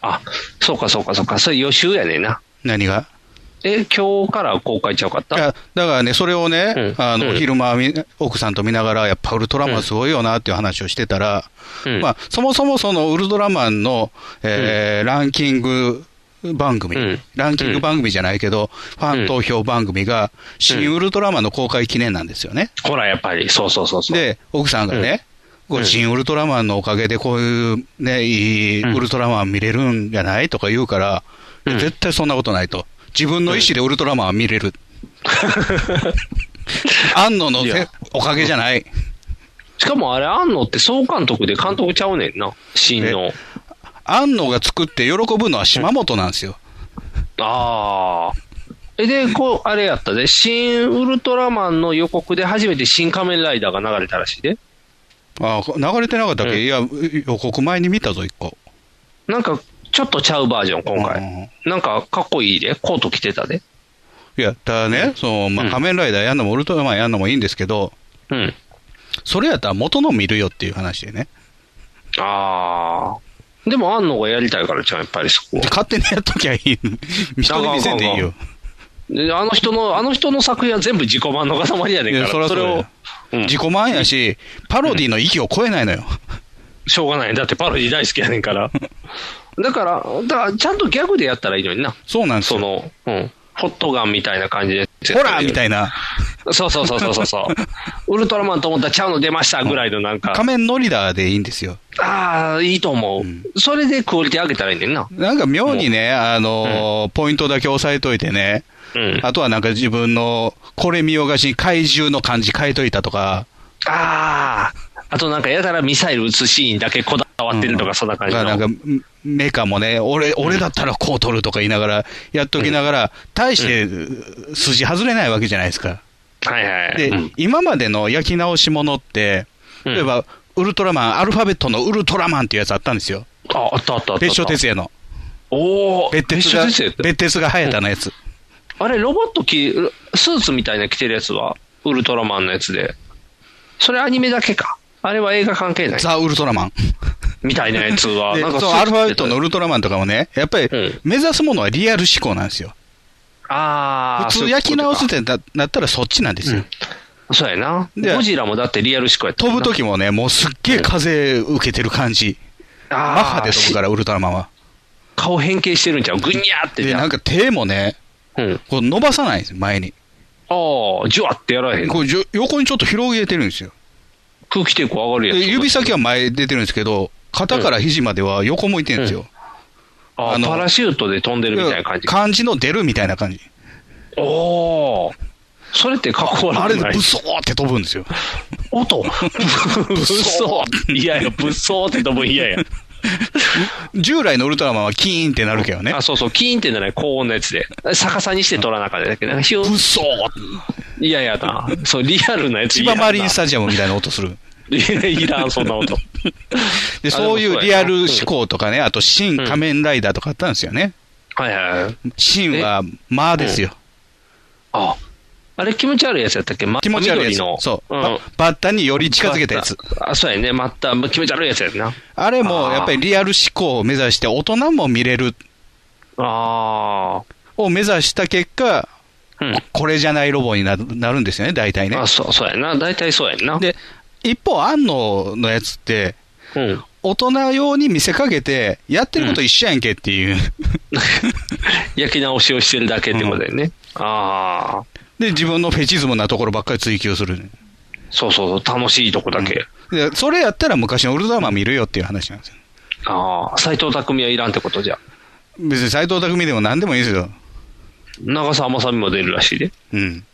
B: あ、そうかそうかそうか。それ予習やねんな。
C: 何が
B: え、今日から公開ちゃうかっ
C: い
B: た
C: やだからね、それをね、
B: うん
C: あの
B: うん
C: 昼間み、奥さんと見ながら、やっぱウルトラマンすごいよなっていう話をしてたら、
B: うん。
C: まあ、そもそもそのウルトラマンの、えーランキング番組、
B: うん
C: ランキング番組じゃないけど、ファン投票番組が、新ウルトラマンの公開記念なんですよね。
B: ほら、やっぱり、そうそうそうそう。
C: で、奥さんがね、こ
B: う
C: うん新ウルトラマンのおかげで、こういうね、いい
B: うん
C: ウルトラマン見れるんじゃないとか言うから、いや
B: うん
C: 絶対そんなことないと。自分の意思でウルトラマンは見 れる。安野のせ
B: いや
C: おかげじゃない。
B: しかもあれ、安野って総監督で監督ちゃうねんな。新の。
C: 安野が作って喜ぶのは島本なんですよ。
B: ああ。え、で、こう、あれやったで、新ウルトラマンの予告で初めて新仮面ライダーが流れたらしいで。
C: あこ流れてなかったっけ、
B: うん
C: いや、予告前に見たぞ、一個。
B: なんか、ちょっとちゃうバージョン、今回。なんか、かっこいいで。コート着てたで。
C: いや、ただね、そのま
B: う
C: あ、
B: ん
C: 仮面ライダーやんのもウルトラマンやんのもいいんですけど、
B: うん。
C: それやったら元の見るよっていう話でね。
B: ああ。でも、安野がやりたいからちゃう、やっぱりそこは
C: で勝手にやっときゃい い。人に見せんでいいよ。
B: であの人の、あの人の作品は全部自己満の塊やね
C: い
B: んから、
C: やそらそ
B: それ
C: うや
B: を、うん
C: 自己満やし、パロディの域を超えないのよ。
B: しょうがない。だってパロディ大好きやね んから。だから、だからちゃんとギャグでやったらいいのにな。
C: そうなんです
B: そ
C: よ。
B: の、うん。ホットガンみたいな感じで。
C: ホラーみた
B: い
C: いな。
B: な。そうそうそうそうそうそ う。ウルトラマンと思ったらちゃうの出ましたぐらいのなんか
C: 仮、面ノリダーでいいんですよ。
B: ああ、いいと思う、それでクオリティ上げたらいいねんな。
C: なんか妙にね、あのー、ポイントだけ押さえといてね、
B: うん。あ
C: あとはなんか自分の、これ見よがしに怪獣の感じ変えといたとか、
B: あー。あとなんかやたらミサイル撃つシーンだけこだわってるとか、そんな感じの。
C: なんかメカもね、俺、俺だったらこう取るとか言いながら、やっときながら、大して筋外れないわけじゃないですか。
B: はいはい。
C: で、
B: うん
C: 今までの焼き直しものって、
B: うん
C: 例えば、ウルトラマン、アルファベットのウルトラマンっていうやつあったんですよ。
B: あ、あったあったあったあった。
C: 別所哲也の。
B: おお、
C: 別
B: 別
C: 鉄
B: 所
C: が、
B: 哲也って。
C: 別鉄が早田のやつ。
B: あれ、ロボット着、スーツみたいな着てるやつは、ウルトラマンのやつで。それアニメだけか。あれは映画関係ない。
C: ザ・ウルトラマン。
B: みたいなやつは、
C: で
B: なんか
C: そう、
B: スーツ着てた
C: アルファベットのウルトラマンとかもね、やっぱり
B: うん
C: 目指すものはリアル思考なんですよ。
B: ああ、
C: 普
B: そ
C: 通
B: ういうこ
C: 焼き
B: とか
C: 直すってななったらそっちなんですよ。
B: そうやな。
C: で
B: ゴジラもだってリアル思考やった
C: 飛ぶと
B: き、
C: きもね、もうすっげえ風受けてる感じ。
B: あー
C: マッハで飛ぶから、ウルトラマンは。
B: 顔変形してるんちゃうぐにゃーって
C: で、
B: じゃ
C: なん
B: ん。
C: か手もね、
B: うん。
C: こう伸ばさないんですよ、前に。
B: ああ、ジュワってやらへん。
C: こうじょ横にちょっと広げてるんですよ。
B: 空気抵抗上がるや
C: で
B: つ。
C: 指先は前出てるんですけど、肩から肘までは横向いてるんですよ。
B: ああ
C: あの
B: パラシュートで飛んでるみたいな感じ。
C: 感じの出るみたいな感じ。
B: おお。それってかっこ悪くない
C: あれでブソーって飛ぶんですよ。
B: 音ブソーいやいや、ブソーって多分嫌や。
C: 従来のウルトラマンはキーンってなるけどね
B: あ、。そうそう、キーンってんじゃない、高温のやつで。逆さにして撮らなあかったけど、ひゅ
C: うそ
B: いやいやな。そう、リアルなやつ
C: 千
B: いら
C: 葉
B: んな
C: マリンスタジアムみたいな音する。
B: いらん、そんな音。
C: で、
B: あ
C: そうい
B: でも
C: う
B: そうや
C: リ
B: な
C: アル思考とかね、あと、新仮面ライダーとかあったんですよね。
B: はいはいはい。
C: 新は、まあですよ。
B: あ、あれ気持ち悪いやつやったっけ、ま、
C: 気持ち悪いやつ。
B: 緑の。
C: そう、
B: ん
C: ばバッタにより近づけたやつ。。
B: あ、そうやね。また、気持ち悪いやつやな。
C: あれも、
B: あー
C: やっぱりリアル思考を目指して、大人も見れる
B: あ
C: を目指した結果、
B: あ。うん。
C: これじゃないロボになるなるんですよね、大体ね
B: あ、。そう、そうやな。大体そうやんな。
C: で、一方、安野のやつって、
B: うん。
C: 大人用に見せかけて、やってること一緒やんけっていう。
B: 焼き直しをしてるだけってことだよね。ああ。
C: で、自分のフェチズムなところばっかり追求する。
B: そうそうそう、楽しいとこだけ。
C: でそれやったら昔のウルトラマン見るよっていう話なんですよ。
B: ああ。斎藤匠はいらんってことじゃ。
C: 別に斎藤匠でも何でもいいですよ。
B: 長澤まさみも出るらしいで。
C: うん。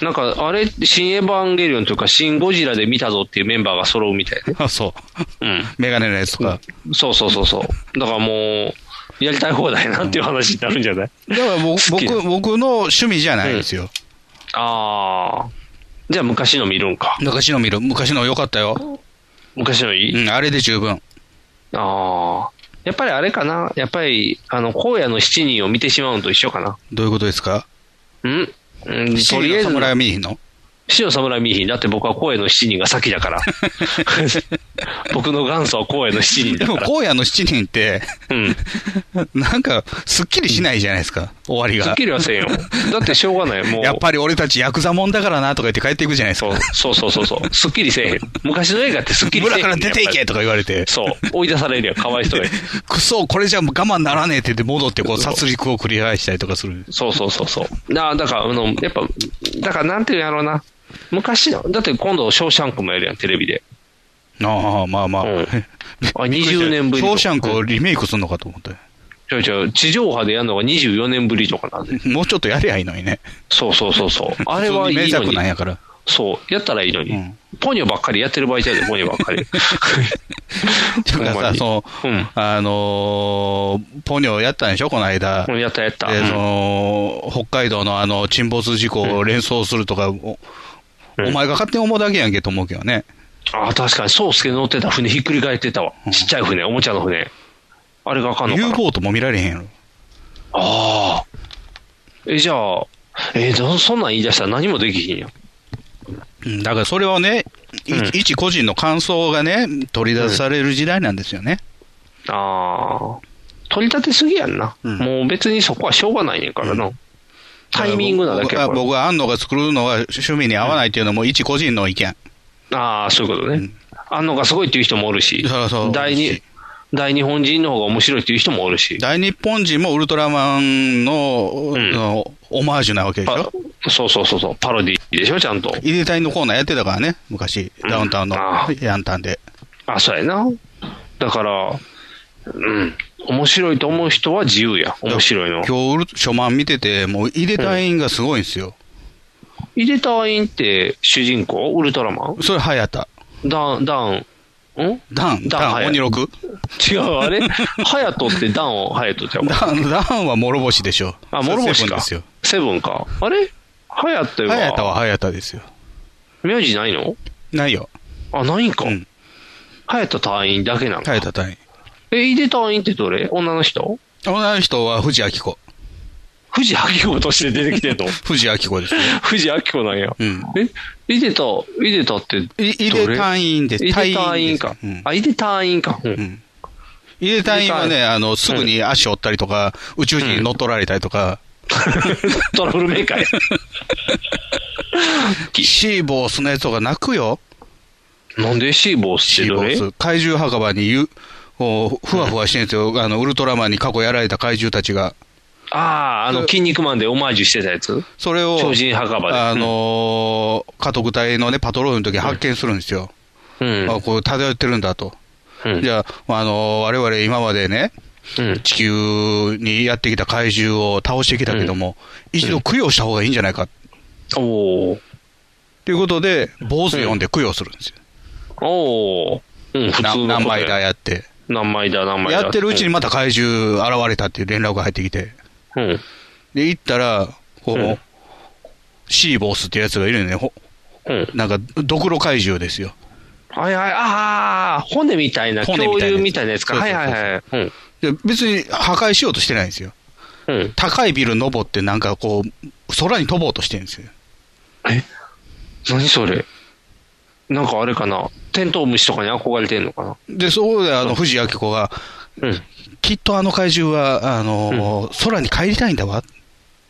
B: なんか、あれ、新エヴァンゲリオンというか、新ゴジラで見たぞっていうメンバーが揃うみたいね。
C: あ、そう。
B: うん。
C: メガネのやつとか。
B: そうそうそうそう。だからもう、やりたい放題なっていう話になるんじゃない、
C: だから僕、
B: 好きな
C: 僕僕の趣味じゃないんですよ。
B: ああ。じゃあ昔の見るんか。
C: 昔の見る。昔の良かったよ。
B: 昔のいい、
C: うん、あれで十分。
B: ああ。やっぱりあれかな。やっぱり、あの、荒野の七人を見てしまうのと一緒かな。
C: どういうことですか
B: んうん、と
C: 七
B: り
C: 人
B: あえ
C: の
B: ず、
C: 侍は見えへんの
B: 死の侍見えひん。だって僕は荒野の七人が先 だから。僕の元祖は荒野の七人
C: で
B: だ
C: も、
B: から。
C: 荒野の七人 って、
B: うん。
C: なんか、すっきりしないじゃないですか、終わり
B: すっ
C: が。
B: きりはせんよ。だってしょうがない。もう。
C: やっぱり俺たちヤクザもんだからなとか言って帰っていくじゃないです
B: そう
C: か。
B: そうそうそうそう。すっきりせえへん。昔の映画ってすっきりせえへ
C: 村
B: ん。
C: から出てい
B: や
C: け
B: っぱ
C: とか言われて
B: り。そう。追い出されるやん。かわいそうや。
C: くそ、これじゃ我慢ならねえって言って戻って、こう、殺戮を繰り返したりとかする。
B: そうそうそうそう。だだから、あの、やっぱ、だからなんていうんやろうな。昔の、だって今度、ショーシャンクもやるやん、テレビで。
C: ああ、まあまあ。
B: うんあ、20年ぶり
C: ショ
B: とか。
C: ーシャンクをリメイクするのかと思って。
B: ちょいちょい、地上波でやるのが24年ぶりとかなんで。
C: もうちょっとやりゃいいのにね。
B: そうそうそうそう。あれはい
C: 普
B: い
C: 通
B: の
C: に名作なん
B: に。
C: やから。
B: そう、やったらいいのに。
C: うん
B: ポニョばっかりやってる場合じゃねえ、ポニョばっ かり。
C: ていうか
B: ほんま
C: さ、
B: に
C: その、
B: うん
C: あのーポニョやったんでしょ、この間。
B: うんやったやった。
C: で
B: うん
C: その北海道のあの沈没事故を連想するとか、お
B: うん
C: お前が勝手に思うだけやんけと思うけどね。
B: あ、確かに、宗介乗ってた船ひっくり返ってたわ。ちっちゃい船、おもちゃの船。あれがあかんのか
C: U
B: な。
C: ボートも見られへんやろ。
B: ああ。え、じゃあ、えーどそんなん言い出したら何もできひんやん。
C: うんだからそれはね、い
B: うん
C: 一個人の感想がね、取り出される時代なんですよね。
B: ああ。取り立てすぎやんな。
C: うん
B: もう別にそこはしょうがないねんからな。タイミングなだけ
C: 僕は
B: やから
C: 僕は安野が作るのは趣味に合わないっていうのも一個人の意見。
B: ああ、そういうことね。
C: うん
B: あんのがすごいっていう人もおるし、
C: そうそう
B: 大に大日本人の方が面白いっていう人もおるし。
C: 大日本人もウルトラマンの,、
B: うん
C: のオマージュなわけでしょ。
B: パそうそうそうそう、パロディでしょ、ちゃんと。
C: 入れたいのコーナーやってたからね、昔、
B: ん
C: ダウンタウンの
B: ああ
C: ヤンタンで。
B: あ、そうやな。だから、うん。面白いと思う人は自由や。面白いの。
C: 今日ウル、初漫見てて、もう入れたいんがすごいんですよ。
B: イデタインって主人公ウルトラマ
C: それ、早田。
B: ンダン、ダン、ん
C: ダン、
B: ダン
C: ダン、鬼
B: 隼
C: 六
B: 違う、あれハヤトってダンをハヤトちゃうわ
C: ダン、ダンは諸星でしょ。
B: あ、諸星
C: セブン
B: か。
C: ですよ。
B: セブンか。あれハヤト
C: 早田
B: は、
C: は早田ですよ。
B: 名字ないの
C: ないよ。
B: あ、ないんか
C: う。ん。
B: ハヤト隊員だけなのか。
C: 早田隊員。
B: え、井出隊員ってどれ女の人
C: 女の人は藤明子。
B: 藤明子として出てきてんの
C: 藤明子ですね。
B: 藤明子なんや。
C: うん。
B: え、井出た、井出たって、
C: い入れ隊員です。
B: 井出隊員
C: です
B: か
C: う。ん
B: あ、井出隊員か。うん
C: う ん入れ隊員は
B: 入れ
C: ね、あの、すぐに足折ったりとか、宇宙人に乗っ取られたりとか、
B: トラブルメーカーや。
C: シーボースのやつとか泣くよ。
B: なんでシーボース
C: シ
B: って
C: ー
B: ど
C: ボ
B: れ
C: ース。怪獣墓場にゆこうふわふわしてるんですよ。あの、ウルトラマンに過去やられた怪獣たちが。
B: ああ、あの、
C: そ
B: 筋肉マンでオマージュしてたやつ
C: それを、
B: 超人墓場で。
C: あのー、家督隊のね、パトロールの時発見するんですよ。
B: うん、
C: あこう漂ってるんだと。
B: うん。
C: じゃあ、あのー我々今までね、
B: うん。
C: 地球にやってきた怪獣を倒してきたけども、一度供養した方がいいんじゃないか。
B: おー。
C: ということで、坊主呼んで供養するんですよ。
B: おー。うん、普通の
C: な
B: こと
C: 何
B: や
C: 枚だやって。
B: 何枚だ、何枚だ。
C: やってるうちにまた怪獣現れたっていう連絡が入ってきて、
B: うん。うん。
C: で、行ったら、こ
B: う、
C: うんシーボスってやつがいるよね、ほ
B: うん。
C: なんか、ドクロ怪獣ですよ。
B: はいはい、ああ、骨みたいな、
C: 骨み
B: 恐
C: たいなやつ
B: 竜みたいなやつか。
C: そうそう
B: はい
C: そう
B: はいはい。うん。
C: で別に破壊しようとしてないんですよ。
B: うん。
C: 高いビル登って、なんかこう、空に飛ぼうとしてるんですよ。
B: え何それなんかあれかなテントウムシとかに憧れてんのかな
C: で、そこで、あの、藤井明子が、
B: うん。
C: きっとあの怪獣は、あのー空に帰りたいんだわ。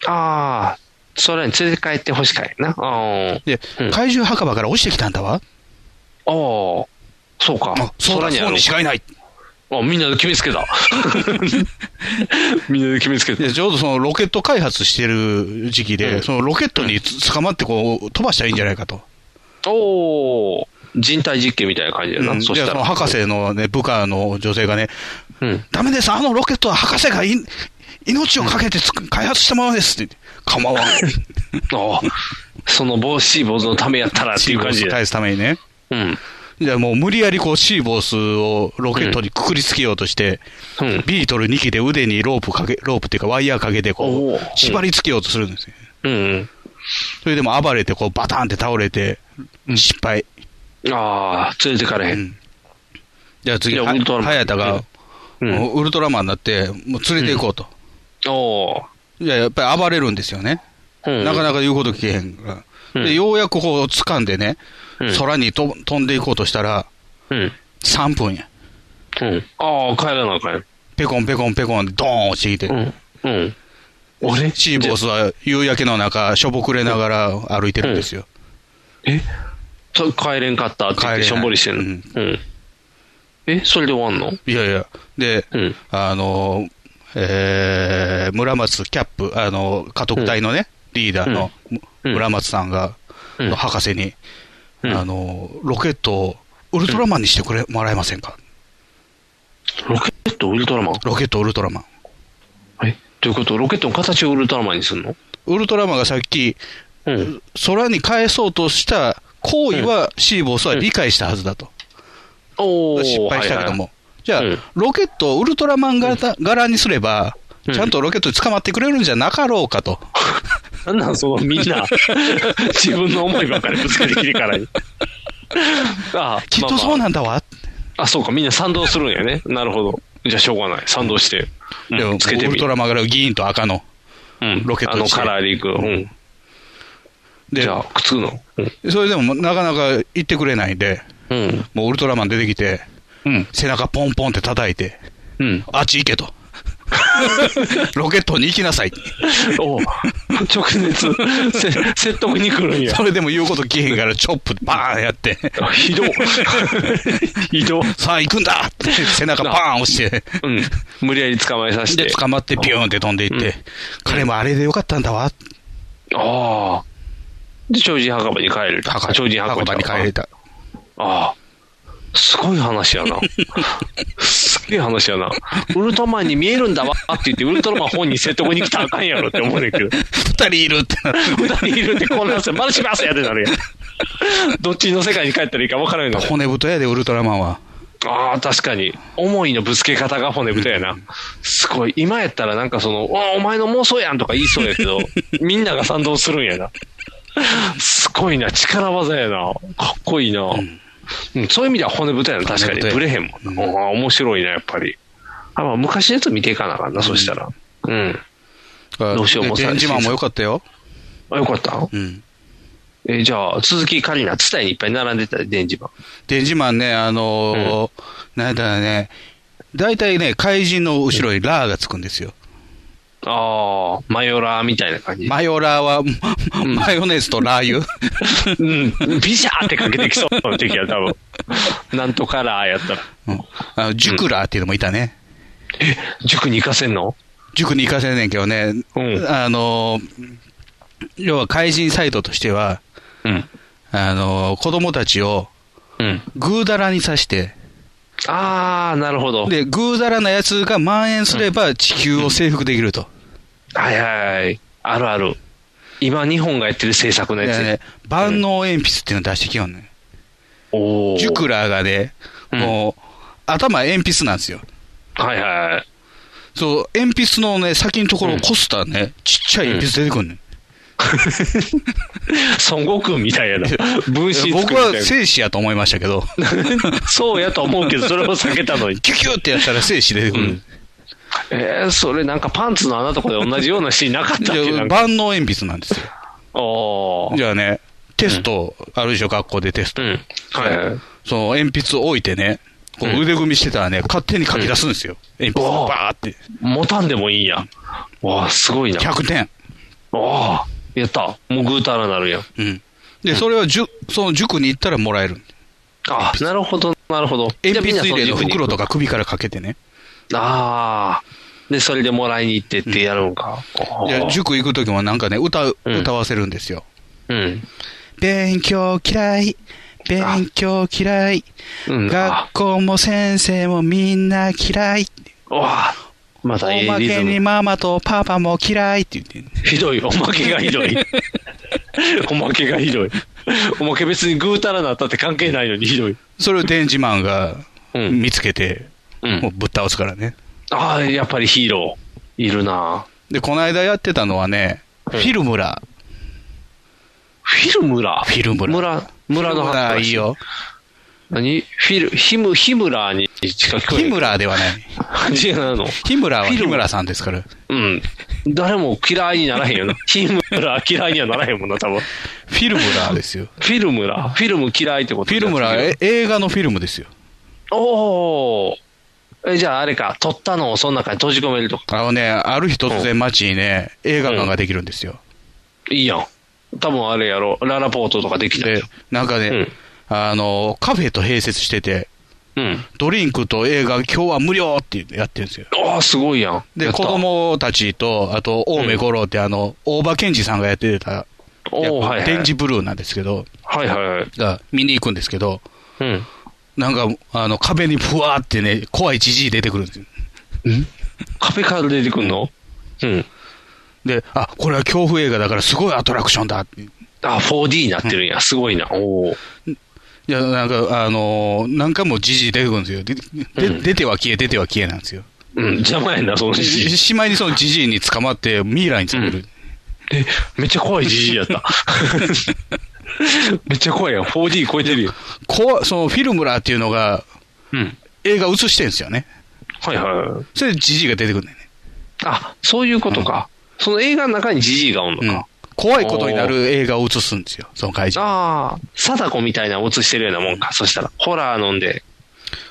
B: ああ、空に連れて帰ってほしかいな。ああ。
C: で、
B: うん
C: 怪獣墓場から落ちてきたんだわ。
B: ああ、そうか
C: あ。そうだ、
B: 空にあ
C: そう
B: る
C: に
B: のか
C: 違いない。
B: あ、みんなで決め つけた。みんなで決めつけた。
C: で、ちょうどそのロケット開発してる時期で、
B: うん
C: そのロケットにつ捕まってこう、飛ばしたらいいんじゃないかと。
B: おお、人体実験みたいな感じだな。
C: うん
B: そ
C: で
B: し
C: そ
B: た
C: の
B: ら。
C: 博士のね、部下の女性がね、
B: うん。
C: ダメです、あのロケットは博士がい命をかけてつく開発したものですって言って、 構わん。
B: ああ、その帽子、坊主のためやったらって
C: シー
B: いう
C: ボ
B: 感じ
C: ス
B: で。
C: 返すためにね。
B: うん。
C: じゃあもう無理やりこうシーボスをロケットにくくりつけようとして、
B: うん。
C: ビートル2機で腕にロープかけ、ロープっていうかワイヤーかけて
B: お
C: こ
B: ー
C: う、縛りつけようとするんですよ。
B: うん。
C: それでも暴れてこうバターンって倒れて、失敗。
B: ああ、連れてかれへ。
C: うんんじゃあ次、
B: いや
C: は
B: ウルトラマン
C: 早田が、
B: うん。
C: もうウルトラマンになって、もう連れて行こうと。
B: おお
C: いや、やっぱり暴れるんですよね。
B: ー。うん。
C: なかなか言うこと聞けへんから。
B: うん
C: で、ようやくこう掴んでね、
B: うん
C: 空にと飛んでいこうとしたら、
B: うん。
C: 3分や。
B: うん。ああ、帰らなあかんやん。
C: ペコンペコンペコンでドーン落ちてきて。
B: うん。うん。俺
C: シーボスは夕焼けの中、しょぼくれながら歩いてるんですよ。
B: えそ帰れんかったって言って
C: 帰れない
B: しょんぼりしてるの。うん。えそれで終わんの
C: いやいや、で、
B: うん。
C: あの、えー村松キャップ、あの、家督隊のね、リーダーの
B: うん
C: 村松さんが、
B: うん
C: の博士に、
B: うん
C: あの、ロケットをウルトラマンにしてくれ、もらえませんか
B: ロケットウルトラマン
C: ロケットウルトラマン。
B: えということロケットの形をウルトラマンにするの
C: ウルトラマンがさっき、
B: うん。
C: 空に返そうとした行為は、シーボスは理解したはずだと。
B: おお。
C: 失敗したけども。じゃあ、
B: うん
C: ロケットをウルトラマン柄,、柄にすれば、
B: うん
C: ちゃんとロケットに捕まってくれるんじゃなかろうかと。
B: はいはい。なんなんそのみ んな、自分の思いばっかりぶつけてきてからに。ああ、
C: きっとそうんなんだわ。
B: あ、そうか、みんな賛同するんやね。なるほど。じゃあしょうがない。賛同して。うん
C: でも
B: つけて
C: ウ
B: み
C: ルト
B: る。
C: ラマン柄ギーンと赤の。
B: うん。
C: ロケット
B: あの
C: にして
B: カラーでいく。うん。
C: で
B: じゃあ、くっつくの。うん。
C: それでもなかなか行ってくれないんで、
B: うん。
C: もうウルトラマン出てきて、
B: うん。
C: 背中ポンポンって叩いて、
B: うん。
C: あっち行け と。ロケットに行きなさい。
B: おう 直接せ、説得に来るんや
C: そ。れでも言うこと聞けへんから、チョップバーンやって、
B: ひどい。 ひどい。
C: さあ行くんだって背中バーン押して、
B: うん。無理やり捕まえさせて。
C: で、捕まってビューンって飛んでいって、彼もあれでよかったんだわ。
B: ああ。で、超人墓場に帰れた。
C: 墓
B: 超人
C: 墓場に帰れ
B: た。
C: た。
B: ああ。すごい話やな。すげえ話やな。ウルトラマンに見えるんだわって言って、ウルトラマン本人説得に来たらあかんやろって思うねんけど。
C: 二人いるってなっ て
B: 二人いるって混乱する。マルシマスやでなるやん。どっちの世界に帰ったらいいか分からんようになる
C: 骨太やで、ウルトラマンは。
B: ああ、確かに。思いのぶつけ方が骨太やな。すごい。今やったらなんかその、おお前の妄想やんとか言いそうやけ ど、みんなが賛同するんやな。すごいな。力技やな。かっこいいな。うんそういう意味では骨太やな。確か
C: 骨
B: に。
C: 太や
B: ぶれへんもんな。ああ面白いな、やっぱり。あまあ、昔のやつ見ていかなあかんな、そしたら。うん。
C: ど
B: うしようも
C: 電磁マンもよかったよ。
B: あ、よかった
C: うん。
B: えーじゃあ、続き、カリナ、ツタヤにいっぱい並んでた、電磁版。
C: 電磁マンね、あのーなんだろうね、大体ね、怪人の後ろにラーがつくんですよ。
B: ああ、マヨラーみたいな感じ。
C: マヨラーは、
B: ん
C: マヨネーズとラー油。
B: うん、ビシャーってかけてきそうな時は多分。 なんとかラーやったら。
C: うんあの塾ラーっていうのもいたね。
B: え、塾に行かせんの
C: 塾に行かせんねんけどね、
B: うん
C: あのー要は怪人サイドとしては、
B: うん。
C: あのー子供たちを
B: うん。
C: ぐうだらにさして、
B: あー、なるほど。
C: で、ぐうだらなやつが蔓延すれば地球を征服できると。
B: はいはいはい。あるある。今、日本がやってる制作のや
C: で
B: つね。
C: ね、万能鉛筆っていうの出してきよんねん。
B: おー。
C: ジュクラーがね、
B: うん
C: もう、頭鉛筆なんですよ。
B: はいはい。
C: そう、鉛筆のね、先のところをこすったらね、ちっちゃい鉛筆出てくるね、
B: 孫悟空みたいや な。分
C: い
B: 身
C: や
B: 作
C: 僕
B: るみたい
C: は
B: な
C: 精子やと思いましたけど、
B: そうやと思うけど、それを避けた のに。
C: キュキュってやったら精子出てくる。
B: えー、それなんかパンツの穴とかで同じようなシーンなかったっけ
C: じ
B: な
C: ゃあ
B: んか。
C: 万能鉛筆なんですよ。
B: おー
C: じゃあね、テストあるでしょ、学校でテス
B: う
C: ト。
B: ん。はいはい。
C: その鉛筆を置いてね、こう腕組みしてたらね、勝手に書き出すんですよ。鉛筆
B: お
C: を
B: ー
C: バーって。
B: 持たんでもいいんや。わあ、すごいな。
C: 100点。
B: ああ、やった。もうぐうたらなるやん。
C: うん。で、それは塾、その塾に行ったらもらえる。
B: ああ、なるほど、なるほど。じゃあ
C: 鉛筆入れの袋
B: みんなその塾に行
C: とか首からかけてね。
B: くああ。で、それでもらいに行ってってやるんか。ああ
C: いや、塾行くときもなんかね、歌う、
B: うん
C: 歌わせるんですよ。
B: うん。
C: 勉強嫌い。勉強嫌い。
B: うん。あ
C: 学校も先生もみんな嫌い。
B: あわあ、また
C: お
B: いい
C: ま
B: リズ
C: けに
B: ム。
C: ママとパパも嫌いって言って、ね、
B: ひどい、おまけがひど い。おまけがひどい。おまけ別にぐうたらなったって関係ないのにひどい。
C: それを電磁マンが
B: うん
C: 見つけて、
B: う。
C: もうんぶっ倒すからね。
B: ああ、やっぱりヒーロー。いるな
C: で、この間やってたのはね、フ
B: うん
C: ィルムラ。
B: フィルムラ。
C: フィルムラ
B: 村、村の
C: フィルム
B: 発
C: ラ
B: 表
C: いいよ。
B: 何フィル、ヒム、ヒムラーに近く
C: ヒムラではない。
B: 違うの。
C: ヒムラは
B: フィルム
C: ヒムラさんですから。
B: うん。誰も嫌いにならへ んよな。ヒムラー嫌いにはならへんもんな、多分。
C: フィルムラですよ。
B: フィルムラー フィルム嫌いってこと
C: フィルムラ、え映画のフィルムですよ。
B: おお。え、じゃああれか、撮ったのをその中に閉じ込めるとか。
C: あのね、ある日突然街にね、映画館ができるんですよ。
B: いいやん。多分あれやろ。ララポートとかできた
C: で
B: よ。、
C: なんかね、
B: うん
C: あの、カフェと併設してて、
B: うん。
C: ドリンクと映画今日は無料ってやってるんですよ。
B: ああ、すごいやん。や
C: で、
B: った
C: 子。供たちと、あと、青梅五郎って、あの、大場健二さんがやってた、
B: おお、はい、はい。
C: 電磁ブルーなんですけど、
B: はいはいはい。
C: が見に行くんですけど、
B: うん。
C: なんか、あの、壁にふわーってね、怖いじじい出てくるんですよ。
B: カフェから出てくんのうん。
C: で、あ、これは恐怖映画だからすごいアトラクションだって。い
B: あ、4D になってるんや。すごいな。おお。
C: や、なんか、あのー何回もじじい出てくるんですよ。で、で
B: うん
C: 出ては消え、出ては消えなんですよ。
B: うん、邪魔やな、そのじじい。
C: ししまいにそのじじいに捕まって、ミイラにされる。
B: え、めっちゃ怖いじじい やった。めっちゃ怖いやん。4D 超えてるよ。
C: 怖そのフィルムラーっていうのが、
B: うん。
C: 映画映してるんですよね。
B: はいはい。
C: それでじじいが出てくるんだよね。
B: あ、そういうことか。その映画の中にじじいがおんの
C: う
B: か。
C: ん。怖いことになる映画を映すんですよ、その会社。
B: ああ、貞子みたいなの映してるようなもんか。そしたら、ホラー飲んで。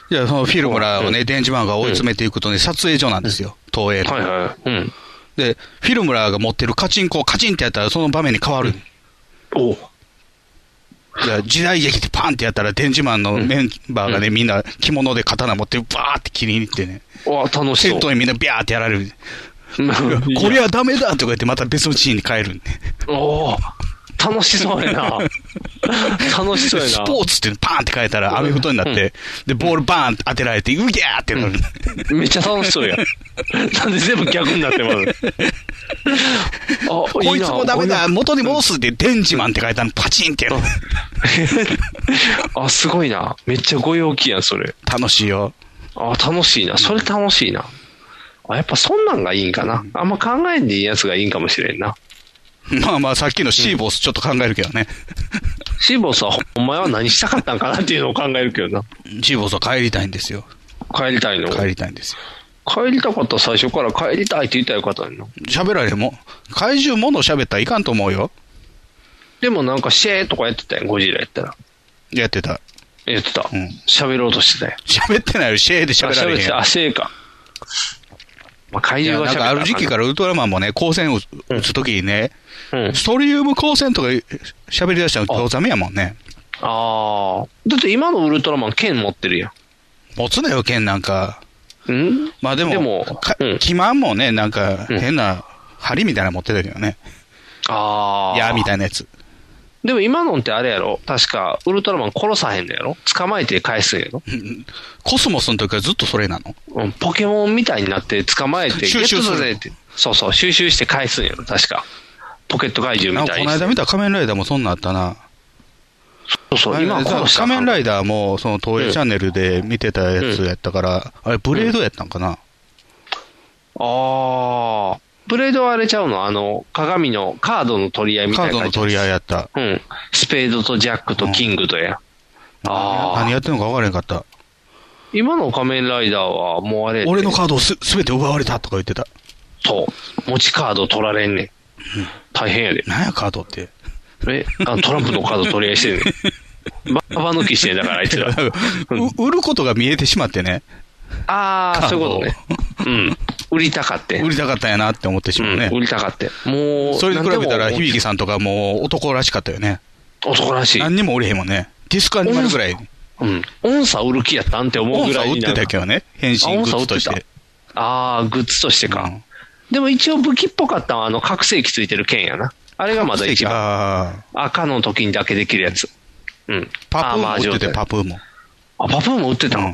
C: いや、そのフィルムラーをね、電磁マンが追い詰めていくとね、撮影所なんですよ、東映の。
B: はいはい。うん。
C: で、フィルムラーが持ってるカチンコをカチンってやったら、その場面に変わる。
B: おう
C: いや時代劇でパンってやったら、電磁マンのメンバーがね、みんな着物で刀持って、バーって切りに行ってね、
B: おう楽しそ
C: 戦
B: う。
C: 闘にみんなビャーってやられる。
B: いや
C: こりゃダメだとか言って、また別のシーンに変えるんで。
B: おう楽しそう やな。楽しそうやな。
C: スポーツってパーンって変えたら、アメフトになって、で、ボールバーンって当てられて、うぎゃーってなる。
B: めっちゃ楽しそうやん。なんで全部逆になってます あ、
C: こいつ
B: な
C: もダメだ、元に戻すって、電磁マンって変えたの、パチンってやる。
B: あ、すごいな。めっちゃご陽気やん、それ。
C: 楽しいよ。
B: あ、楽しいな。それ楽しいな。あ、やっぱそんなんがいいんかな。あんま考えんでいいやつがいいんかもしれんな。
C: まあまあ、さっきのシーボスちょっと考えるけどね。
B: シーボスは、お前は何したかったんかなっていうのを考えるけどな。
C: シーボスは帰りたいんですよ。
B: 帰りたいの。
C: 帰
B: 帰り
C: りたいんですよ。
B: たかったら最初から帰りたいって言ったらよかったのにな。
C: 喋られへんもん。怪獣もの喋ったらいかんと思うよ。
B: でもなんかシェーとかやってたやん、ゴジラやったら。
C: やってた。
B: やってた
C: ん。
B: 喋、ろうとしてたやん。
C: 喋ってないよ。シェーで喋られへん
B: あ、
C: よ。
B: シェーか。まあ、怪
C: いや
B: 獣が。
C: なんかある時期かららウルトラマンもね、光線を打つときにね、
B: うん。
C: ストリウム光線とか喋り出したのどうざめやもんね。
B: ああ。だって今のウルトラマン剣持ってるや
C: 持つなよ、剣なんか。
B: ん。ん
C: まあでも、
B: でも
C: か
B: うん
C: キマンもね、なんか
B: うん
C: 変な針みたいなの持ってたけどね。
B: ああ。
C: 矢み
B: い。
C: たいなやつ。
B: でも今のんってあれやろ確か、ウルトラマン殺さへんのやろ捕まえて返すんやろ、
C: コスモスの時からずっとそれなの。
B: うん、ポケモンみたいになって捕まえて、
C: 収集する
B: ゲットだぜって。そうそう、収集して返すんやろ確か。ポケット怪獣
C: なん
B: み
C: か
B: た
C: こ
B: いに
C: の
B: して。
C: 間見た仮面ライダーもそんなんあったな。
B: そうそう、今
C: あれ
B: この
C: 仮面ライダーも、その東映チャンネルで見てたやつやったから、あれ、ブレードやったんかな、
B: ああ。ブレードはあれちゃうのあの、鏡のカードの取り合いみ
C: カ
B: たい
C: ー
B: な
C: ド
B: 感
C: の
B: じ。
C: 取り合いやった。
B: うん。スペードとジャックとキングとや。ああ。
C: 何やってんのか分からへんかった。
B: 今の仮面ライダーはもうあれやで、
C: 俺のカードをすべて奪われたとか言ってた。
B: そう。持ちカード取られんねん。大変やで。
C: なんやカードって。
B: えあのトランプのカード取り合いしてんねん。ババ抜きしてんだから、あ いつら。うん
C: う売ることが見えてしまってね、
B: ああ、そういうことね。うん。売りたかって。
C: 売りたかったんやなって思ってしまうね
B: うん、売。りたかって。もう、
C: それに比べたら、
B: なんでも
C: 響さんとかもう男らしかったよね。
B: 男らしい。
C: 何にもおれへんもんね。ディスクアニマルぐらい。
B: うん。音差売る気やったんって思う
C: 音
B: ぐ
C: 差
B: らい
C: 売っ
B: に
C: て
B: なんか
C: たけどね、変身グッズとし
B: あ音差売って
C: て。
B: ああ、グッズとしてか。
C: うん
B: でも一応武器っぽかったのは、あの、覚醒器ついてる剣やな。あれがまだ一番。
C: あー
B: 赤の時にだけできるやつ。うん。
C: パプーも売って
B: 状
C: て、
B: 態
C: パプーも。
B: あ、パプーも売ってたの、
C: うん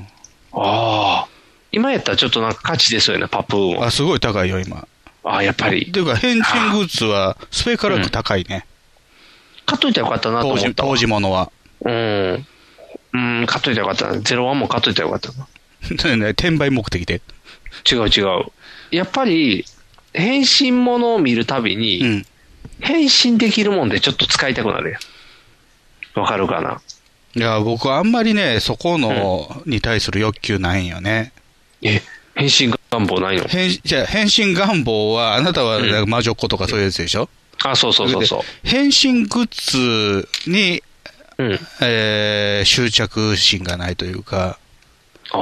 B: ああ。今やったらちょっとなんか価値ですよね、パプーも。
C: あ、すごい高いよ、今。
B: ああ、やっぱり
C: って。いうか、変身グッズは、スペカラク高いね。
B: 買っといたらよかったな
C: 当
B: と思った
C: 時、
B: わ。
C: 当時ものは。
B: うん。うん、買っといたらよかったな。ゼロワンも買っといたらよかったな。
C: そうね転売目的で。
B: 違う違う。やっぱり、変身ものを見るたびに、
C: うん。
B: 変身できるもんでちょっと使いたくなるやん。わかるかない
C: や、僕はあんまりね、そこの、に対する欲求ないんよね。
B: え、変身願望ないの
C: 変身じゃあ変身願望は、あなたは
B: うん
C: なんか魔女っ子とかそういうやつでしょ、
B: あ、そうそうそうそ
C: れで変身グッズに、
B: う。うん。
C: えー執着心がないというか、
B: あ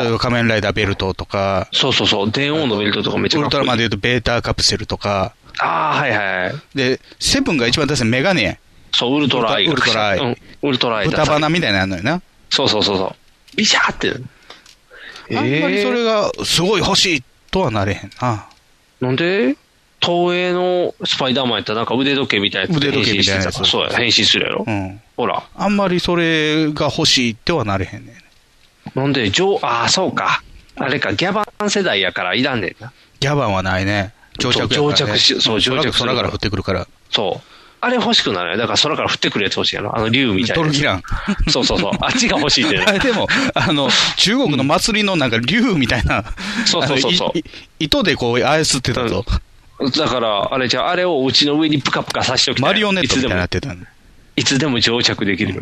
C: 例え
B: あ。
C: ば仮面ライダーベルトとか、
B: そうそうそう。電王のベルトとかめっち
C: ウ
B: ゃ
C: ルト
B: か
C: ラ
B: っこいい
C: マンでいうとベータカプセルとか、
B: ああ、はいはい。
C: で、セブンが一番出せメガネやん
B: そう、ウルトラアイが
C: ウルトラアイ
B: うん、ウルトラアイだ
C: 豚鼻みたいなのあんのよな。
B: そうそうそうそう。ビシャーって。
C: あんまりそれ
B: が。
C: がすごい欲しいとはなれへんな。
B: なんで東映のスパイダーマンやったらなんか腕時計みたいなやつで
C: 腕時計みたいなやつ
B: 変身してそうや、変身するやろ。
C: うん。
B: ほら。
C: あんまりそれが欲しいってはなれへんねん。
B: なんで、ジョー、ああ、そうか。あれか、ギャバン世代やからいらんねんな。
C: ギャバンはないね。
B: そ
C: 乗着や
B: う
C: からね、
B: 乗着しそう乗着する
C: 空から降ってくるから。
B: そう。あれ欲しくなるよ。だから空から降ってくるやつ欲しいやろ。あの竜みたいな
C: ト
B: や
C: ル
B: つ。
C: キラン。
B: そうそ うそう。あっちが欲しいって
C: あれ でも、あの、中国の祭りのなんか竜みたいな、
B: そうそうそうそう
C: あのいい糸でこう操ってたぞ。
B: だから、あれじゃあ、あれをうちの上にプカプカさしておきたい。
C: マリオネットみたいにないっ
B: つで
C: て
B: も、
C: たの。
B: いつでも乗着できるよ。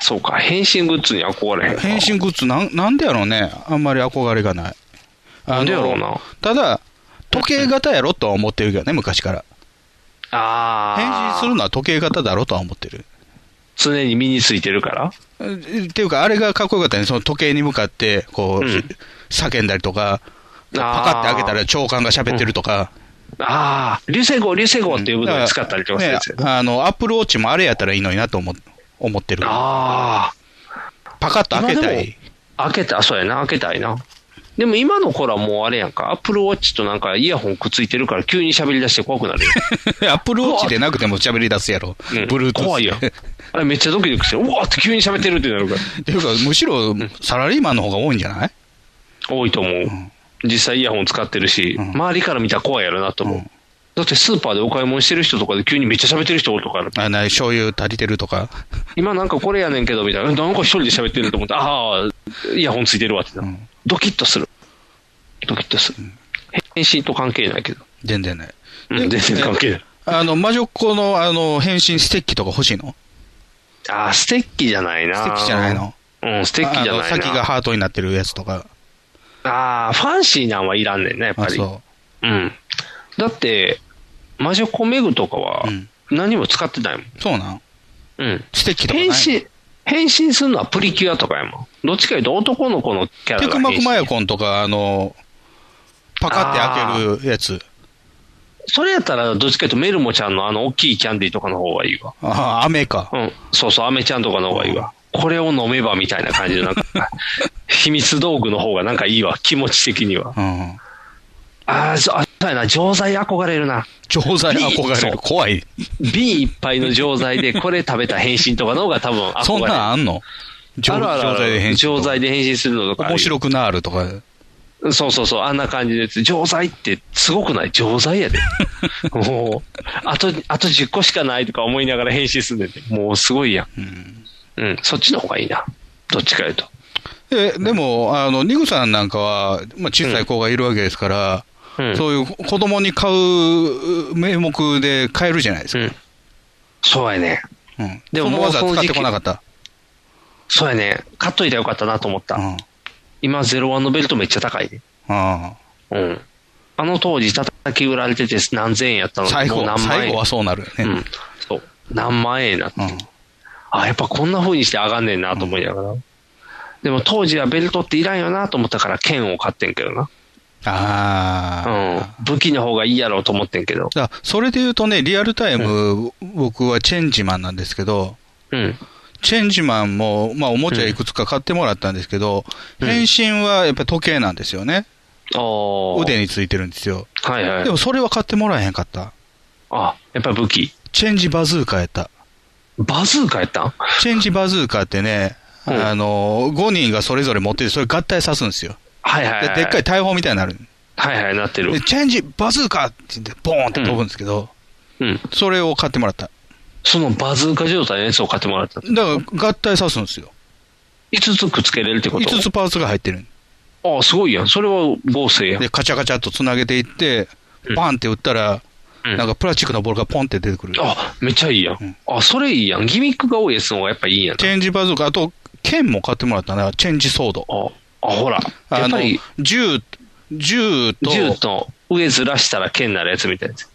B: そうか、変身グッズに憧れへんか。
C: 変身グッズなん、なんでやろうね。あんまり憧れがない。あの
B: なんでやろうな。
C: ただ、時計型やろとは思ってるけどね、昔から。変
B: あ
C: 身
B: あ。
C: するのは時計型だろとは思ってる。
B: 常に身についてるから。
C: えっていうか、あれがかっこよかったね、その時計に向かって、こう、
B: うん
C: 叫んだりとか、パカって開けたら長官が喋ってるとか、
B: ああ、流星号、流星号ってい
C: だ
B: うの
C: か
B: に
C: ら
B: 使ったりとかするやつや
C: ねあの、アップルウォッチもあれやったらいいのになと思思ってる。
B: あ
C: パカッと開けたい。
B: あ、開けた、そうやな、開けたいな。でも今の子らもうあれやんか、アップルウォッチとなんかイヤホンくっついてるから急に喋り出して怖くなるよ。
C: アップルウォッチでなくても喋り出すやろ。
B: うん
C: Bluetooth
B: 怖いやん。あれめっちゃドキドキして、うわーって急に喋ってるってなるから。
C: っていうか、むしろサラリーマンの方が多いんじゃない
B: 多いと思う、実際イヤホン使ってるし、
C: ん
B: 周りから見たら怖いやろなと思う、
C: うん
B: だってスーパーでお買い物してる人とかで急にめっちゃ喋ってる人おるとかある
C: あな醤油足りてるとか。
B: 今なんかこれやねんけどみたいななんか一人で喋ってると思ってああイヤホンついてるわってな、
C: ん
B: ドキッとするドキッとする、返信と関係ないけど、
C: 全然ない。
B: うん全然関係ない
C: あの、魔女っ子の、あの、変身ステッキとか欲しいの
B: ああステッキじゃないな
C: ステッキじゃないの
B: うんステッキじゃないな
C: あの先がハートになってるやつとか。
B: ああファンシーなんはいらんねんなやっぱ
C: あ、
B: り
C: そう。
B: うんだって魔女コメグとかは
C: うん
B: 何も使ってないもん
C: そうなん
B: うん
C: ステッキとかない
B: 変身、変身するのはプリキュアとかやもん。どっちかいうと男の子のキャラ
C: テ
B: が
C: ク
B: 変身
C: マクマヤコンとか、あの、パカって開けるやつ。
B: それやったら、どっちかいうとメルモちゃんのあの大きいキャンディーとかの方がいいわ。
C: ああ、雨か。
B: うん。そうそう、アメちゃんとかの方がいいわ。これを飲めばみたいな感じの、なんか、秘密道具の方がなんかいいわ。気持ち的には。
C: うん。
B: ああ、そうあそうやな。錠剤憧れるな。
C: 錠剤憧
B: そ
C: れ
B: う
C: る。怖い。
B: 瓶いっぱいの錠剤でこれ食べた変身とかの方が多分憧れる。
C: そんなんあんの錠
B: あるあるある
C: 剤で変身。
B: 錠剤で変身するのとかあるよ。
C: 面白くなるとか。
B: そうそうそう、あんな感じで、錠剤ってすごくない錠 剤やで。もう、あと、あと10個しかないとか思いながら返信すんでて、もうすごいやん。うん、そっちの方がいいな。どっちかいうと。
C: えでも、あのニグさんなんかは、まあ、小さい子がいるわけですから、
B: うん。
C: そういう子供に買う名目で買えるじゃないです
B: う
C: か、
B: ん、そうやね。
C: うん
B: でも
C: その
B: もう
C: 技
B: この
C: 使っ
B: 時期
C: てこなかった、
B: そうやね。買っといたらよかったなと思った。
C: うん
B: 今、ゼロワンのベルトめっちゃ高いね。
C: あ
B: うん。あの当時、叩き売られてて何千円やった
C: あ
B: の
C: 最後
B: もう何万円
C: 最後はそうなるよね、
B: うん。そう。何万円になって。
C: うん
B: あ、やっぱこんな風にして上がんねんなと思いながら。でも当時はベルトっていらんよなと思ったから剣を買ってんけどな。
C: ああ、
B: うん。武器の方がいいやろうと思ってんけど。
C: だからそれで言うとね、リアルタイム、僕はチェンジマンなんですけど、
B: うん。
C: チェンジマンも、まあ、おもちゃいくつか買ってもらったんですけど、
B: うん
C: 変身はやっぱり時計なんですよね、
B: おー。
C: 腕についてるんですよ。
B: はいはい
C: で。もそれは買ってもらえへんかった。
B: あ、やっぱり武器。
C: チェンジバズーカやった。
B: バズーカやったん
C: チェンジバズーカってね、
B: うん
C: あの、5人がそれぞれ持ってて、それ合体さすんですよ。
B: はいはい、
C: で
B: はい。
C: でっかい大砲みたいになる。
B: はいはい、なってる
C: で。チェンジバズーカって言って、ボーンって飛ぶんですけど、
B: うん。
C: それを買ってもらった。
B: そのバズーカ状態のやつを買ってもらった。
C: だから合体さすんですよ。
B: 5つくっつけれるってこと
C: 5つパーツが入ってる。
B: ああ、すごいやん。それは合成やん。
C: で、カチャカチャっとつなげていって
B: うん、
C: バンって打ったら、
B: うん
C: なんかプラスチックのボールがポンって出てくる。
B: あ、めっちゃいいやん。あ、それいいやん。ギミックが多いやつの方がやっぱいいやんな
C: チ。ェンジバズーカ、あと、剣も買ってもらったな、チェンジソード。
B: あ、あほら。や
C: あ
B: っぱ
C: の
B: り、、
C: 銃、銃と、
B: 銃と上ずらしたら剣になるやつみたいなやつ。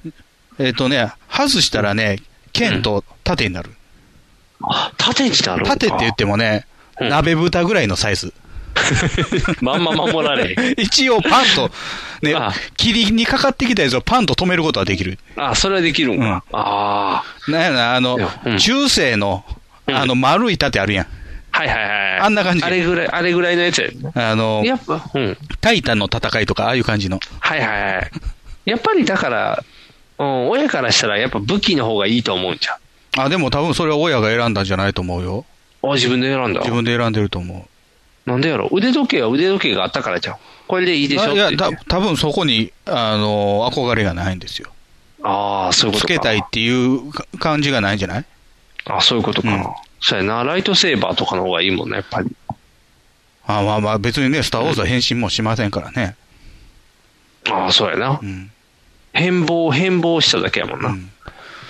C: えっ、とね、外したらね、剣と盾になる。
B: あ、盾になるのか
C: 盾って言ってもね、
B: うん
C: 鍋蓋ぐらいのサイズ。
B: まんま守られへん。
C: 一応パンと、ね
B: ああ、
C: 霧にかかってきたやつをパンと止めることはできる。
B: あ、それはできるんか。
C: うん
B: ああ。
C: なんやな、あの
B: いやう、ん
C: 中世の、
B: うん
C: あの、丸い盾あるやん。
B: はいはいはい。
C: あんな感じ
B: あれぐらい、あれぐらいのやつやね。
C: あの、
B: やっぱ、うん。
C: タイタンの戦いとか、ああいう感じの。
B: はいはいはい。やっぱりだから、うん、親からしたらやっぱ武器の方がいいと思うんじゃん。
C: あ、でも多分それは親が選んだんじゃないと思うよ。
B: あ、自分で選んだ。
C: 自分で選んでると思。
B: なんでやろ腕時計は腕時計があったからじゃん。これでいいうでしょっ
C: あい
B: て言っ
C: や、
B: て
C: た多分そこに、あの、憧れがないんですよ。
B: ああ、そういうこ
C: つ
B: とか。
C: けたいっていうか感じがないんじゃない
B: あそういうことか。
C: うん
B: そうやな。ライトセーバーとかの方がいいもんね、やっぱり。
C: あまあまあ、別にね、スター・ウォーズは変身もしませんからね。
B: ああ、そうやな
C: う。ん。
B: 変貌、変貌しただけやもんな。
C: う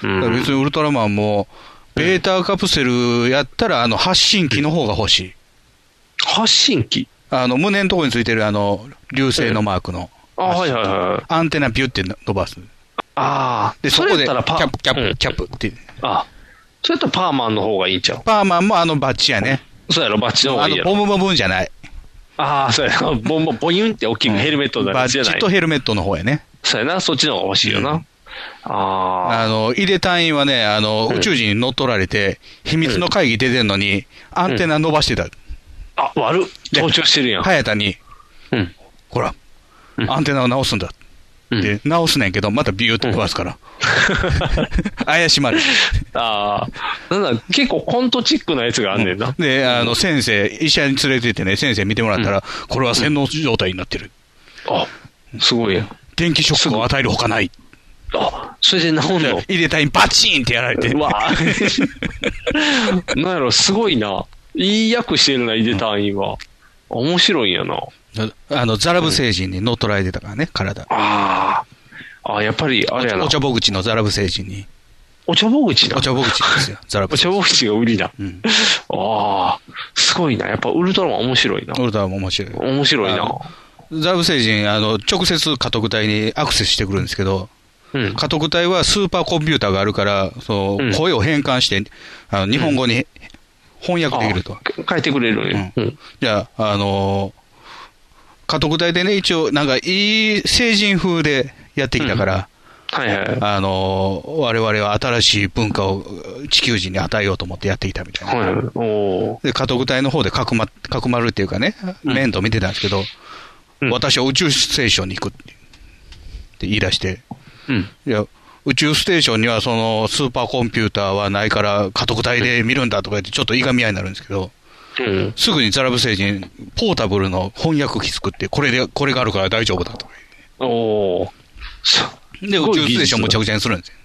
B: うんん。
C: だから別にウルトラマンも、ベータカプセルやったら、あの、発信機の方が欲しい。
B: 発信機
C: あの、胸のところについてる、あの、流星のマークの、
B: ああ、はいはいはい。
C: アンテナビュって伸ばす。
B: ああ、
C: で、そ
B: れ
C: こ
B: や
C: で、
B: っ
C: キ
B: た
C: ャッ
B: らパ
C: プ、キャッ
B: う
C: プ、
B: ん
C: キャップって。
B: あそれやったらパーマンの方がいいんちゃう
C: パーマンもあのバッチやね。
B: そうやろ、バッチの方
C: あ
B: がいい
C: の
B: や、
C: ボ
B: ろ。
C: ムボムンじゃない。
B: ああ、そうやな。ボンボン、ボユンって大きいヘルメットになる
C: バ
B: やつじゃ
C: ッ
B: な
C: ジ
B: い
C: と。ヘルメットの方やね。
B: そうやな、そっちの方が欲しい
C: う
B: よな。ああ、
C: あの、井出隊員はね、あの、
B: うん
C: 宇宙人に乗っ取られて、秘密の会議出てんのに、アンテナ伸ばしてた。
B: あ、悪っ。
C: で
B: 盗聴してるやん。
C: 早田に、
B: うん。
C: ほら、
B: うん
C: アンテナを直すんだ
B: う
C: っ
B: ん、
C: て、直すねんけど、またビューって壊すから。 怪しまれる。
B: ああ、なんだ、結構コントチックなやつがあんねんな。
C: で、あの、先生、医者に連れてってね、先生見てもらったら、これは洗脳状態になってる。
B: あ、すごいやん。
C: 電気ショックを与えるほかない。
B: あ、それで治んの
C: 入れたいバチーンってやられて
B: う。わあなんやろ、すごいな。いい役してるな、井出隊員は。面白いんやな。
C: あの、ザラブ星人に乗っ取られてたからね、体。
B: ああ。あやっぱり、あれやな。
C: お茶ぼ口のザラブ星人に。
B: お茶ぼ口な。
C: お茶ぼ口 ですよ、ザラブ
B: お
C: 星
B: 茶
C: 人。
B: ぼ口が売りだ。
C: ん
B: ああ、すごいな。やっぱウルトラマン面白いな。
C: ウルトラマン面白い。
B: 面白
C: あ
B: いな
C: の。ザラブ星人、あの、直接家督隊にアクセスしてくるんですけど、
B: うん。
C: 家督隊はスーパーコンピューターがあるから、そ
B: うん
C: の声を変換して、あの日本語に翻訳できると。
B: あ変えてくれるんや。
C: う
B: うん。
C: じゃあ、あの家督隊でね、一応、なんかいい成人風でやってきたから、
B: はいはい。
C: あの我々は新しい文化を地球人に与えようと思ってやってきたみたいな。
B: はい。おお
C: で、家督隊の方でかくま、かくまるっていうかね、面倒見てたんですけど、
B: うん
C: 私は宇宙ステーションに行くってって言い出して、
B: ー。うん。
C: いや、宇宙ステーションにはそのスーパーコンピューターはないから、家督隊で見るんだとか言って、ちょっといがみ合いになるんですけど、
B: うん。
C: すぐにザラブ星人、ポータブルの翻訳機作って、これで、これがあるから大丈夫だと。
B: おー。そ
C: で、宇宙ステーションむちゃくちゃにするんですよ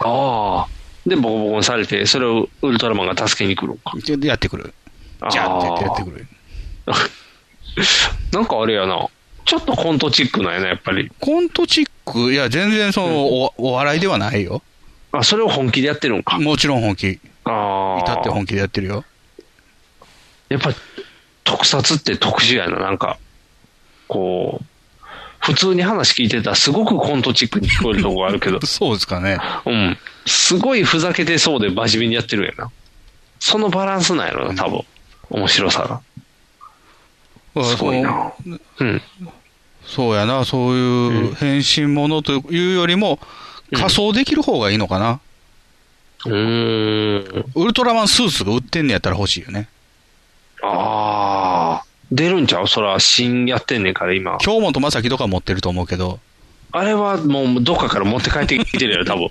B: ああ。で、ボコボコにされて、それをウルトラマンが助けに来るのか。
C: ででやってくる。じゃあってやってやってくる。
B: なんかあれやな。ちょっとコントチックなんやな、やっぱり。
C: コントチック、いや、全然その、おお笑いではないよ。
B: あ、それを本気でやってるんか。
C: もちろん本気。
B: あ
C: 至
B: あ。
C: って本気でやってるよ。、
B: やっぱり、特撮って特殊やな、なんか。こう、普通に話聞いてたらすごくコントチックに聞こえるとこがあるけど
C: そうですかね。
B: うん。すごいふざけてそうで真面目にやってるんやな。そのバランスなんやろな、多分。面白さが。すごいな。うん。
C: そうやな、そういう変身ものというよりも、
B: うん
C: 仮装できる方がいいのかな、
B: うーん。
C: ウルトラマンスーツが売ってんねやったら欲しいよね。
B: ああ。出るんちゃうそら、新やってんねんから、今。
C: 京本正樹とか持ってると思うけど、
B: あれはもうどっかから持って帰ってきてるや ろ、多分。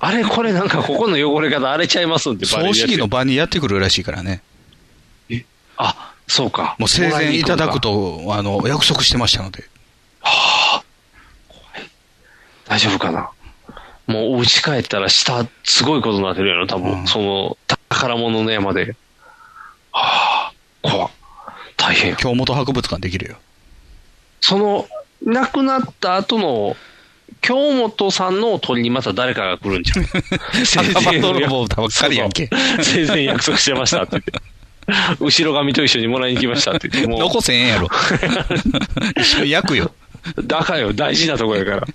B: あれ、これなんかここの汚れ方荒れちゃいますんで、バレ
C: 葬
B: るやつ
C: 式の場にやってくるらしいからね。
B: あ、そうか。
C: もう生前いただく
B: も
C: と、あの、約束してましたので。
B: らいに行くのか。大丈夫かな。もうお家帰ったら下、すごいことになってるやろ、多分。
C: うん
B: その、宝物の山で。はあ、怖っ大変。
C: 京本博物館できるよ。
B: その、亡くなった後の、京本さんのおとりにまた誰かが来るんじゃ ない
C: 酒場泥棒ばっかりやんけ。
B: 生前約束してましたって言って。後ろ髪と一緒にもらいに来ましたって 言って。もう
C: 残せへん やろ。一緒に焼くよ。
B: だからよ、大事なとこ やから。
C: だか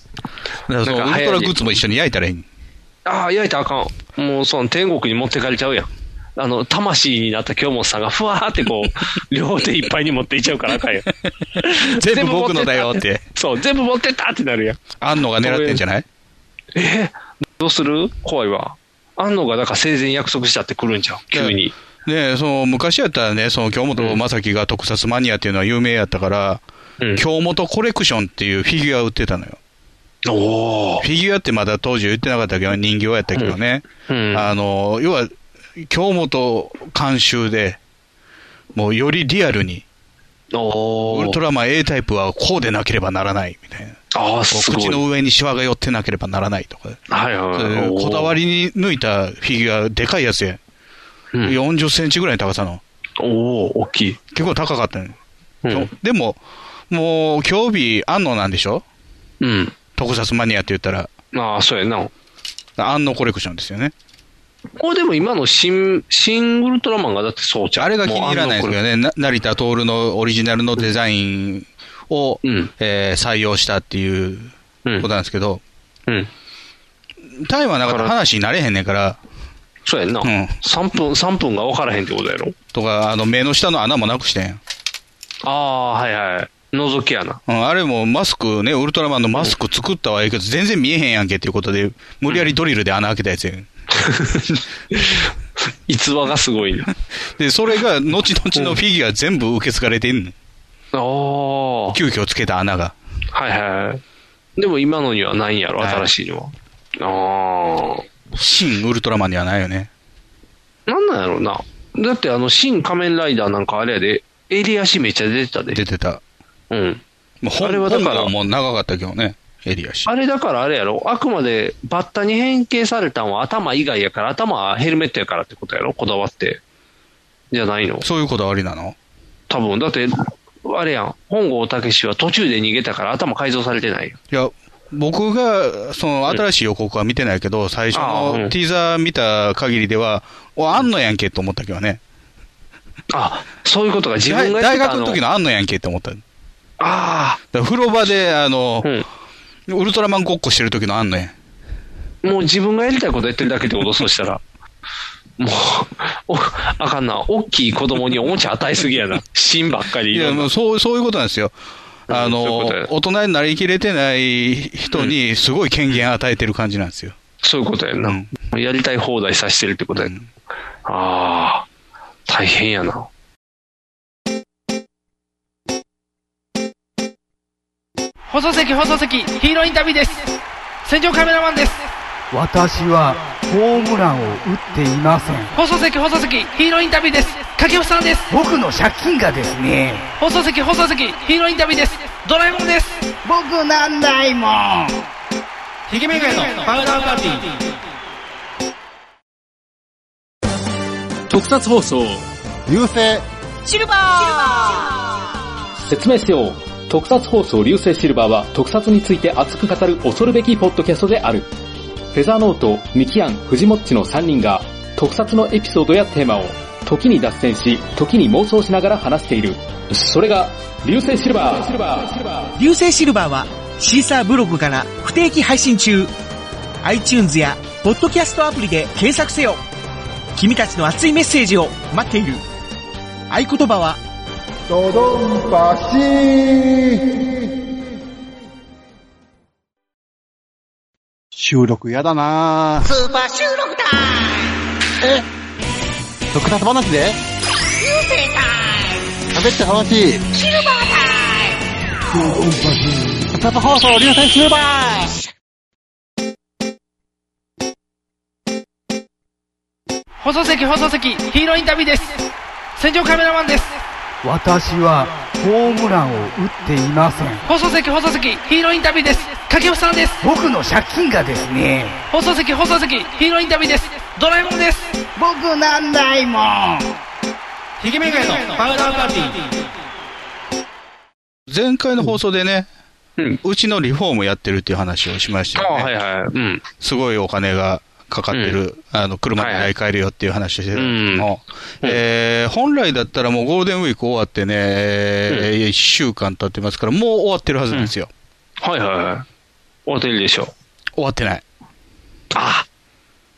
C: らその
B: なん
C: ウ
B: か
C: ル
B: 流
C: ト
B: 行
C: ラ
B: り
C: グッズも一緒に焼いたらいい。
B: ああ、焼いたらあかん。もう、その、天国に持ってかれちゃうやん。あの、魂になった京本さんが、ふわーってこう、両手いっぱいに持っていっちゃうからあかんやん。
C: 全部僕のだよっ
B: 全部持
C: て。
B: た。 そう、全部持ってったってなるやん。
C: あんのが狙ってんじゃない
B: どうする怖いわ。あんのが、だから生前約束したって来るんじゃん、急に。
C: ねえその昔やったらね、その京本正樹が特撮マニアっていうのは有名やったから、
B: うん。
C: 京本コレクションっていうフィギュア売ってたのよ。
B: おお。
C: フィギュアってまだ当時言ってなかったけど、人形やったけどね。
B: うん。
C: あの、要は、京本監修で、もうよりリアルに、
B: お
C: ウルト
B: ラ。
C: ラマン A タイプはこうでなければならないみたいな。
B: ああ、
C: こ
B: す
C: う
B: ごい。
C: 口の上にシワが寄ってなければならないとか。
B: はいはい
C: そうい
B: は
C: う
B: い。
C: こだわりに抜いたフィギュア、でかいやつや。
B: うん。
C: 40センチぐらいの高さの。
B: おお、大きい。
C: 結構高かったね。
B: う
C: そ
B: ん
C: う。でも、もう、競技、安野なんでしょ
B: うん。
C: 特撮マニアって言ったら、
B: ああ、そうやな。
C: 安野コレクションですよね。
B: これでも今の新、新ウルトラマンがだってそうちゃう
C: あれが気に入らないですけど
B: も
C: ね、な成田徹のオリジナルのデザインを、
B: うん
C: えー採用したっていうこ
B: う
C: と
B: ん。
C: なんですけど、
B: うん。
C: タイムはなかったら話になれへんねんから、
B: そうやんな。
C: うん
B: 3分、三分が分からへんってことやろ。
C: とか、あの目の下の穴もなくしてん。
B: ああ、はいはい。覗きやな。
C: うん、あれもマスクね、ウルトラマンのマスク作ったはいいけど、全然見えへんやんけっていうことで、無理やりドリルで穴開けたやつやん。
B: 逸話がすごいな。
C: で、それ が後々のフィギュア全部受け継がれてんの。
B: あ
C: 急遽つけた穴が。
B: あ。はいはい。でも今のにはないんやろ、
C: はい
B: 新しいのは。あ
C: 新ウルトラマンにはないよね。
B: あ。なんなんやろうな。だってあの、新仮面ライダーなんかあれやで、襟足めっちゃ出てたで。
C: 出てた。
B: うん。
C: もう本
B: あれはだから
C: 本郷も長かったけどね、エリアし。
B: あれだからあれやろ、あくまでバッタに変形されたんは頭以外やから、頭はヘルメットやからってことやろ、こだわって。じゃないの
C: そういうこだわりなの
B: 多分だって、あれやん、本郷武史は途中で逃げたから頭改造されてないよ。
C: いや、僕が、その、新しい予告は見てないけど、最初
B: ああう
C: の
B: ん
C: ティーザー見た限りでは、お、あんのやんけと思ったけどね。
B: あそういうことが自分がや
C: 大
B: ってた
C: 学の時
B: あ
C: のあんのやんけって思った。だか
B: あ
C: ら風呂場で、あの
B: ー、、
C: ウルトラマンごっこしてる時のあんのやん。
B: うん。もう自分がやりたいことやってるだけってこと、そうしたら。もう、おあかんな、大きい子供におもちゃ与えすぎやな、芯ばっかり
C: いや、もうそう、そういうことなんですよ。
B: うん
C: あ
B: そういう
C: の
B: ことや、
C: 大人になりきれてない人に、すごい権限与えてる感じなんですよ。
B: そういうことやんな。
C: うん
B: もうやりたい放題させてるってことやん。ああ、大変やな。
G: 放送席放送席ヒーローインタビューです戦場カメラマンです
H: 私はホームランを打っていません
G: 放送席放送席ヒーローインタビューです掛布さんです
H: 僕の借金がですね
G: 放送席放送席ヒーローインタビューですドラえもんです
H: 僕なんないもん
G: ひげめがのパウダーパーティー
I: 特撮放送
E: 流星
J: 説明しよう。特撮放送流星シルバーは特撮について熱く語る恐るべきポッドキャストである。フェザーノート、ミキアン、フジモッチの3人が特撮のエピソードやテーマを時に脱線し、時に妄想しながら話している。それが流星シルバー。
K: 流星シルバーはシーサーブログから不定期配信中 iTunes やポッドキャストアプリで検索せよ君たちの熱いメッセージを待っている合言葉は
E: ドドンパシ収録やだなスーパー収録だえ特撮話で流星タイム喋って楽しいシルバータイムドドンパシ特撮放送流星シルバー
G: 放送席放送席ヒーローインタビューです戦場カメラマンです
H: 私はホームランを打っていません
G: 放送席放送席ヒーローインタビューです掛布さんです
H: 僕の借金がですね
G: 放送席放送席ヒーローインタビューですドラえもんです
H: 僕なんないもん
G: ひげめがのパウダーパーティー
C: 前回の放送でね、
B: うん
C: うちのリフォームやってるっていう話をしました
B: あ
C: よね。
B: はいはい。うん。
C: すごいお金がかかってる、あの、車で買い替えるよっていう話をしてるんですけども、
B: うん
C: えー本来だったらもうゴールデンウィーク終わってね、え1週間経ってますから、もう終わってるはずなんですよ。
B: はいはいはい。終わってるでしょ。
C: 終わってない。
B: あ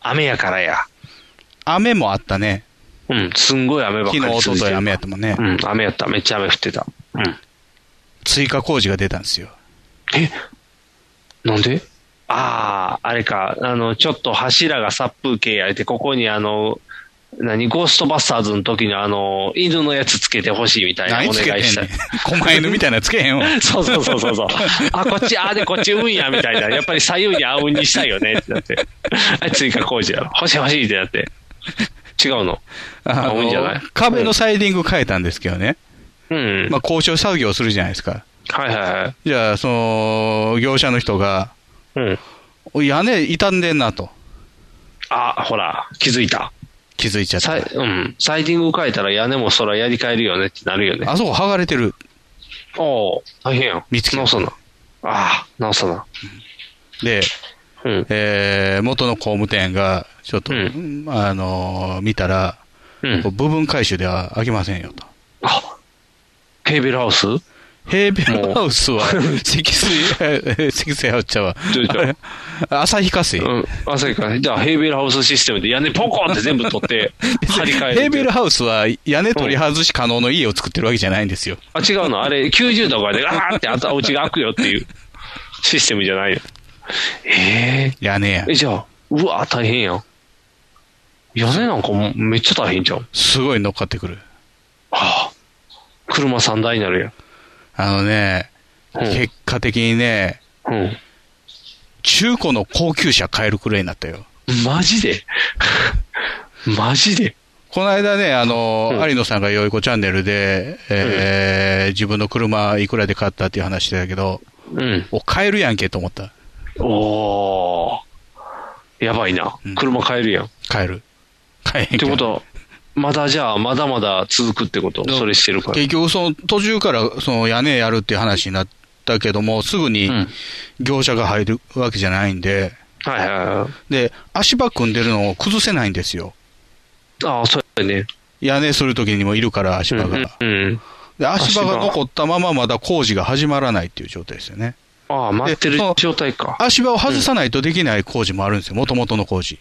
B: 雨やからや。
C: 雨もあったね。
B: うん、すんごい雨ばっ
C: 昨
B: か
C: 日、
B: り
C: 一
B: 続いて
C: 昨日
B: る
C: 雨やったもんね、
B: うん、雨やった。めっちゃ雨降ってた。うん。
C: 追加工事が出たんですよ。
B: えなんでああ、あれか。あの、ちょっと柱が殺風景やれて、ここにあの、何、ゴーストバスターズの時のあの、犬のやつつけてほしいみたいな
C: 何
B: お
C: つけ
B: 願
C: て
B: い
C: ん
B: した
C: ねん。狛犬みたいなのつけへん わ。
B: そうそうそうそうそう。あ、こっち、あ、で、こっち運や、みたいな。やっぱり左右にあうんにしたいよね、ってなって。あ追加工事やろ。欲しい欲しいってなって。違うの。
C: あ
B: 多いんじゃない
C: の壁のサイディング変えたんですけどね、
B: うん。
C: まあ、交渉作業するじゃないですか。
B: はいはいはい。
C: じゃあ、その、業者の人が、
B: うん。
C: 屋根傷んでんなと
B: あ、ほら、気づいた。
C: 気づいちゃっ
B: サイ
C: た。
B: うん、サイディング変えたら屋根もそらやり替えるよねってなるよね。
C: あそこ剥がれてる。
B: おお大変やん。
C: 見つけた
B: 直さな。ああ、直さな。
C: で、
B: うん。
C: えー元の工務店が、ちょっと、
B: う
C: あのー見たら、
B: うん
C: こう。部分回収では開けませんよと。
B: あ、ケーベルハウス
C: ヘーベルハウス は、積水、えー積水ハウスちゃうわ
B: どうした
C: あれ旭化水。
B: うん。朝から、じゃあヘーベルハウスシステムで屋根ポコンって全部取って、張 り替える。
C: ヘーベルハウスは屋根取り外し可能の家を作ってるわけじゃないんですよ。
B: あ、違うの。あれ、90度からでガーってあたお家が開くよっていうシステムじゃないよ。え
C: 屋根や
B: ー、え、。じゃあ、うわ、大変やん。屋根なんかもうめっちゃ大変じゃん。
C: すごい乗っかってくる。
B: はあ、車3台になる
C: あのね、
B: うん
C: 結果的にね、
B: やん。うん。
C: 中古の高級車買えるくらいになったよ。
B: マジで マジで
C: この間ね、あの、
B: うん
C: 有野さんがよいこチャンネルで、えー自分の車いくらで買ったっていう話だけど、
B: うん。
C: お、買えるやんけと思った。
B: おー。やばいな
C: うん。
B: 車買えるやん。っ
C: 買える。買えへんけ
B: て
C: ど
B: ことは、まだじゃあ、まだまだ続くってこと
C: うん
B: それしてるから。
C: 結局、その途中からその屋根やるっていう話になったけども、すぐに
B: うん。
C: 業者が入るわけじゃないんで、
B: はいはいはい。
C: で、足場組んでるのを崩せないんですよ。
B: ああ、そうやね。
C: 屋根するときにもいるから、足場が。
B: うんうんうん。
C: で足場
B: 足
C: が
B: 場
C: 残ったまままだ工事が始まらないっていう状態ですよね。
B: ああ、待ってる
C: でその
B: 状態か。あ
C: 足場を外さないとできない工事もあるんですよ、もともとの工事。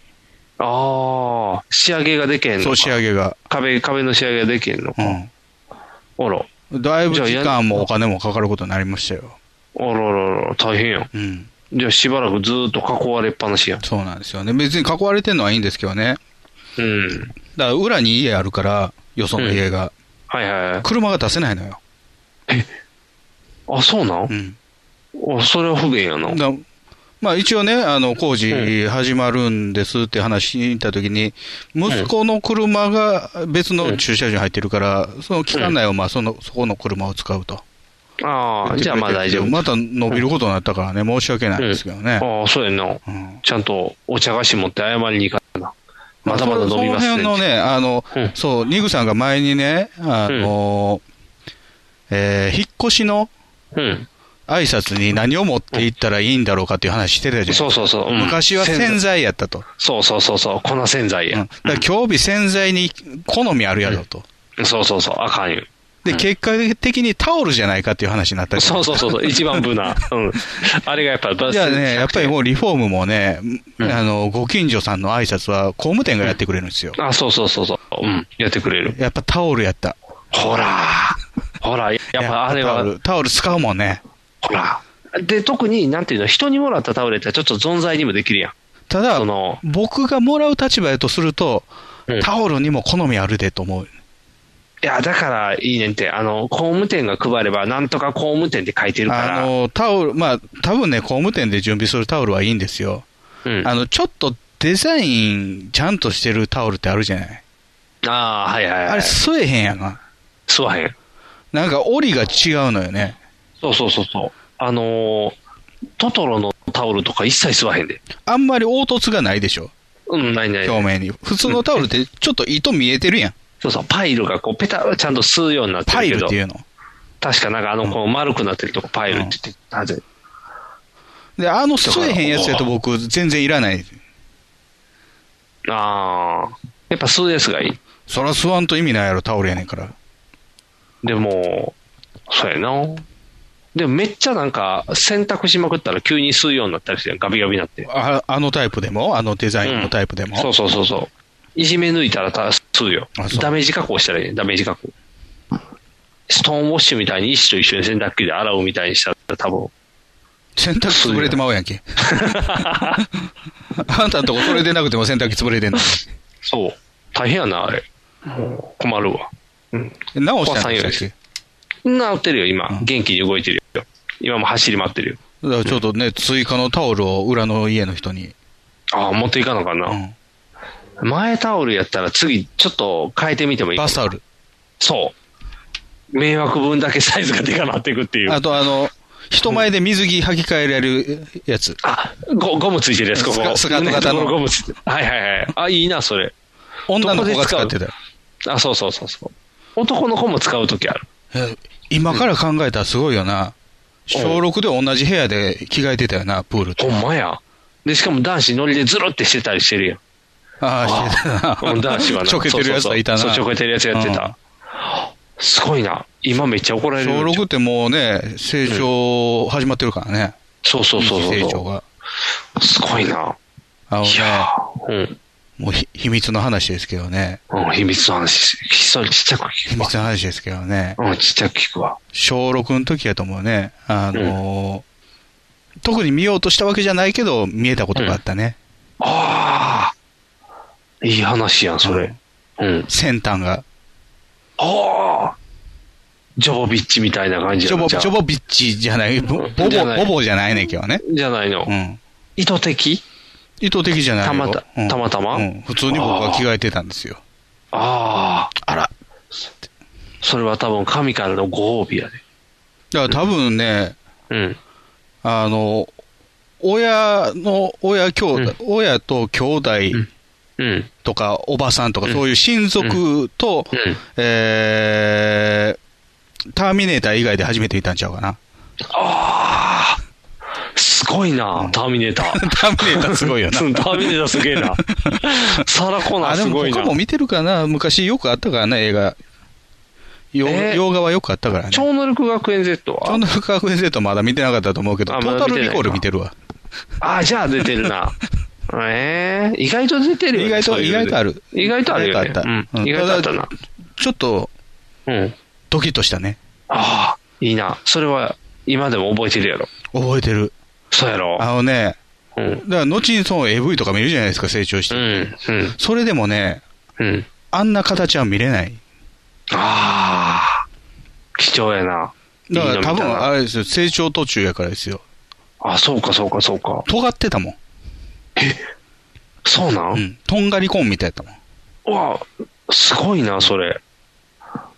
B: あ、仕上げができへんのか。
C: そう、仕上げが。
B: 壁、壁の仕上げができへんのか。
C: う
B: あら、
C: ん。だいぶ
B: じゃあ
C: 時
B: や
C: 間もお金もかかることになりましたよ。
B: あららら、大変やん。
C: うん。
B: じゃあしばらくずーっと囲われっぱなしやん。
C: そうなんですよね。別に囲われてるのはいいんですけどね。
B: うん。
C: だから裏に家あるから、よその家が。
B: はいはいはい。
C: 車が出せないのよ。
B: あ、そうなん
C: うん。
B: おそれは不便やな。
C: だまあ一応ね、あの、工事始まるんですって話に行った時に、息子の車が別の駐車場に入ってるから、その期間内はまあその、そこの車を使うと。
B: ああ、じゃあまあ大丈夫。
C: また伸びることになったからね、申し訳ないですけどね。
B: ああ、そうやんな、ちゃんとお茶菓子持って謝りに行かな。まだまだ伸びます
C: その辺のね、あの、そう、ニグさんが前にね、あの、えー引っ越しの、挨拶に何を持っていったらいいんだろうかっていう話してたじゃないですか。
B: そうそうそううん
C: 昔は洗剤やったと。
B: そうそうそうそう、粉洗剤や。
C: だから今日日洗剤に好みあるやろと。
B: そうそうそう、あかんよ。
C: で、結果的にタオルじゃないかっていう話になったり
B: そうそうそうそう、一番無 難。うん。あれがやっぱ、
C: いやね、やっぱりもうリフォームもね、あの、ご近所さんの挨拶は工務店がやってくれるんですよ。
B: あ、そうそうそうそう。うん。やってくれる。
C: やっぱタオルやった。
B: ほらほら、やっぱあれ
C: タオ
B: は、
C: ル、タオル使うもんね。
B: ほら。で、特に、なんていうの、人にもらったタオルやったらちょっと存在にもできるやん。
C: ただ、僕がもらう立場やとすると、タオルにも好みあるでと思う。
B: いや、だから、いいねんって、あの、工務店が配れば、なんとか工務店って書いてるから。
C: あの、タオル、まあ、多分ね、工務店で準備するタオルはいいんですよ。あの、ちょっとデザインちゃんとしてるタオルってあるじゃない。
B: ああ、はいはいはい。
C: あれ、吸えへんやんか。
B: 吸わへん。
C: なんか、折りが違うのよね。
B: そうそうそうそう。あのートトロのタオルとか一切吸わへんで。
C: あんまり凹凸がないでしょ。
B: うん、ないない。
C: 表面に。普通のタオルってちょっと糸見えてるやん。
B: そうそう、パイルがこう、ペタちゃんと吸うようになってるけ
C: パ
B: ど。
C: イルっていうの
B: 確かなんかあの、こう、丸くなってるとこ、パイルって言ってたぜ、
C: で、あの吸えへんやつやと僕、全然いらない。
B: ああ。やっぱ吸うやつがいい。
C: そら吸わんと意味ないやろ、タオルやねんから。
B: でも、そうやな。でもめっちゃなんか、洗濯しまくったら急に吸うようになったりして、ガビガビになって。
C: ああのタイプでも、あのデザインのタイプでも。
B: そうそうそうそう。いじめ抜いたらた吸うよ。ダメージ加工したらいいね、ダメージ加工。ストーンウォッシュみたいに石と一緒に洗濯機で洗うみたいにしたら多分。
C: 洗濯機潰れてまうやんけ。あんたんとこそれでなくても洗濯機潰れてんの。
B: そう。大変やな、あれ。もう困るわ。
C: 直したん
B: 壊さんよう
C: で
B: に
C: すよ。
B: 治ってるよ、今。元気に動いてるよ。今も走り回ってるよ。
C: だからちょっとね、追加のタオルを裏の家の人に。
B: ああ、持っていかなあかんな。前タオルやったら次、ちょっと変えてみてもいいバス
C: タオル。
B: そう。迷惑分だけサイズがでかなっていくっていう。
C: あとあの、人前で水着履き替えられるやつ。
B: あ、ゴゴムついてるやつ、ここ。
C: スカスカート型の
B: 胸ところゴムついてるはいはいはい。あ、いいな、それ。
C: 女の子が使ってた
B: どこで使う。あ、そうそうそうそう。男の子も使うときある。
C: え今から考えたらすごいよな。小6で同じ部屋で着替えてたよな、プールと。
B: ほんまや。で、しかも男子ノリでズルってしてたりしてるやん。
C: ああ、してたな。
B: うん男子はな
C: ちょけてるやつがいたな。
B: そうそうそうそうちょけてるやつやってた。すごいな。今めっちゃ怒られる
C: 小
B: よ。
C: 6ってもうね、成長始まってるからね。
B: そうそうそうそう
C: 成長が。
B: すごいな。
C: あのね、
B: うん。
C: もうひ秘密の話ですけどね。
B: うん、秘密の話。ひっそりちっちゃく聞
C: 秘密の話ですけどね。
B: く。うん、ちっちゃく聞くわ。
C: 小6の時やと思うね。あのー特に見ようとしたわけじゃないけど、見えたことがあったね。
B: ああ。いい話やん、それ。うん。
C: 先端が。
B: ああ。ジョボビッチみたいな感じ
C: ジ
B: や
C: ョ
B: ん
C: ボ、
B: じゃあ
C: ジョボビッチじゃない、ボボボ
B: じゃない
C: ボボじゃないね、今日はね。
B: じゃないの。
C: うん。
B: 意図的
C: 意図的じゃないよ
B: たまた
C: うん
B: たまたま
C: うん普通に僕は着替えてたんですよ。
B: ああ。
C: あら。
B: それは多分神からのご褒美やね。
C: だから多分ね、
B: うん。
C: あの、親の、親兄弟、親と兄弟
B: うん。
C: とか、おばさんとか、そういう親族と、えーターミネーター以外で初めて見たんちゃう かな。
B: すごいな、ターミネーター。
C: ターミネーターすごいよな
B: うんターミネーターすげえな。 サラコナー
C: あ、ですも
B: ごいな
C: 他。も見てるかな昔よくあったからな、映画。洋
B: えー
C: 洋画はよくあったからね。
B: 超能力学園 Z は
C: 超能力学園生徒まだ見てなかったと思うけど、
B: あ
C: ト
B: まだ
C: ータル
B: 見てない
C: リコール見てるわ。
B: ああ、じゃあ出てる な。ええ意外と出てるよ、ね。
C: 意外と
B: そういうの
C: 意外とある
B: 意外とあるよ、ね。
C: 意外とあった
B: うん
C: うん
B: 意外とあったな。
C: ちょっと、
B: うん。
C: ドキッとしたね。
B: ああ、いいな。それは今でも覚えてるやろ。
C: 覚えてる。
B: そうやろ。
C: あのね、
B: うん。
C: だから後にその AV とか見るじゃないですか、成長して。
B: うん。うん。
C: それでもね、
B: うん。
C: あんな形は見れない。
B: ああ、貴重やな。
C: だから多
B: いいの見た
C: 分
B: な
C: あれですよ、成長途中やからですよ。
B: あ、そうか、そうか、そうか。
C: 尖ってたもん。
B: そうなん
C: うん。とんがりコーンみたいやったもん。
B: うわ、すごいな、それ。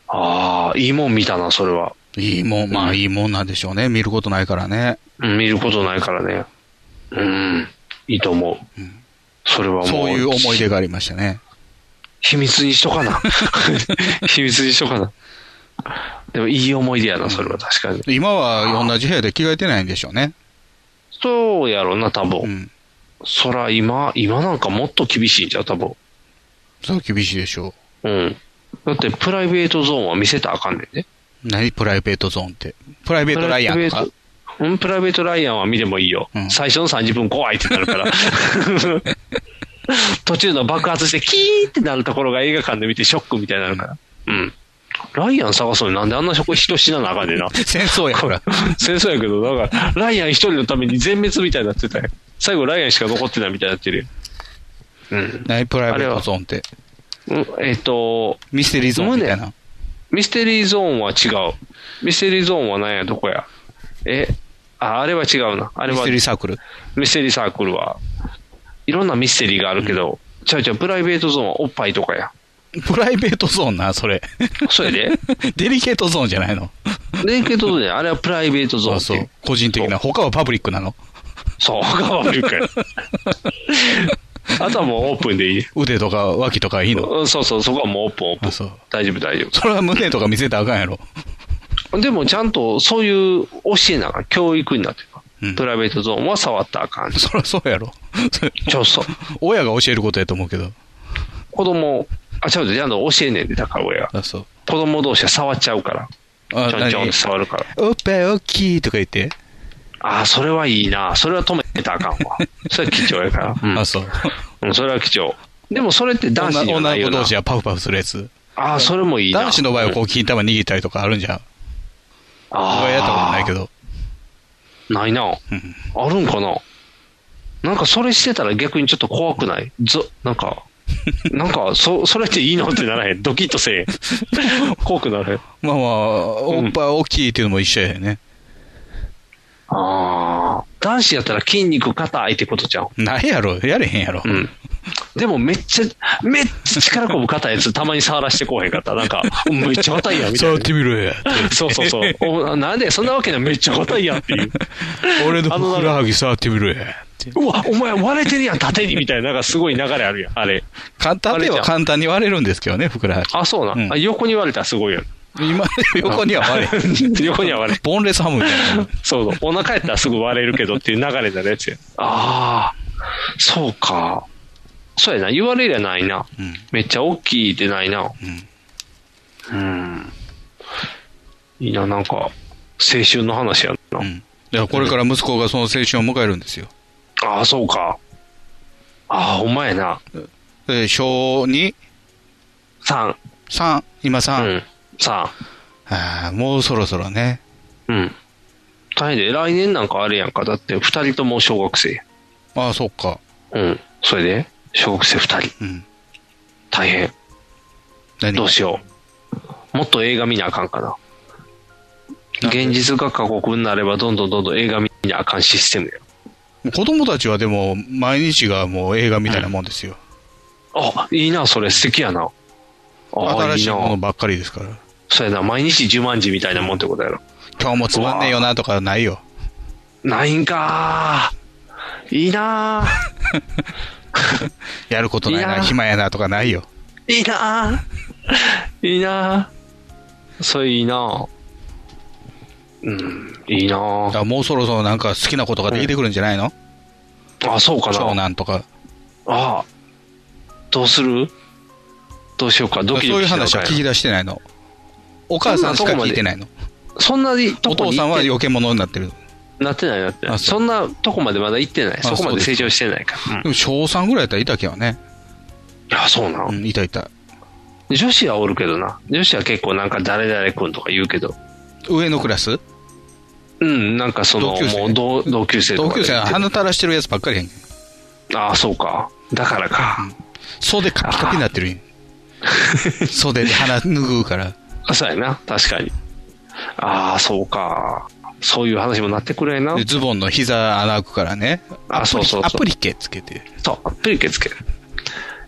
B: ああ、いいもん見たな、それは。
C: いいもん、まあいいもんなんでしょうね。見ることないからね。
B: うん見ることないからね。うん、いいと思う。それはもう。
C: そういう思い出がありましたね。
B: 秘密にしと かな。秘密にしとかな。でもいい思い出やな、それは確かに。
C: 今は同じ部屋で着替えてないんでしょうね。
B: そうやろな、多分。そら今、今なんかもっと厳しいじゃん、多分。
C: そう厳しいでしょ
B: うん。だってプライベートゾーンは見せたらあかんねんね。
C: う。何プライベートゾーンって。プライベートライアンとか。
B: プライベートうん、プライベートライアンは見てもいいよ。最初の30分怖いってなる から。途中の爆発してキーってなるところが映画館で見てショックみたいになるから。うん。ライアン探すのになんであんな職人死ななあかんねんな。
C: 戦争や から。
B: 戦争やけど、なんか、ライアン一人のために全滅みたいになってたよ。最後ライアンしか残ってないみたいになってるよ。うん。
C: 何プライベートゾーンって。
B: うんえっ、と、
C: ミステリーゾーンみたいな。
B: ミステリーゾーンは違う。ミステリーゾーンは何や、どこや。え、あ、あれは違うな。あれは。
C: ミステリーサークル。
B: ミステリーサークルは。いろんなミステリーがあるけど、ちゃうちゃう、プライベートゾーンはおっぱいとかや。
C: プライベートゾーンな、それ。
B: それで
C: デリケートゾーンじゃないの。
B: 連携とどうじゃないあれはプライベートゾーンっていう。
C: 個人的な。他はパブリックなの。
B: そう、他は言うかい。あとはもうオープンでいい。
C: 腕とか脇とかいいの。
B: うんそうそう、そこはもうオープン、オープン。
C: あ、そう。
B: 大丈夫、大丈
C: それは胸とか見せたらあかんやろ。
B: 夫。でも、ちゃんとそういう教えなが教育になってるから
C: うん
B: プライベートゾーンは触ったらあかん。
C: そりゃそうやろ。 それ
B: ちょ、そう。
C: 親が教えることやと思うけど。
B: 子供、あ、ちゃうで、ちゃんと教えんねんで、だから親が。
C: あ、そう。
B: 子供同士は触っちゃうから。
C: あ
B: ちょんちょんっ
C: 何
B: て触るから。
C: おっぱい大きいとか言って。
B: ああ、それはいいな。それは止めたらあかん わ。それは貴重やから。うん
C: あ、そう。
B: うん、それは貴重。でもそれって男子
C: 女
B: には
C: 女
B: ない
C: の
B: よ
C: 子
B: な。
C: 同士はパフパフするやつ。
B: ああ、それもいいな。
C: 男子の場合はこう、金玉握ったりとかあるんじゃん。
B: あ
C: 僕
B: あ
C: はやったことないけど。
B: ないな。
C: うん
B: あるんかななんかそれしてたら逆にちょっと怖くないぞ、な んか、なんか、そ、それっていいのってならへん。ドキッとせえへ ん。怖くならへん。
C: まあまあ、おっぱい大きいっていうのも一緒やよね。
B: ああ。男子やったら筋肉硬いってことじゃん。
C: ないやろ。やれへんやろ。
B: うん。でもめっちゃ、めっちゃ力こぶ硬いやつたまに触らしてこうへんかった。なんか、めっちゃ硬いやんみたい
C: 触っ
B: な。
C: てみろや。
B: そうそうそう。おなんでそんなわけない。めっちゃ硬いやんっていう。
C: 俺のふくらはぎ触ってみろや。って
B: うわ、お前割れてるやん、縦にみたいな。なんかすごい流れあるやん、あれ。
C: 簡単では簡単に割れるんですけどね、ふくらは
B: あ、そうな。
C: うん
B: あ横に割れたらすごいやん。
C: ぎ。今、横には割れへん。
B: 横には割れ。
C: ボンレスハムみたい な。
B: そうそう。お腹やったらすぐ割れるけどっていう流れになるやつや。ああ、そうか。そうやな。言われりゃないな。
C: うん
B: めっちゃ大きいでないな。うん。いいな、なんか、青春の話やな。
C: うん。いや、これから息子がその青春を迎えるんですよ。
B: ああ、そうか。ああ、ほんまやな。
C: で小2、
B: 3。
C: 3、今
B: う
C: 3。
B: ん。3。
C: ああ、もうそろそろね。
B: うん。大変で、来年なんかあれやんか。だって、二人とも小学生。
C: ああ、そっか。
B: うん。それで、小学生二人。
C: うん。
B: 大変。
C: 何
B: どうしよう。もっと映画見なあかんかな。現実が過酷になれば、どんどんどんどん映画見なあかんシステムや。
C: 子供たちはでも、毎日がもう映画みたいなもんですよ。
B: あ、いいな、それ、素敵やな。あ、
C: 新
B: い
C: し
B: い
C: いもの
B: な。
C: ばっかりですから。
B: そうやな、毎日十万字みたいなもんってことやろ。
C: 今日もつまんねえよなとかないよ。
B: ないんかー。いいな
C: やることない
B: いや
C: な、
B: ー
C: 暇やなとかないよ。
B: ー。いいなー。いいなー。それいいなー。うん、いいな
C: だ
B: ー。
C: からもうそろそろなんか好きなことができてくるんじゃないの
B: あ、そうかな。
C: 長男とか。
B: ああ。どうするどうしようか。ド
C: そう
B: キド
C: いう
B: キしなあ
C: 話
B: かん
C: は
B: やん
C: 聞き出してないの。お母さんしか聞いてないの。
B: そんなにと
C: お
B: こ
C: 父
B: に
C: さんは
B: 行っ
C: 余計者になってる。
B: てなってないなってない
C: あそ
B: そんなとこまでまだ行ってない
C: あ
B: そこまで
C: そうです
B: 成長してないから、うん
C: でも小3ぐらいやったらいたけどね。
B: いやそうな、、
C: うんん、いたいた。
B: 女子はおるけどな女子は結構なんか誰々君とか言うけど
C: 上のクラス
B: うんなんかその
C: 同級生
B: もう同同級生と
C: 同
B: かで
C: 級生は鼻垂らしてるやつばっかりやん。
B: ああそうかだからか、
C: 袖カピカピになってるやん。 袖で鼻拭うから。
B: あそうやな確かにああそうかそういう話もなってくれな。
C: でズボンの膝穴開くからね。
B: あ、そうそうそう
C: アプリケつけて。
B: そう、アプリケつける。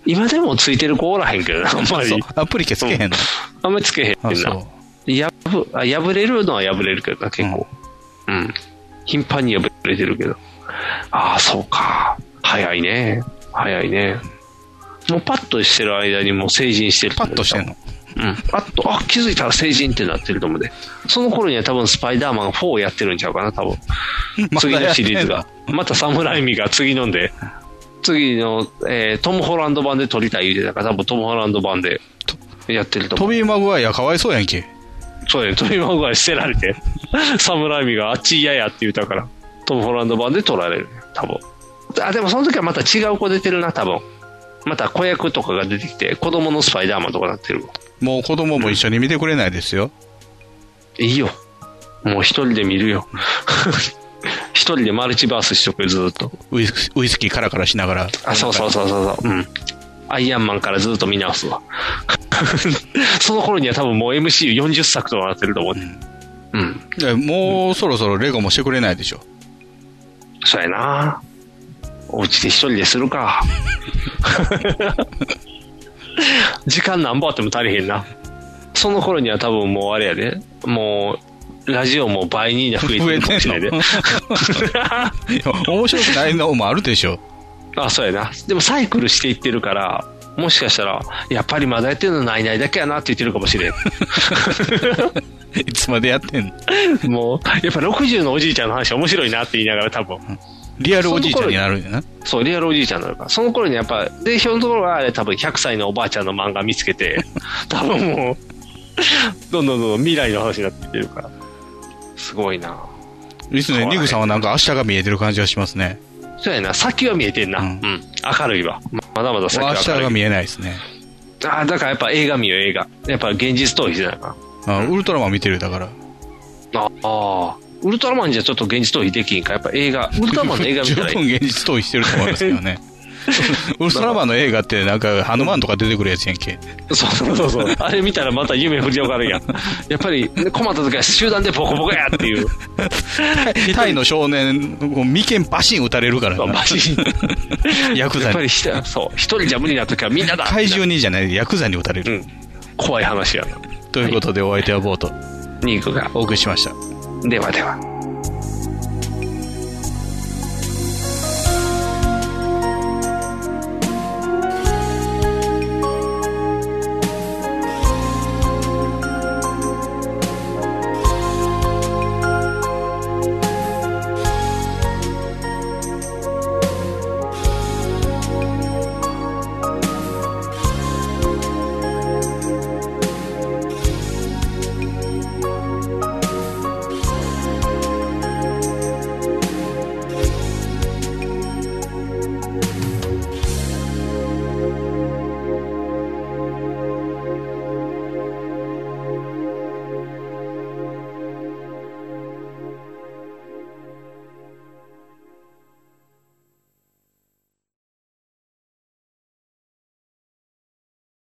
B: 今でもついてる子おらへんけどな、あんま
C: そう
B: り。
C: アプリケつけへんの。
B: あんまりつけへん
C: あ
B: けどな
C: そ。
B: やぶあ破れるのは破れるけどな、結構。うん。頻繁に破れてるけど。ああ、そうか。早いね。早いね。もうパッとしてる間にもう成人してる。パッとして
C: んの
B: うん。パッと、あ、気づいたら成人ってなってると思うで。その頃には多分スパイダーマン4をやってるんちゃうかな、多分
C: 。まだ
B: 次
C: やってんの
B: のシリーズが。またサムライミが次のんで。次の、えートム・ホランド版で撮りたい言うてたから、多分トム・ホランド版でやってると思
C: ト
B: う。
C: ビー・マグワイアかわいそうやんけ。
B: そうやね、トビー・マグワイ捨てられ て、サムライミがあっち嫌やって言ったから、トム・ホランド版で撮られる、多分。あ、でもその時はまた違う子出てるな、多分。また子役とかが出てきて、子供のスパイダーマンとかなってるわ
C: もう子供も一緒に見てくれないですよ。
B: いいよ。もう一人で見るよ。 一人でマルチバースしとくよ、ずーっと。
C: ウイスウイスキーカラカラしながら。
B: あ、そうそうそうそうそう。うん。アイアンマンからずっと見直すわ。 その頃には多分もう MCU40 作とかなってると思うね。うん。
C: でもうそろそろレゴもしてくれないでしょ。
B: そうやなお家で一人でするか。 時間なんぼあっても足りへんな。その頃には多分もうあれやで。もう、ラジオも倍にな増えてるかもしれないで。
C: いや面白くないの もあるでしょ。
B: あ、そうやな。でもサイクルしていってるから、もしかしたら、やっぱりまだやってるのないないだけやなって言ってるかもし れん。
C: いつまでやってんの
B: もう、やっぱ60のおじいちゃんの話面白いなって言いながら多分。
C: リアルおじいちゃんになるんやな。
B: そう、リアルおじいちゃんになるから。その頃にやっぱ、で、ひょんところがあれ多分100歳のおばあちゃんの漫画見つけて、 多分もう、どんどんどんどん未来の話になっていってるから。すごいな。
C: いつね、ニグさんはなんか明日が見えてる感じがしますね。
B: そうやな、先は見えてんな。うん。明るいわ。ままだまだ先
C: 明
B: は
C: 日
B: 明るい
C: が。見えないですね。
B: ああ、だからやっぱ映画見よ、映画。やっぱ現実逃避じゃないか
C: あウルトラマン見てるだから。
B: な。ああ。ウルトラマンじゃちょっと現実逃避できんか。やっぱ映画、ウルトラマンの映画見
C: 十
B: たらい
C: 分
B: い。
C: 現実逃避してると思いますけどね。ウルトラマンの映画ってなんかハヌマンとか出てくるやつやんけ。
B: そうそうそうそう。 あれ見たらまた夢振り上がるやん。やっぱり、ね困った時は集団でボコボコやっていう。
C: タイの少年、こう眉間バシン撃たれるから な。
B: バシン。
C: ヤクザ
B: やっぱ
C: に
B: り。ひたそう。一人じゃ無理な時はみんなだ。
C: 怪獣にじゃない、ヤクザに撃たれる。
B: 怖い話や。
C: ということで、お相手はボート。
B: ニークが。
C: お送りしました。
B: ではでは。